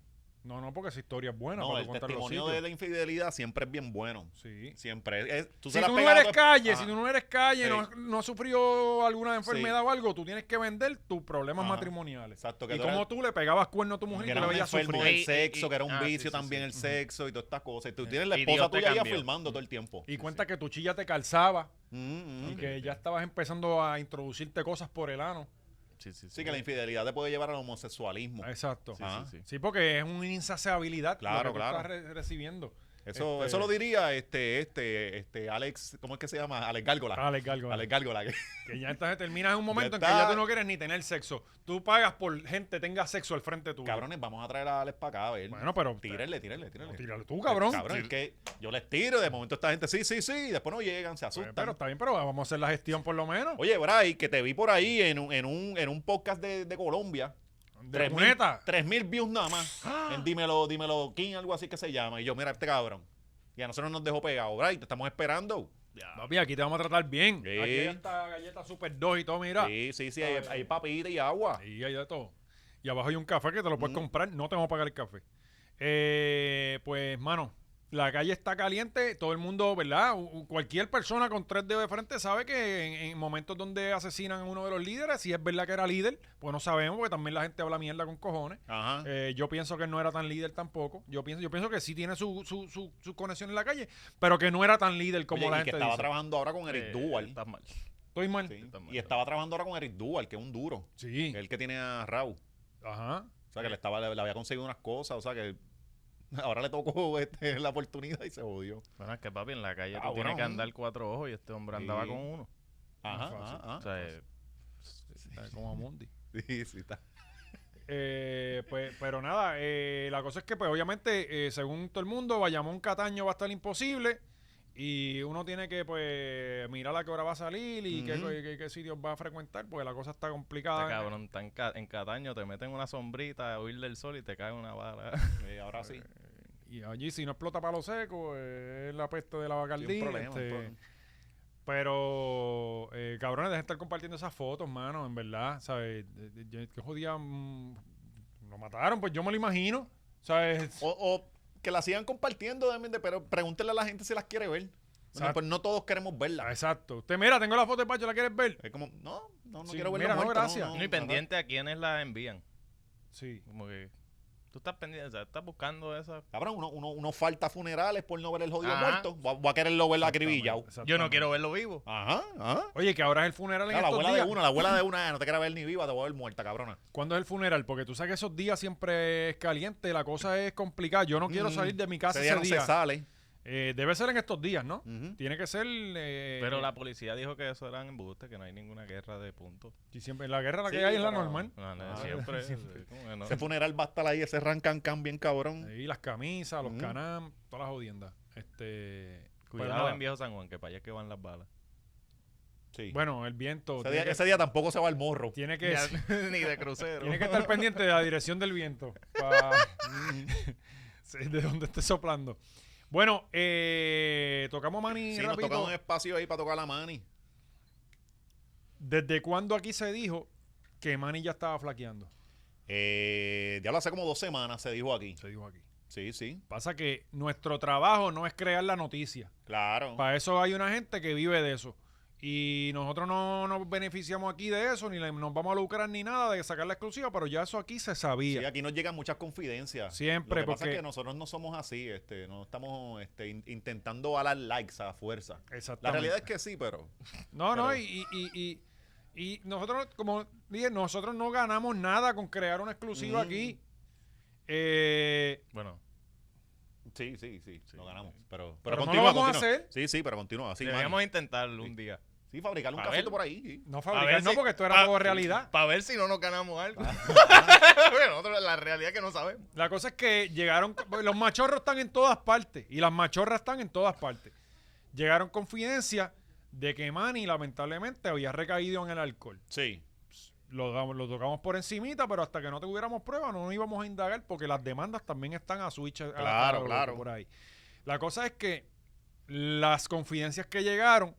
Speaker 1: No, no, porque esa historia es buena
Speaker 2: No,
Speaker 1: para
Speaker 2: el
Speaker 1: tú contar los
Speaker 2: testimonio
Speaker 1: sitios.
Speaker 2: de la infidelidad siempre es bien bueno.
Speaker 1: Sí.
Speaker 2: Siempre. es- es- tú
Speaker 1: Si
Speaker 2: se la
Speaker 1: tú no
Speaker 2: has pegado, pues,
Speaker 1: eres
Speaker 2: tú-
Speaker 1: calle,
Speaker 2: Ajá.
Speaker 1: si tú no eres calle,
Speaker 2: Sí.
Speaker 1: no, no has sufrido alguna enfermedad o algo, tú tienes que vender tus problemas
Speaker 2: Ajá.
Speaker 1: matrimoniales.
Speaker 2: Exacto, que
Speaker 1: y
Speaker 2: tú
Speaker 1: como
Speaker 2: eres-
Speaker 1: tú le pegabas cuerno a tu mujer
Speaker 2: que
Speaker 1: y te
Speaker 2: era
Speaker 1: la
Speaker 2: un
Speaker 1: veías
Speaker 2: enfermo
Speaker 1: sufrir.
Speaker 2: del
Speaker 4: Ey,
Speaker 2: sexo,
Speaker 4: ey,
Speaker 2: que era un
Speaker 4: ah, sí,
Speaker 2: vicio
Speaker 4: sí,
Speaker 2: también
Speaker 4: sí.
Speaker 2: el sexo y todas estas cosas. Y tú tienes la
Speaker 3: Y
Speaker 2: esposa
Speaker 3: Dios te
Speaker 2: tuya ahí
Speaker 3: cambió.
Speaker 2: filmando todo el tiempo.
Speaker 1: Y cuenta que tu chilla te calzaba
Speaker 2: Mm, mm.
Speaker 1: y que ya estabas empezando a introducirte cosas por el ano.
Speaker 3: Sí, sí, sí.
Speaker 2: Sí, que la infidelidad te puede llevar al homosexualismo.
Speaker 1: Exacto.
Speaker 3: Sí,
Speaker 1: Ah.
Speaker 2: Ajá.
Speaker 3: sí, sí.
Speaker 1: Sí, porque es una insaciabilidad
Speaker 2: Claro,
Speaker 1: lo que tú
Speaker 2: claro.
Speaker 1: estás re- recibiendo.
Speaker 2: Eso,
Speaker 1: Este-
Speaker 2: eso lo diría este, este, este, Alex, ¿cómo es que se llama? Alex Gárgola.
Speaker 1: Alex Gárgola.
Speaker 2: Alex Gárgola. que-
Speaker 1: Que ya entonces terminas en un momento en que
Speaker 2: está.
Speaker 1: ya tú no quieres ni tener sexo. Tú pagas por gente tenga sexo al frente tuyo.
Speaker 2: Cabrones, vamos a traer a Alex para acá, a ver.
Speaker 1: Bueno, pero-
Speaker 2: Tírenle, tírenle, tírenle.
Speaker 1: No, tíralo tú, cabrón.
Speaker 2: Cabrón,
Speaker 1: Sí.
Speaker 2: es que yo les tiro, de momento esta gente, sí, sí, sí, y después no llegan, se
Speaker 1: Pues,
Speaker 2: asustan.
Speaker 1: pero está bien, pero vamos a hacer la gestión por lo menos.
Speaker 2: Oye, Bray, que te vi por ahí en un, en un, en un podcast de, de Colombia.
Speaker 1: de
Speaker 2: Tres mil-
Speaker 1: cuneta.
Speaker 2: tres mil views nada más.
Speaker 1: Ah.
Speaker 2: En dímelo, dímelo, King, algo así que se llama. Y yo, mira este cabrón. Y a nosotros nos dejó pegado, Bray, te estamos esperando.
Speaker 1: Papi, aquí te vamos a tratar bien.
Speaker 2: Sí.
Speaker 1: Aquí hay hasta galleta Super 2 y todo, mira.
Speaker 2: Sí, sí, sí,
Speaker 1: Ah,
Speaker 2: hay, hay papita y agua.
Speaker 1: Y hay de todo. Y abajo hay un café que te lo puedes
Speaker 2: Mm.
Speaker 1: comprar. No te vamos a pagar el café. Eh, pues, mano, la calle está caliente. Todo el mundo, ¿verdad? U- u- Cualquier persona con tres dedos de frente sabe que en, en momentos donde asesinan a uno de los líderes, si es verdad que era líder, pues no sabemos, porque también la gente habla mierda con cojones.
Speaker 2: Ajá.
Speaker 1: Eh, yo pienso que no era tan líder tampoco. Yo pienso, yo pienso que sí tiene su, su, su- su conexión en la calle, pero que no era tan líder como
Speaker 2: Oye,
Speaker 1: la
Speaker 2: y que
Speaker 1: gente
Speaker 2: estaba
Speaker 1: dice.
Speaker 2: trabajando ahora con Eric
Speaker 3: Eh,
Speaker 2: Duval.
Speaker 3: Estás mal.
Speaker 1: Estoy mal.
Speaker 2: Sí.
Speaker 3: está mal.
Speaker 2: Y estaba trabajando ahora con Eric Duval, que es un duro.
Speaker 1: Sí.
Speaker 2: El que tiene a Raúl.
Speaker 1: Ajá.
Speaker 2: O sea, que le, estaba, le, le había conseguido unas cosas. O sea, que ahora le tocó este, la oportunidad y se jodió.
Speaker 3: Bueno, es que papi, en la calle tú
Speaker 2: Cabrón.
Speaker 3: tienes que andar cuatro ojos y este hombre andaba
Speaker 2: Sí. Ah,
Speaker 3: con uno.
Speaker 2: Ajá,
Speaker 1: fácil.
Speaker 2: ajá, ajá.
Speaker 3: o sea, eh,
Speaker 1: Está Como Amundi.
Speaker 2: Sí, sí, está.
Speaker 1: Eh, pues, pero nada, eh, la cosa es que, pues, obviamente, eh, según todo el mundo, Bayamón Cataño va a estar imposible. Y uno tiene que, pues, mirar a qué hora va a salir y qué-
Speaker 2: Ujú.
Speaker 1: qué, qué- qué sitios va a frecuentar, porque la cosa está complicada.
Speaker 3: está cabrón, está en, Ca- en Cataño, te meten una sombrita a huir del sol y te cae una bala.
Speaker 2: Y Eh, ahora
Speaker 1: Eh,
Speaker 2: sí.
Speaker 1: Y allí, si no explota palo seco, eh, es la peste de la
Speaker 2: Sí,
Speaker 1: bacardí.
Speaker 2: un problema, un
Speaker 1: este,
Speaker 2: problema.
Speaker 1: Pero, eh, cabrones, dejen de estar compartiendo esas fotos, mano, en verdad, ¿sabes? De- de- yo- Que jodía... mm, lo mataron, pues yo me lo imagino, ¿sabes?
Speaker 2: O, o que la sigan compartiendo, también de- pero pregúntenle a la gente si las quiere ver. Bueno,
Speaker 1: Exacto.
Speaker 2: pues no todos queremos
Speaker 1: Ah,
Speaker 2: verlas.
Speaker 1: Exacto. Usted, mira, tengo la foto de Pacho, ¿la quieres ver?
Speaker 2: Es como, no, no, no
Speaker 1: Sí,
Speaker 2: quiero verlo
Speaker 1: mira, no,
Speaker 2: muerto,
Speaker 1: gracias.
Speaker 3: No, y pendiente a quiénes la envían.
Speaker 1: Sí.
Speaker 3: Como que tú estás pendiente, o sea, estás buscando esa.
Speaker 2: Cabrón, uno, uno, uno falta a funerales por no ver el jodido
Speaker 3: Ajá.
Speaker 2: muerto. Va, va a quererlo ver acribillado.
Speaker 3: Yo no quiero verlo vivo.
Speaker 2: Ajá, ajá.
Speaker 1: Oye, que ahora es el funeral en
Speaker 2: Ah, la
Speaker 1: estos
Speaker 2: abuela de
Speaker 1: días.
Speaker 2: uno, la abuela de una, ah, no te quiero ver ni viva, te voy a ver muerta, cabrona.
Speaker 1: ¿Cuándo es el funeral? Porque tú sabes que esos días siempre es caliente, la cosa es complicada. Yo no quiero
Speaker 2: Mm,
Speaker 1: salir de mi casa
Speaker 2: ese
Speaker 1: ese
Speaker 2: día no
Speaker 1: día.
Speaker 2: se Mm. sale.
Speaker 1: Eh, debe ser en estos días, ¿no?
Speaker 2: Ujú.
Speaker 1: Tiene que ser... eh,
Speaker 3: Pero la policía dijo que eso eran embustes, que no hay ninguna guerra de puntos.
Speaker 1: y siempre, la guerra la que
Speaker 2: Sí,
Speaker 1: hay es la
Speaker 2: pero-
Speaker 1: normal.
Speaker 3: No, no,
Speaker 2: Ah,
Speaker 3: siempre. eh, como que no.
Speaker 2: Ese funeral va a estar ahí, ese rancan can bien cabrón.
Speaker 1: Y las camisas, los
Speaker 2: Mm.
Speaker 1: canam, todas las jodiendas. Este... pero
Speaker 2: pues,
Speaker 3: Cuidado
Speaker 1: nada.
Speaker 3: en Viejo San Juan, que para allá es que van las balas.
Speaker 2: Sí.
Speaker 1: Bueno, el viento...
Speaker 2: ese,
Speaker 1: Tiene
Speaker 2: día,
Speaker 1: que,
Speaker 2: ese día tampoco se va el morro.
Speaker 1: tiene
Speaker 3: Ni,
Speaker 1: que-
Speaker 3: a- ni de crucero.
Speaker 1: tiene que estar pendiente de la dirección del viento. pa- Sí, de donde esté soplando. Bueno, eh, tocamos Manny
Speaker 2: Sí, nos
Speaker 1: rapidito.
Speaker 2: toca un espacio ahí para tocar la mani.
Speaker 1: ¿Desde cuándo aquí se dijo que Manny ya estaba flaqueando?
Speaker 2: Eh, ya lo hace como dos semanas se dijo aquí.
Speaker 1: Se dijo aquí.
Speaker 2: Sí, sí,
Speaker 1: Pasa que nuestro trabajo no es crear la noticia.
Speaker 2: claro.
Speaker 1: Para eso hay una gente que vive de eso. Y nosotros no nos beneficiamos aquí de eso, ni le- nos vamos a lucrar ni nada de sacar la exclusiva, pero ya eso aquí se
Speaker 2: Sí,
Speaker 1: sabía.
Speaker 2: aquí nos llegan muchas confidencias.
Speaker 1: Siempre,
Speaker 2: Lo que pasa es
Speaker 1: porque-
Speaker 2: que nosotros no somos así, este, no estamos este, in- intentando alar likes a fuerza. La
Speaker 1: Exactamente.
Speaker 2: realidad es que sí, pero
Speaker 1: No, no,
Speaker 2: Pero-
Speaker 1: y, y- y- y- y nosotros, como dije, nosotros no ganamos nada con crear una exclusiva
Speaker 2: Mm.
Speaker 1: aquí.
Speaker 3: Mm.
Speaker 1: Eh,
Speaker 3: Bueno,
Speaker 2: sí, sí, sí, lo ganamos. Pero,
Speaker 1: Pero
Speaker 2: pero,
Speaker 1: no lo
Speaker 2: continúa,
Speaker 1: vamos a
Speaker 2: continúa.
Speaker 1: hacer.
Speaker 2: Sí, sí, pero continúa. Sí,
Speaker 3: deberíamos
Speaker 2: mano.
Speaker 3: intentarlo un día.
Speaker 2: sí fabricar un
Speaker 3: A
Speaker 2: cafecito
Speaker 3: ver.
Speaker 2: por ahí. sí.
Speaker 1: no,
Speaker 3: A
Speaker 1: fabricar,
Speaker 3: ver
Speaker 1: no,
Speaker 3: si-
Speaker 1: porque esto
Speaker 3: pa-
Speaker 1: era todo realidad. Ah.
Speaker 3: Para ver si no nos ganamos algo. Nosotros, la realidad es que no sabemos.
Speaker 1: La cosa es que llegaron, los machorros están en todas partes y las machorras están en todas partes. Llegaron confidencia de que Manny lamentablemente había recaído en el alcohol.
Speaker 2: Sí.
Speaker 1: Lo, damos- lo tocamos por encimita, pero hasta que no tuviéramos pruebas no nos íbamos a indagar porque las demandas también están a switch. a-
Speaker 2: Claro,
Speaker 1: a-
Speaker 2: claro.
Speaker 1: Por ahí. La cosa es que las confidencias que llegaron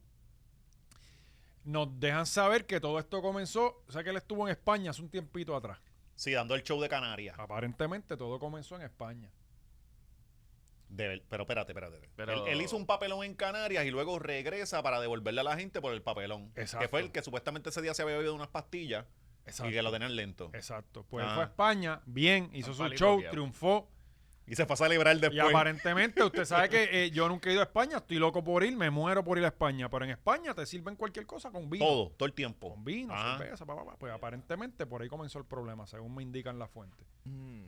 Speaker 1: nos dejan saber que todo esto comenzó, o sea que él estuvo en España hace un tiempito atrás.
Speaker 2: Sí, dando el show de Canarias.
Speaker 1: Ah. Aparentemente todo comenzó en España.
Speaker 2: De ver- pero espérate, espérate. espérate.
Speaker 3: Pero-
Speaker 2: Él, él hizo un papelón en Canarias y luego regresa para devolverle a la gente por el papelón.
Speaker 1: Exacto.
Speaker 2: Que fue el que supuestamente ese día se había bebido unas pastillas y que lo Ah. tenían lento.
Speaker 1: Exacto. Pues él
Speaker 2: Ajá.
Speaker 1: fue a España, bien, hizo
Speaker 3: Un
Speaker 1: su
Speaker 3: palito
Speaker 1: show,
Speaker 3: quiebre.
Speaker 1: triunfó.
Speaker 2: Y se fue a celebrar
Speaker 1: Y
Speaker 2: después.
Speaker 1: aparentemente, usted sabe que eh, yo nunca he ido a España, estoy loco por ir, me muero por ir a España, pero en España te sirven cualquier cosa con vino.
Speaker 2: Todo, Ah. todo el tiempo.
Speaker 1: Con vino,
Speaker 2: Ajá.
Speaker 1: cerveza, pa, pa, pa. Pues aparentemente por ahí comenzó el problema, según me indican las fuentes.
Speaker 3: Mm.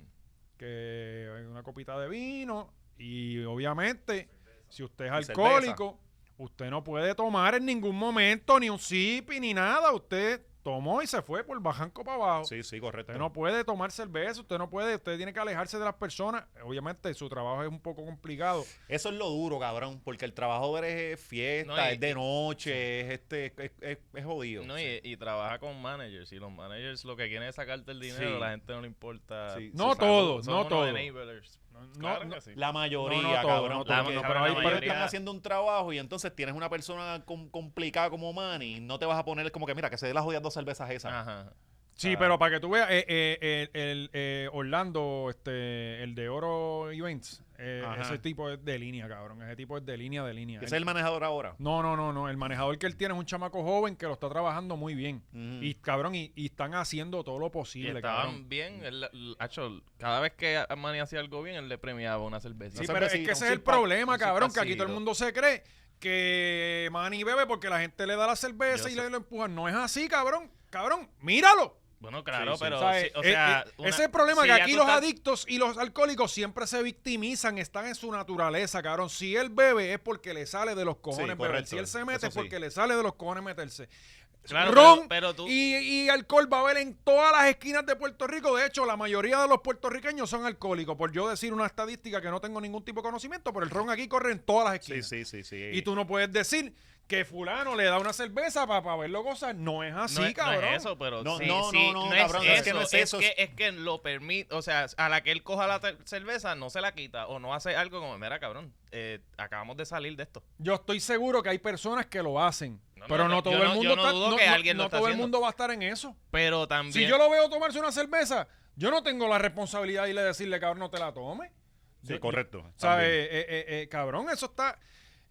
Speaker 1: Que hay una copita de vino y obviamente, si usted es
Speaker 2: Y cerveza.
Speaker 1: alcohólico, usted no puede tomar en ningún momento ni un sipi ni nada. Usted tomó y se fue por bajanco para abajo.
Speaker 2: Sí, sí, correcto.
Speaker 1: Usted no puede tomar cerveza, usted no puede, usted tiene que alejarse de las personas. Obviamente su trabajo es un poco complicado.
Speaker 2: Eso es lo duro, cabrón, porque el trabajo es fiesta,
Speaker 3: No, y-
Speaker 2: es de noche, es, este, es, es- es jodido.
Speaker 3: No, y, eh, y trabaja con managers. Y los managers lo que quieren es sacarte el dinero.
Speaker 2: Sí.
Speaker 3: La gente no le importa.
Speaker 2: Sí,
Speaker 1: No
Speaker 2: sí,
Speaker 1: todos,
Speaker 3: Son
Speaker 1: no
Speaker 3: unos
Speaker 1: todos.
Speaker 3: enablers.
Speaker 1: No,
Speaker 3: Claro
Speaker 1: no,
Speaker 3: que sí.
Speaker 2: La mayoría,
Speaker 1: No, no todo,
Speaker 2: cabrón.
Speaker 1: no todo,
Speaker 2: porque,
Speaker 3: no, pero
Speaker 2: cabrón,
Speaker 3: la
Speaker 2: ellos
Speaker 3: mayoría-
Speaker 2: están haciendo un trabajo y entonces tienes una persona com- complicada como Manny y no te vas a poner como que, mira, que se dé las jodidas dos cervezas esas.
Speaker 3: Ajá.
Speaker 1: Sí,
Speaker 2: Ah.
Speaker 1: pero para que tú veas, eh, eh, eh, el, eh, Orlando, este, el de Oro Events, eh,
Speaker 2: Ajá.
Speaker 1: ese tipo es de línea, cabrón. Ese tipo es de línea, de línea.
Speaker 2: Ese es el manejador ahora.
Speaker 1: No, no, no, no. El manejador que él tiene es un chamaco joven que lo está trabajando muy bien.
Speaker 2: Ujú.
Speaker 1: Y cabrón, y, y están haciendo todo lo
Speaker 3: Y
Speaker 1: posible,
Speaker 3: estaban
Speaker 1: cabrón.
Speaker 3: bien. él- él- hacho, cada vez que Manny hacía algo bien, él le premiaba una cerveza.
Speaker 1: Sí,
Speaker 2: No
Speaker 1: pero es
Speaker 2: cervecita,
Speaker 1: que ese
Speaker 2: un
Speaker 1: es el
Speaker 2: six-pack,
Speaker 1: problema,
Speaker 3: un
Speaker 1: cabrón, que aquí
Speaker 3: six-packcito.
Speaker 1: todo el mundo se cree que Manny bebe porque la gente le da la cerveza
Speaker 3: Yo
Speaker 1: y
Speaker 3: sé.
Speaker 1: le lo empujan. No es así, cabrón. Cabrón, míralo.
Speaker 3: Bueno, claro,
Speaker 2: Sí, sí.
Speaker 3: pero.
Speaker 1: O sea,
Speaker 3: sí, o
Speaker 1: eh,
Speaker 3: sea,
Speaker 1: eh,
Speaker 3: una-
Speaker 1: ese es el problema que
Speaker 3: si ya
Speaker 1: aquí
Speaker 3: tú
Speaker 1: los
Speaker 3: estás-
Speaker 1: adictos y los alcohólicos siempre se victimizan, están en su naturaleza, cabrón. Si él bebe es porque le sale de los cojones beber.
Speaker 2: correcto.
Speaker 1: Si él se mete
Speaker 2: Eso
Speaker 1: es porque
Speaker 2: sí.
Speaker 1: le sale de los cojones meterse.
Speaker 3: Claro,
Speaker 1: Ron
Speaker 3: pero- pero tú-
Speaker 1: y, y alcohol va a haber en todas las esquinas de Puerto Rico. De hecho, la mayoría de los puertorriqueños son alcohólicos. Por yo decir una estadística que no tengo ningún tipo de conocimiento, pero el ron aquí corre en todas las
Speaker 2: Sí,
Speaker 1: esquinas.
Speaker 2: sí, sí, sí.
Speaker 1: Y tú no puedes decir que fulano le da una cerveza para verlo gozar. No es así,
Speaker 3: no, es- no
Speaker 1: cabrón.
Speaker 3: es eso, pero
Speaker 2: No,
Speaker 3: sí,
Speaker 2: no,
Speaker 3: sí,
Speaker 2: no, no,
Speaker 3: es
Speaker 2: cabrón,
Speaker 3: eso,
Speaker 2: es que no es eso.
Speaker 3: que, es que lo permite, o sea, a la que él coja la ter- cerveza no se la quita o no hace algo como, mira cabrón, eh, acabamos de salir de esto.
Speaker 1: Yo estoy seguro que hay personas que lo hacen,
Speaker 3: No, no,
Speaker 1: pero no,
Speaker 3: yo-
Speaker 1: todo
Speaker 3: yo
Speaker 1: el
Speaker 3: no-
Speaker 1: mundo
Speaker 3: yo no
Speaker 1: está-
Speaker 3: dudo que alguien lo
Speaker 1: no
Speaker 3: está
Speaker 1: todo el
Speaker 3: haciendo.
Speaker 1: mundo va a estar en eso.
Speaker 3: Pero también
Speaker 1: Si yo lo veo tomarse una cerveza, yo no tengo la responsabilidad de irle a decirle, cabrón, no te la tome.
Speaker 2: Sí,
Speaker 1: Yo-
Speaker 2: correcto.
Speaker 1: ¿Sabes?
Speaker 2: también.
Speaker 1: Eh, eh, eh, cabrón, eso está.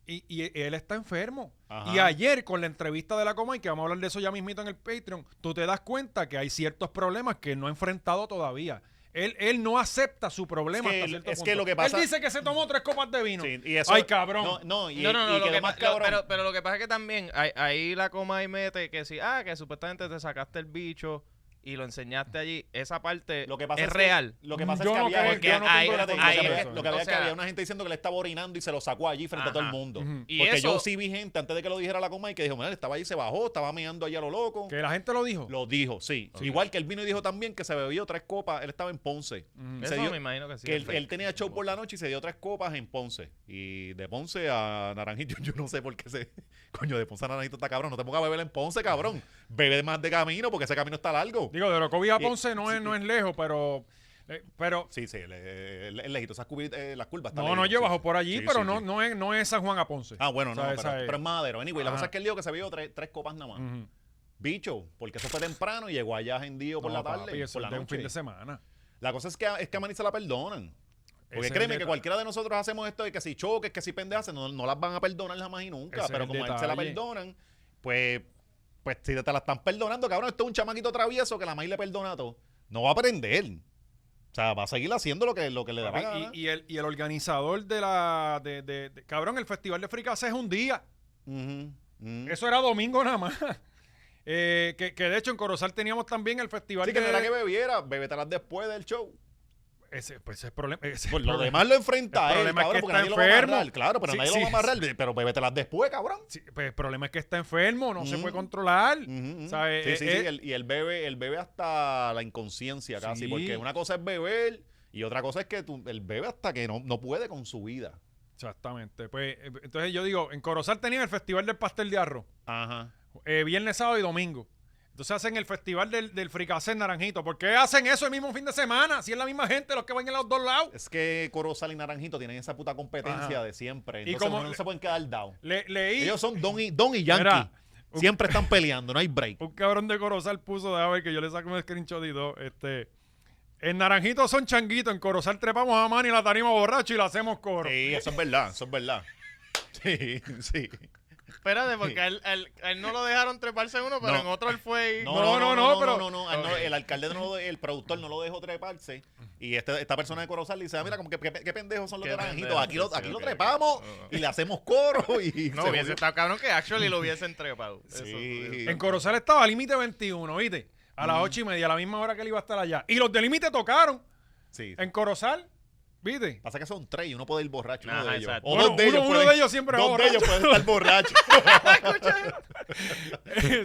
Speaker 1: Y, y él está enfermo.
Speaker 2: Ajá.
Speaker 1: Y ayer, con la entrevista de la Coma, y que vamos a hablar de eso ya mismito en el Patreon, tú te das cuenta que hay ciertos problemas que él no ha enfrentado todavía. Él, él no acepta su problema.
Speaker 2: Es que
Speaker 1: hasta
Speaker 2: él-
Speaker 1: cierto
Speaker 2: es que
Speaker 1: punto.
Speaker 2: lo que pasa-
Speaker 1: Él dice que se tomó tres copas de vino.
Speaker 2: Sí, y eso-
Speaker 1: Ay, cabrón.
Speaker 2: No, no, y,
Speaker 3: no, no, no,
Speaker 2: y
Speaker 3: lo
Speaker 2: quedó
Speaker 3: que
Speaker 2: más
Speaker 3: pa- lo-
Speaker 2: cabrón.
Speaker 3: pero, pero lo que pasa es que también ahí- ahí la coma ahí mete que sí, ah, que supuestamente te sacaste el bicho y lo enseñaste allí, esa parte
Speaker 2: Lo que pasa
Speaker 3: es,
Speaker 2: es que-
Speaker 3: real.
Speaker 2: Lo que pasa
Speaker 1: Yo
Speaker 2: es que
Speaker 1: no
Speaker 2: había
Speaker 1: creo-
Speaker 2: porque
Speaker 1: yo no
Speaker 2: hay-
Speaker 1: tengo la
Speaker 2: espérate,
Speaker 1: tendencia
Speaker 2: lo que
Speaker 1: a
Speaker 2: había-
Speaker 1: eso.
Speaker 2: lo que había
Speaker 3: O
Speaker 2: es que
Speaker 3: sea-
Speaker 2: había una gente diciendo que le estaba orinando y se lo sacó allí frente a todo el
Speaker 3: Ajá.
Speaker 2: mundo.
Speaker 1: Ujú.
Speaker 3: Y
Speaker 2: porque yo
Speaker 3: eso-
Speaker 2: sí vi gente antes de que lo dijera la coma y que dijo, mira, él estaba allí, se bajó, estaba meando allá a lo loco.
Speaker 1: Que la gente lo dijo.
Speaker 2: Lo dijo, sí. Igual que él vino y dijo también que se bebió tres copas, él estaba en Ponce.
Speaker 1: Ujú.
Speaker 2: Se
Speaker 3: Eso
Speaker 2: dio-
Speaker 3: me imagino que sí.
Speaker 2: que
Speaker 3: es
Speaker 2: él,
Speaker 3: fake.
Speaker 2: él tenía show por la noche y se dio tres copas en Ponce. Y de Ponce a Naranjito, yo no sé por qué se. Coño, de Ponce a Naranjito está cabrón. No te pongas a beber en Ponce, cabrón. Bebe más de camino porque ese camino está largo.
Speaker 1: Digo, de Orocovia a
Speaker 2: Y-
Speaker 1: Ponce no, es,
Speaker 2: sí,
Speaker 1: no
Speaker 2: y-
Speaker 1: es lejos, pero. eh, pero
Speaker 2: Sí, sí, el, el, el lejito. Esas cubi- eh, las curvas están
Speaker 1: no, no,
Speaker 2: lejitos,
Speaker 1: yo
Speaker 2: sí,
Speaker 1: bajo
Speaker 2: sí.
Speaker 1: por allí,
Speaker 2: Sí,
Speaker 1: pero
Speaker 2: sí,
Speaker 1: no,
Speaker 2: sí.
Speaker 1: No, es, no es San Juan a Ponce.
Speaker 2: Ah, bueno, no,
Speaker 1: O sea,
Speaker 2: pero,
Speaker 1: esa es-
Speaker 2: pero es madero. Anyway, la
Speaker 1: Ajá. Mm.
Speaker 2: cosa es que él dijo que se bebió tres, tres copas nada más.
Speaker 1: Ujú.
Speaker 2: Bicho, porque eso fue temprano y llegó allá hendido por
Speaker 1: No,
Speaker 2: la tarde,
Speaker 1: papi, eso
Speaker 2: por
Speaker 1: es
Speaker 2: la
Speaker 1: de un fin
Speaker 2: noche.
Speaker 1: de semana.
Speaker 2: La cosa es que, a- es que a Manny se la perdonan.
Speaker 1: Ese
Speaker 2: Porque
Speaker 1: es
Speaker 2: créeme
Speaker 1: el
Speaker 2: que
Speaker 1: deta-
Speaker 2: cualquiera de nosotros hacemos esto y que si choques, que si pendejas, no, no las van a perdonar jamás y nunca.
Speaker 1: Ese es
Speaker 2: pero
Speaker 1: el
Speaker 2: como a él se la
Speaker 1: detalle.
Speaker 2: perdonan, pues, pues si te la están perdonando, cabrón, esto es un chamaquito travieso que la maíz le perdona a todo. No va a aprender. O sea, va a seguir haciendo lo que, lo que le da la
Speaker 1: Papi,
Speaker 2: gana.
Speaker 1: y, y el, y el organizador de la. De, de- de- cabrón, el Festival de Fricase es un día.
Speaker 2: Ujú, ujú.
Speaker 1: Eso era domingo nada más. Eh, que, que de hecho en Corozal teníamos también el festival
Speaker 2: Así que
Speaker 1: de.
Speaker 2: no era que bebiera, bebetalas después del show.
Speaker 1: ese, pues ese es el problema. ese es el
Speaker 2: Pues lo
Speaker 1: problema.
Speaker 2: demás lo
Speaker 1: El
Speaker 2: enfrenta a él,
Speaker 1: problema es
Speaker 2: cabrón,
Speaker 1: que
Speaker 2: porque
Speaker 1: está
Speaker 2: nadie lo va a
Speaker 1: enfermo.
Speaker 2: amarrar. Claro, pero
Speaker 1: Sí,
Speaker 2: nadie
Speaker 1: sí,
Speaker 2: lo va a amarrar. Pero bebételas después, cabrón.
Speaker 1: Sí, pues, el problema es que está enfermo, no se
Speaker 2: Mm.
Speaker 1: puede controlar.
Speaker 2: Ujú, ujú.
Speaker 1: ¿Sabes?
Speaker 2: Sí,
Speaker 1: Eh,
Speaker 2: sí,
Speaker 1: eh,
Speaker 2: sí. el- y él bebe, el bebe hasta la inconsciencia casi,
Speaker 1: Sí.
Speaker 2: porque una cosa es beber y otra cosa es que tú, él bebe hasta que no, no puede con su vida.
Speaker 1: Exactamente. Pues, eh, entonces yo digo, en Corozal tenían el Festival del Pastel de Arroz,
Speaker 2: Ajá.
Speaker 1: eh, viernes, sábado y domingo. Entonces hacen el Festival del, del Fricacé en Naranjito. ¿Por qué hacen eso el mismo fin de semana? Si es la misma gente los que van en los dos lados.
Speaker 2: Es que Corozal y Naranjito tienen esa puta competencia
Speaker 1: Ajá.
Speaker 2: de siempre.
Speaker 1: Y
Speaker 2: Entonces
Speaker 1: como-
Speaker 2: no se pueden quedar down.
Speaker 1: Le- leí,
Speaker 2: Ellos son Don y, don y Yankee.
Speaker 1: Mira, un-
Speaker 2: siempre están peleando, no hay break.
Speaker 1: un cabrón de Corozal puso, déjame ver que yo le saco un screenshot y dos, este... En Naranjito son changuitos, en Corozal trepamos a mano y la tarima borracho y la hacemos coro.
Speaker 2: Sí, eso es verdad, eso es verdad. Sí, sí.
Speaker 3: Espérate, porque a él, a él- a él no lo dejaron treparse en uno, pero
Speaker 2: No.
Speaker 3: en otro él fue y...
Speaker 2: No,
Speaker 1: No, no,
Speaker 2: no, no, no,
Speaker 1: no,
Speaker 2: no,
Speaker 1: pero-
Speaker 2: no, no, al- no, el alcalde, no lo de- el productor no lo dejó treparse. Y esta, esta persona de Corozal le dice, ah, mira, como que qué, qué pendejos son los
Speaker 3: Qué
Speaker 2: naranjitos.
Speaker 3: pendejos,
Speaker 2: Aquí lo,
Speaker 3: sí,
Speaker 2: aquí lo
Speaker 3: ok.
Speaker 2: trepamos y le hacemos coro. Y
Speaker 3: No,
Speaker 2: se
Speaker 3: hubiese
Speaker 2: jodió.
Speaker 3: estado cabrón que actually lo hubiesen trepado. Eso-
Speaker 2: Sí.
Speaker 1: En Corozal estaba límite 21, ¿viste? A las 8 y media, a la misma hora que él iba a estar allá. Y los de límite tocaron
Speaker 2: Sí.
Speaker 1: en Corozal, ¿viste?
Speaker 2: Pasa que son tres y uno puede ir borracho. Uno
Speaker 3: Ajá,
Speaker 2: de ellos.
Speaker 3: exacto.
Speaker 2: O
Speaker 1: Bueno,
Speaker 2: dos de
Speaker 1: uno-
Speaker 2: ellos.
Speaker 1: uno
Speaker 2: pueden-
Speaker 1: de ellos siempre va
Speaker 2: Dos de ellos pueden estar borrachos.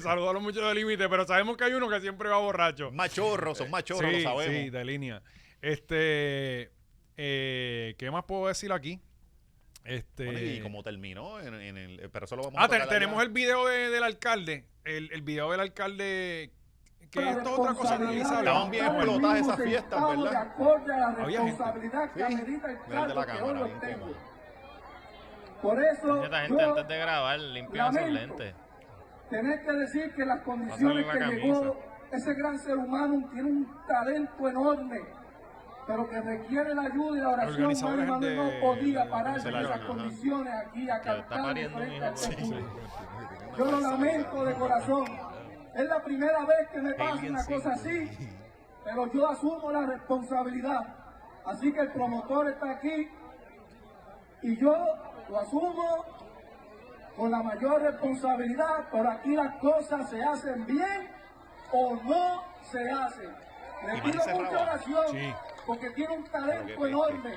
Speaker 1: Saludos a los muchachos de límite, pero sabemos que hay uno que siempre va borracho.
Speaker 2: machorros, son machorros,
Speaker 1: sí,
Speaker 2: lo sabemos.
Speaker 1: sí, de línea. Este, eh, ¿qué más puedo decir aquí? Este,
Speaker 2: Bueno, y como terminó en, en el. Pero eso lo vamos a
Speaker 1: ah, te-
Speaker 2: tocar
Speaker 1: tenemos
Speaker 2: allá.
Speaker 1: el video de- del alcalde, el, el video del alcalde que esto es otra cosa que él hizo.
Speaker 2: Estaban bien explotadas esas fiestas, ¿verdad?
Speaker 1: Había gente.
Speaker 2: Sí, mira el de la cámara, bien cómodo.
Speaker 7: Por eso
Speaker 3: Esta gente
Speaker 7: yo
Speaker 3: antes de grabar limpia sus
Speaker 7: lamento.
Speaker 3: lentes.
Speaker 7: tener que decir que las condiciones
Speaker 3: la
Speaker 7: que
Speaker 3: camisa.
Speaker 7: llegó ese gran ser humano tiene un talento enorme, pero que requiere la ayuda y la oración.
Speaker 1: organizador es
Speaker 7: Mano
Speaker 1: el
Speaker 7: no
Speaker 1: de-
Speaker 7: podía
Speaker 1: de-
Speaker 7: pararse
Speaker 2: de
Speaker 7: en
Speaker 2: la
Speaker 7: esas
Speaker 2: lona, ajá.
Speaker 7: condiciones aquí a
Speaker 3: está pariendo un hijo. Sí,
Speaker 7: Yo lo lamento de corazón. Es la primera vez que me pasa una cosa así, pero yo asumo la responsabilidad. Así que el promotor está aquí y yo lo asumo con la mayor responsabilidad, pero aquí las cosas se hacen bien o no se hacen.
Speaker 2: Y
Speaker 7: Le
Speaker 2: Manny
Speaker 7: pido mucha
Speaker 2: Serrao.
Speaker 7: oración
Speaker 1: Sí.
Speaker 7: porque tiene un
Speaker 2: Pero
Speaker 7: talento
Speaker 2: qué
Speaker 7: enorme.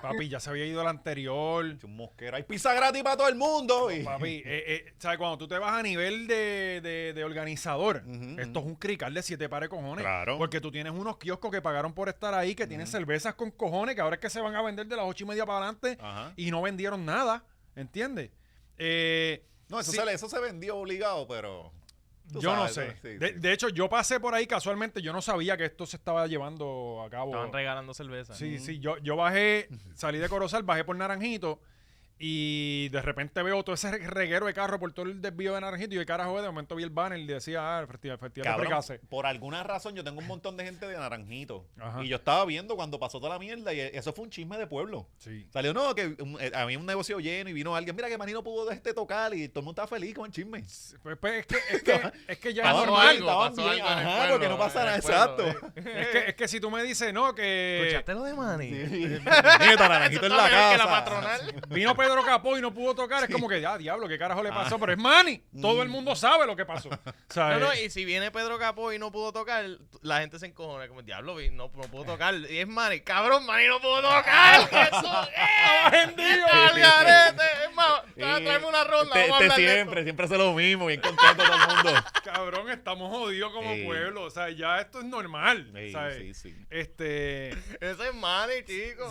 Speaker 1: Papi, ya se había ido el anterior.
Speaker 2: Un mosquero. Hay pizza gratis para todo el mundo. Y...
Speaker 1: Papi, eh, eh, ¿sabes? Cuando tú te vas a nivel de, de- de organizador,
Speaker 2: Ujú,
Speaker 1: esto es un crical de siete pares de cojones.
Speaker 2: Claro.
Speaker 1: Porque tú tienes unos kioscos que pagaron por estar ahí, que tienen cervezas con cojones, que ahora es que se van a vender de las ocho y media para adelante
Speaker 2: Ajá.
Speaker 1: y no vendieron nada, ¿entiendes? Eh,
Speaker 2: No, eso,
Speaker 1: sí,
Speaker 2: se, le- eso se vendió obligado, pero. tú
Speaker 1: yo no
Speaker 2: sabes,
Speaker 1: sé.
Speaker 2: sí,
Speaker 1: de,
Speaker 2: sí.
Speaker 1: de hecho, yo pasé por ahí casualmente, yo no sabía que esto se estaba llevando a cabo.
Speaker 3: Estaban regalando cerveza.
Speaker 1: Sí, sí, yo, yo bajé, salí de Corozal, bajé por Naranjito y de repente veo todo ese re- reguero de carro por todo el desvío de Naranjito y de carajo, de momento vi el banner y decía, ah, el festival, festival de
Speaker 2: Cabrón,
Speaker 1: Precase.
Speaker 2: por alguna razón yo tengo un montón de gente de naranjito.
Speaker 1: Ajá.
Speaker 2: Y yo estaba viendo cuando pasó toda la mierda y eso fue un chisme de pueblo.
Speaker 1: Sí.
Speaker 2: Salió, no, que um, eh, había un negocio lleno y vino alguien, mira que Manny no pudo este tocar y todo el mundo estaba feliz con el chisme.
Speaker 1: Pues, pues, es, que, es, que, es que ya es
Speaker 3: Pasó
Speaker 1: normal.
Speaker 3: algo,
Speaker 2: estaban
Speaker 3: pasó
Speaker 2: bien,
Speaker 3: algo en el
Speaker 2: ajá,
Speaker 3: pueblo,
Speaker 2: porque no pasa
Speaker 3: en
Speaker 2: nada,
Speaker 3: el pueblo,
Speaker 2: exacto.
Speaker 1: Es que, es que si tú me dices, no, que
Speaker 3: ¿Escuchaste lo de Manny?
Speaker 2: Neta, naranjito en la casa.
Speaker 3: Está peor que la patronal.
Speaker 1: vino Pedro Capó y no pudo tocar, es como que, ya, diablo, ¿qué carajo le
Speaker 2: Ah.
Speaker 1: pasó? Pero es Manny, todo el
Speaker 2: Mm.
Speaker 1: mundo sabe lo que pasó.
Speaker 3: No,
Speaker 1: ¿sabes?
Speaker 3: no, y si viene Pedro Capó y no pudo tocar, la gente se encojona. Como, diablo, vi- no, no
Speaker 2: Eh.
Speaker 3: pudo tocar. Y es Manny. Cabrón, Manny no pudo tocar. Eso es.
Speaker 1: Vendido.
Speaker 3: Al garete. Es más,
Speaker 2: Sí.
Speaker 3: tra- tráeme una ronda.
Speaker 2: Este,
Speaker 3: vamos a
Speaker 2: este
Speaker 3: hablar de esto.
Speaker 2: siempre, siempre hace lo mismo, bien contento todo el mundo.
Speaker 1: Cabrón, estamos jodidos como
Speaker 2: Sí.
Speaker 1: pueblo. O sea, ya esto es normal.
Speaker 2: Sí,
Speaker 1: ¿sabes?
Speaker 2: sí, sí.
Speaker 1: Este.
Speaker 3: Ese es Manny, chico.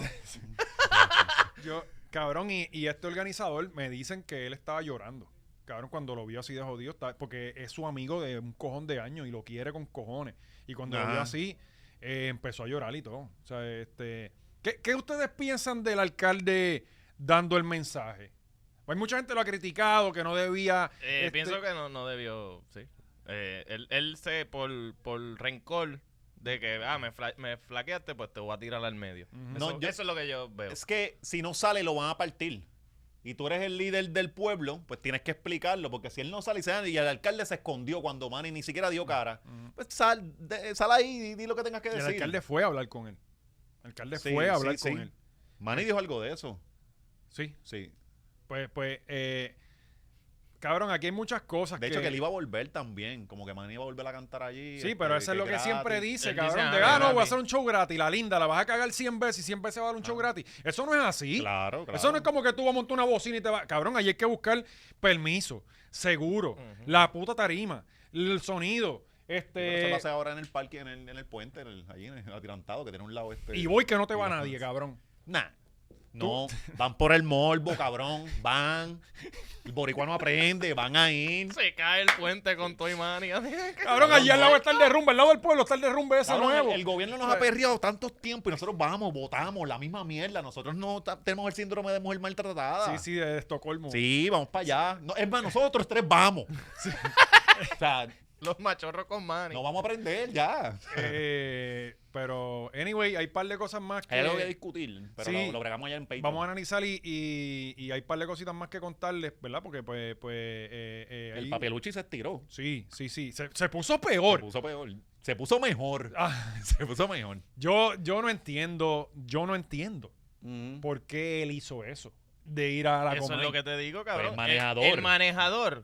Speaker 1: Yo, cabrón, y, y este organizador me dicen que él estaba llorando. Cabrón, cuando lo vio así de jodido, está- porque es su amigo de un cojón de años y lo quiere con cojones. Y cuando lo vio
Speaker 2: Ajá.
Speaker 1: así, eh, empezó a llorar y todo. O sea, este. ¿qué, qué ustedes piensan del alcalde dando el mensaje? Hay mucha gente lo ha criticado, que no debía.
Speaker 3: Eh,
Speaker 1: este,
Speaker 3: Pienso que no, no debió, sí. Eh, él, él se, por, por rencor de que, ah, me, fla- me flaqueaste, pues te voy a tirar al medio.
Speaker 1: Ujú.
Speaker 3: eso,
Speaker 2: No, yo-
Speaker 3: eso es lo que yo veo.
Speaker 2: Es que si no sale, lo van a partir. Y tú eres el líder del pueblo, pues tienes que explicarlo, porque si él no sale y, se, y el alcalde se escondió cuando Manny ni siquiera dio cara, pues sal, de- sal ahí y di lo que tengas que
Speaker 1: y el
Speaker 2: decir.
Speaker 1: alcalde fue a hablar con él. El alcalde
Speaker 2: Sí,
Speaker 1: fue a
Speaker 2: sí,
Speaker 1: hablar
Speaker 2: sí.
Speaker 1: con él.
Speaker 2: Manny dijo algo de eso.
Speaker 1: Sí,
Speaker 2: Sí.
Speaker 1: pues, pues, eh, cabrón, aquí hay muchas cosas
Speaker 2: De hecho, que él iba a volver también, como que Manny iba a volver a cantar allí.
Speaker 1: Sí,
Speaker 2: este,
Speaker 1: pero eso es lo que
Speaker 2: gratis.
Speaker 1: siempre dice,
Speaker 3: Él
Speaker 1: cabrón.
Speaker 3: dice,
Speaker 1: de,
Speaker 3: ah,
Speaker 1: ah, no, voy a
Speaker 3: gratis".
Speaker 1: hacer un show gratis. La linda, la vas a cagar 100 veces y 100 veces va a dar un show gratis. Eso no es así.
Speaker 2: Claro, claro.
Speaker 1: Eso no es como que tú vas a montar una bocina y te vas. Cabrón, ahí hay que buscar permiso, seguro, la puta tarima, el sonido.
Speaker 2: Pero eso
Speaker 1: Este.
Speaker 2: lo hace ahora en el parque, en el, en el puente, en el- allí en el atirantado, que tiene un lado este.
Speaker 1: Y voy que no te va
Speaker 2: y la-
Speaker 1: nadie, cabrón.
Speaker 2: Nah. No, van por el morbo, cabrón. Van. El boricua no aprende, van a ir.
Speaker 3: Se cae el puente con Toy Manny.
Speaker 1: Cabrón, allí al lado está el derrumbe, al lado del pueblo está el derrumbe ese
Speaker 2: Cabrón,
Speaker 1: nuevo.
Speaker 2: el, el gobierno nos ha perreado tantos tiempos y nosotros vamos, votamos la misma mierda. Nosotros no ta- tenemos el síndrome de mujer maltratada.
Speaker 1: Sí, sí, de Estocolmo.
Speaker 2: Sí, vamos para allá. No, es más, nosotros tres vamos. o sea,
Speaker 3: Los machorros con Manny.
Speaker 2: No vamos a aprender ya.
Speaker 1: Eh, pero, anyway, hay un par de cosas más que.
Speaker 2: Hay algo que discutir, pero
Speaker 1: sí.
Speaker 2: lo, lo bregamos allá en Patreon.
Speaker 1: Vamos a analizar y, y, y hay un par de cositas más que contarles, ¿verdad? Porque, pues. pues eh, eh,
Speaker 2: El
Speaker 1: ahí-
Speaker 2: papeluchi se estiró.
Speaker 1: Sí, sí, sí. Se, se puso
Speaker 2: Se
Speaker 1: peor.
Speaker 2: puso peor. Se puso mejor.
Speaker 1: Ah,
Speaker 2: Se puso mejor.
Speaker 1: yo, yo no entiendo. Yo no entiendo
Speaker 2: Mm.
Speaker 1: por qué él hizo eso. De ir a la
Speaker 3: Eso es
Speaker 1: Comay.
Speaker 3: lo que te digo, cabrón.
Speaker 2: el Pues, manejador.
Speaker 3: El, el manejador.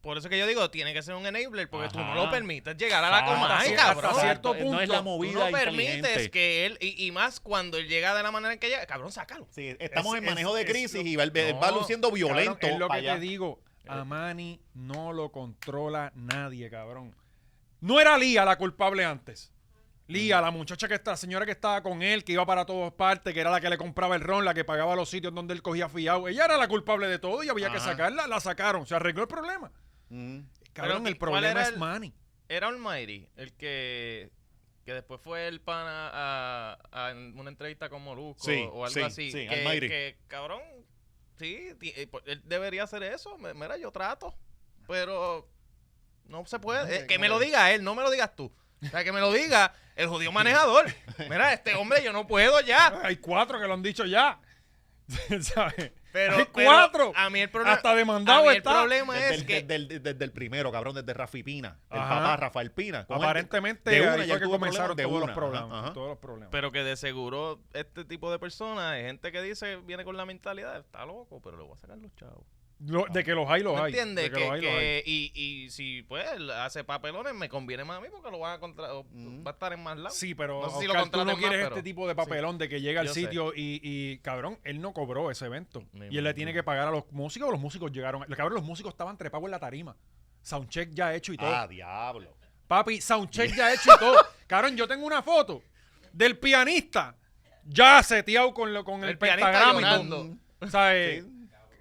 Speaker 3: Por eso que yo digo, tiene que ser un enabler, porque tú no
Speaker 2: Ajá.
Speaker 3: lo permites llegar a la
Speaker 2: Hasta
Speaker 3: Comay,
Speaker 1: cierto-
Speaker 3: cabrón.
Speaker 1: hasta cierto
Speaker 2: No es
Speaker 1: punto,
Speaker 2: la
Speaker 1: tú
Speaker 3: Tú
Speaker 2: movida
Speaker 3: no permites
Speaker 2: inteligente.
Speaker 3: que él, y, y más cuando él llega de la manera en que llega, cabrón, sácalo.
Speaker 2: Sí, estamos
Speaker 1: Es-
Speaker 2: en manejo
Speaker 1: es-
Speaker 2: de
Speaker 1: es
Speaker 2: crisis
Speaker 1: lo-
Speaker 2: y va,
Speaker 1: No,
Speaker 2: va luciendo violento.
Speaker 1: Cabrón, es lo
Speaker 2: pa'
Speaker 1: que
Speaker 2: allá.
Speaker 1: te digo. A Manny no lo controla nadie, cabrón. No era Lía la culpable antes. Lía, la muchacha que está, señora que estaba con él, que iba para todas partes, que era la que le compraba el ron, la que pagaba los sitios donde él cogía fiado. Ella era la culpable de todo y había que
Speaker 2: Ajá.
Speaker 1: sacarla. La sacaron. Se arregló el problema.
Speaker 2: Mm.
Speaker 1: Cabrón,
Speaker 3: Pero,
Speaker 1: el
Speaker 3: ¿y cuál
Speaker 1: problema
Speaker 3: era
Speaker 1: es
Speaker 3: el-
Speaker 1: Manny.
Speaker 3: Era Almighty el que, que después fue el pana a, a una entrevista con Molusco
Speaker 2: Sí,
Speaker 3: o algo
Speaker 2: sí,
Speaker 3: así.
Speaker 2: sí,
Speaker 3: que,
Speaker 2: Almighty.
Speaker 3: que, cabrón, sí, ti- eh, pues, él debería hacer eso. Me- Mira, yo trato, pero no se puede. Eh, que me lo diga él, no me lo digas tú. O sea, que me lo diga el jodido manejador. Mira, este hombre, yo no puedo ya.
Speaker 1: Hay cuatro que lo han dicho ya. ¿Sabes?
Speaker 3: Pero,
Speaker 1: Hay
Speaker 3: pero
Speaker 1: cuatro.
Speaker 3: a mí el problema.
Speaker 1: Hasta demandado
Speaker 3: a mí
Speaker 1: está.
Speaker 3: El problema
Speaker 2: Desde,
Speaker 3: es
Speaker 2: el,
Speaker 3: que.
Speaker 2: desde el- desde el primero, cabrón, desde Rafi Pina. El
Speaker 1: Ajá.
Speaker 2: papá Rafael Pina. Con él-
Speaker 1: Aparentemente,
Speaker 2: de una
Speaker 1: ahí fue
Speaker 2: ya él
Speaker 1: que
Speaker 2: tuvo
Speaker 1: comenzaron
Speaker 2: problemas de
Speaker 1: todos los,
Speaker 2: una.
Speaker 1: problemas,
Speaker 2: Ajá, ajá.
Speaker 1: todos los problemas.
Speaker 3: Pero que de seguro este tipo de personas, hay gente que dice, viene con la mentalidad, está loco, pero le voy a sacar los chavos.
Speaker 1: Lo- de que los hay, los
Speaker 3: ¿Me
Speaker 1: hay.
Speaker 3: entiendes?
Speaker 1: De
Speaker 3: Que,
Speaker 1: que los hay, los
Speaker 3: que-
Speaker 1: hay.
Speaker 3: y, y si pues hace papelones, me conviene más a mí porque lo van a contra o
Speaker 2: Mm.
Speaker 3: va a estar en más lados.
Speaker 1: Sí, pero
Speaker 3: No sé si lo
Speaker 1: Oscar, tú no
Speaker 3: contraten más,
Speaker 1: quieres
Speaker 3: pero-
Speaker 1: este tipo de papelón de que llega al
Speaker 3: Yo sé.
Speaker 1: sitio y, y, cabrón, él no cobró ese evento.
Speaker 3: Me
Speaker 1: y él le
Speaker 3: imagino.
Speaker 1: tiene que pagar a los músicos, los músicos llegaron. Cabrón, los músicos estaban trepados en la tarima. Soundcheck ya hecho y todo.
Speaker 2: Ah, diablo.
Speaker 1: Papi, soundcheck ya hecho y todo. Cabrón, yo tengo una foto del pianista ya seteado con, lo, con el,
Speaker 3: El pianista
Speaker 1: pentagrama y todo.
Speaker 3: llorando.
Speaker 1: O sea, eh,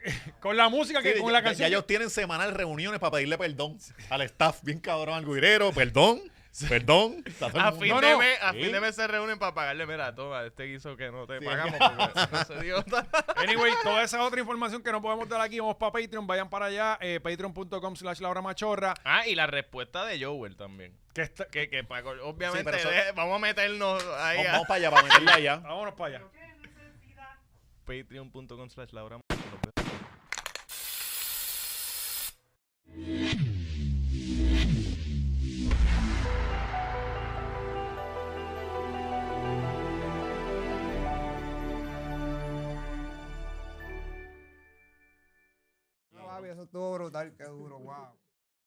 Speaker 1: con la música, que,
Speaker 2: Sí,
Speaker 1: con
Speaker 2: ya-
Speaker 1: la
Speaker 2: ya-
Speaker 1: canción.
Speaker 2: Ya ellos tienen semanal reuniones para pedirle perdón al staff, bien cabrón, al guirero, perdón, perdón. Está todo el
Speaker 3: A
Speaker 2: mundo-
Speaker 3: fin,
Speaker 1: No,
Speaker 3: de
Speaker 1: no.
Speaker 3: mes, a
Speaker 2: Sí.
Speaker 3: fin de mes se reúnen para pagarle, mira, toma, este guiso que no te pagamos porque no se dio.
Speaker 1: Anyway, toda esa otra información que no podemos dar aquí, vamos para Patreon, vayan para allá, eh, patreon.com slash Laura Machorra.
Speaker 3: Ah, y la respuesta de Joel también.
Speaker 1: Que está-
Speaker 3: Que, que Paco, obviamente,
Speaker 2: pero eso-
Speaker 3: de- vamos a meternos ahí
Speaker 2: Vamos,
Speaker 3: a
Speaker 2: vamos para allá, para meterle allá.
Speaker 1: Vámonos para allá.
Speaker 3: patreon.com slash Laura.
Speaker 8: No, papi, eso estuvo brutal, qué duro, wow.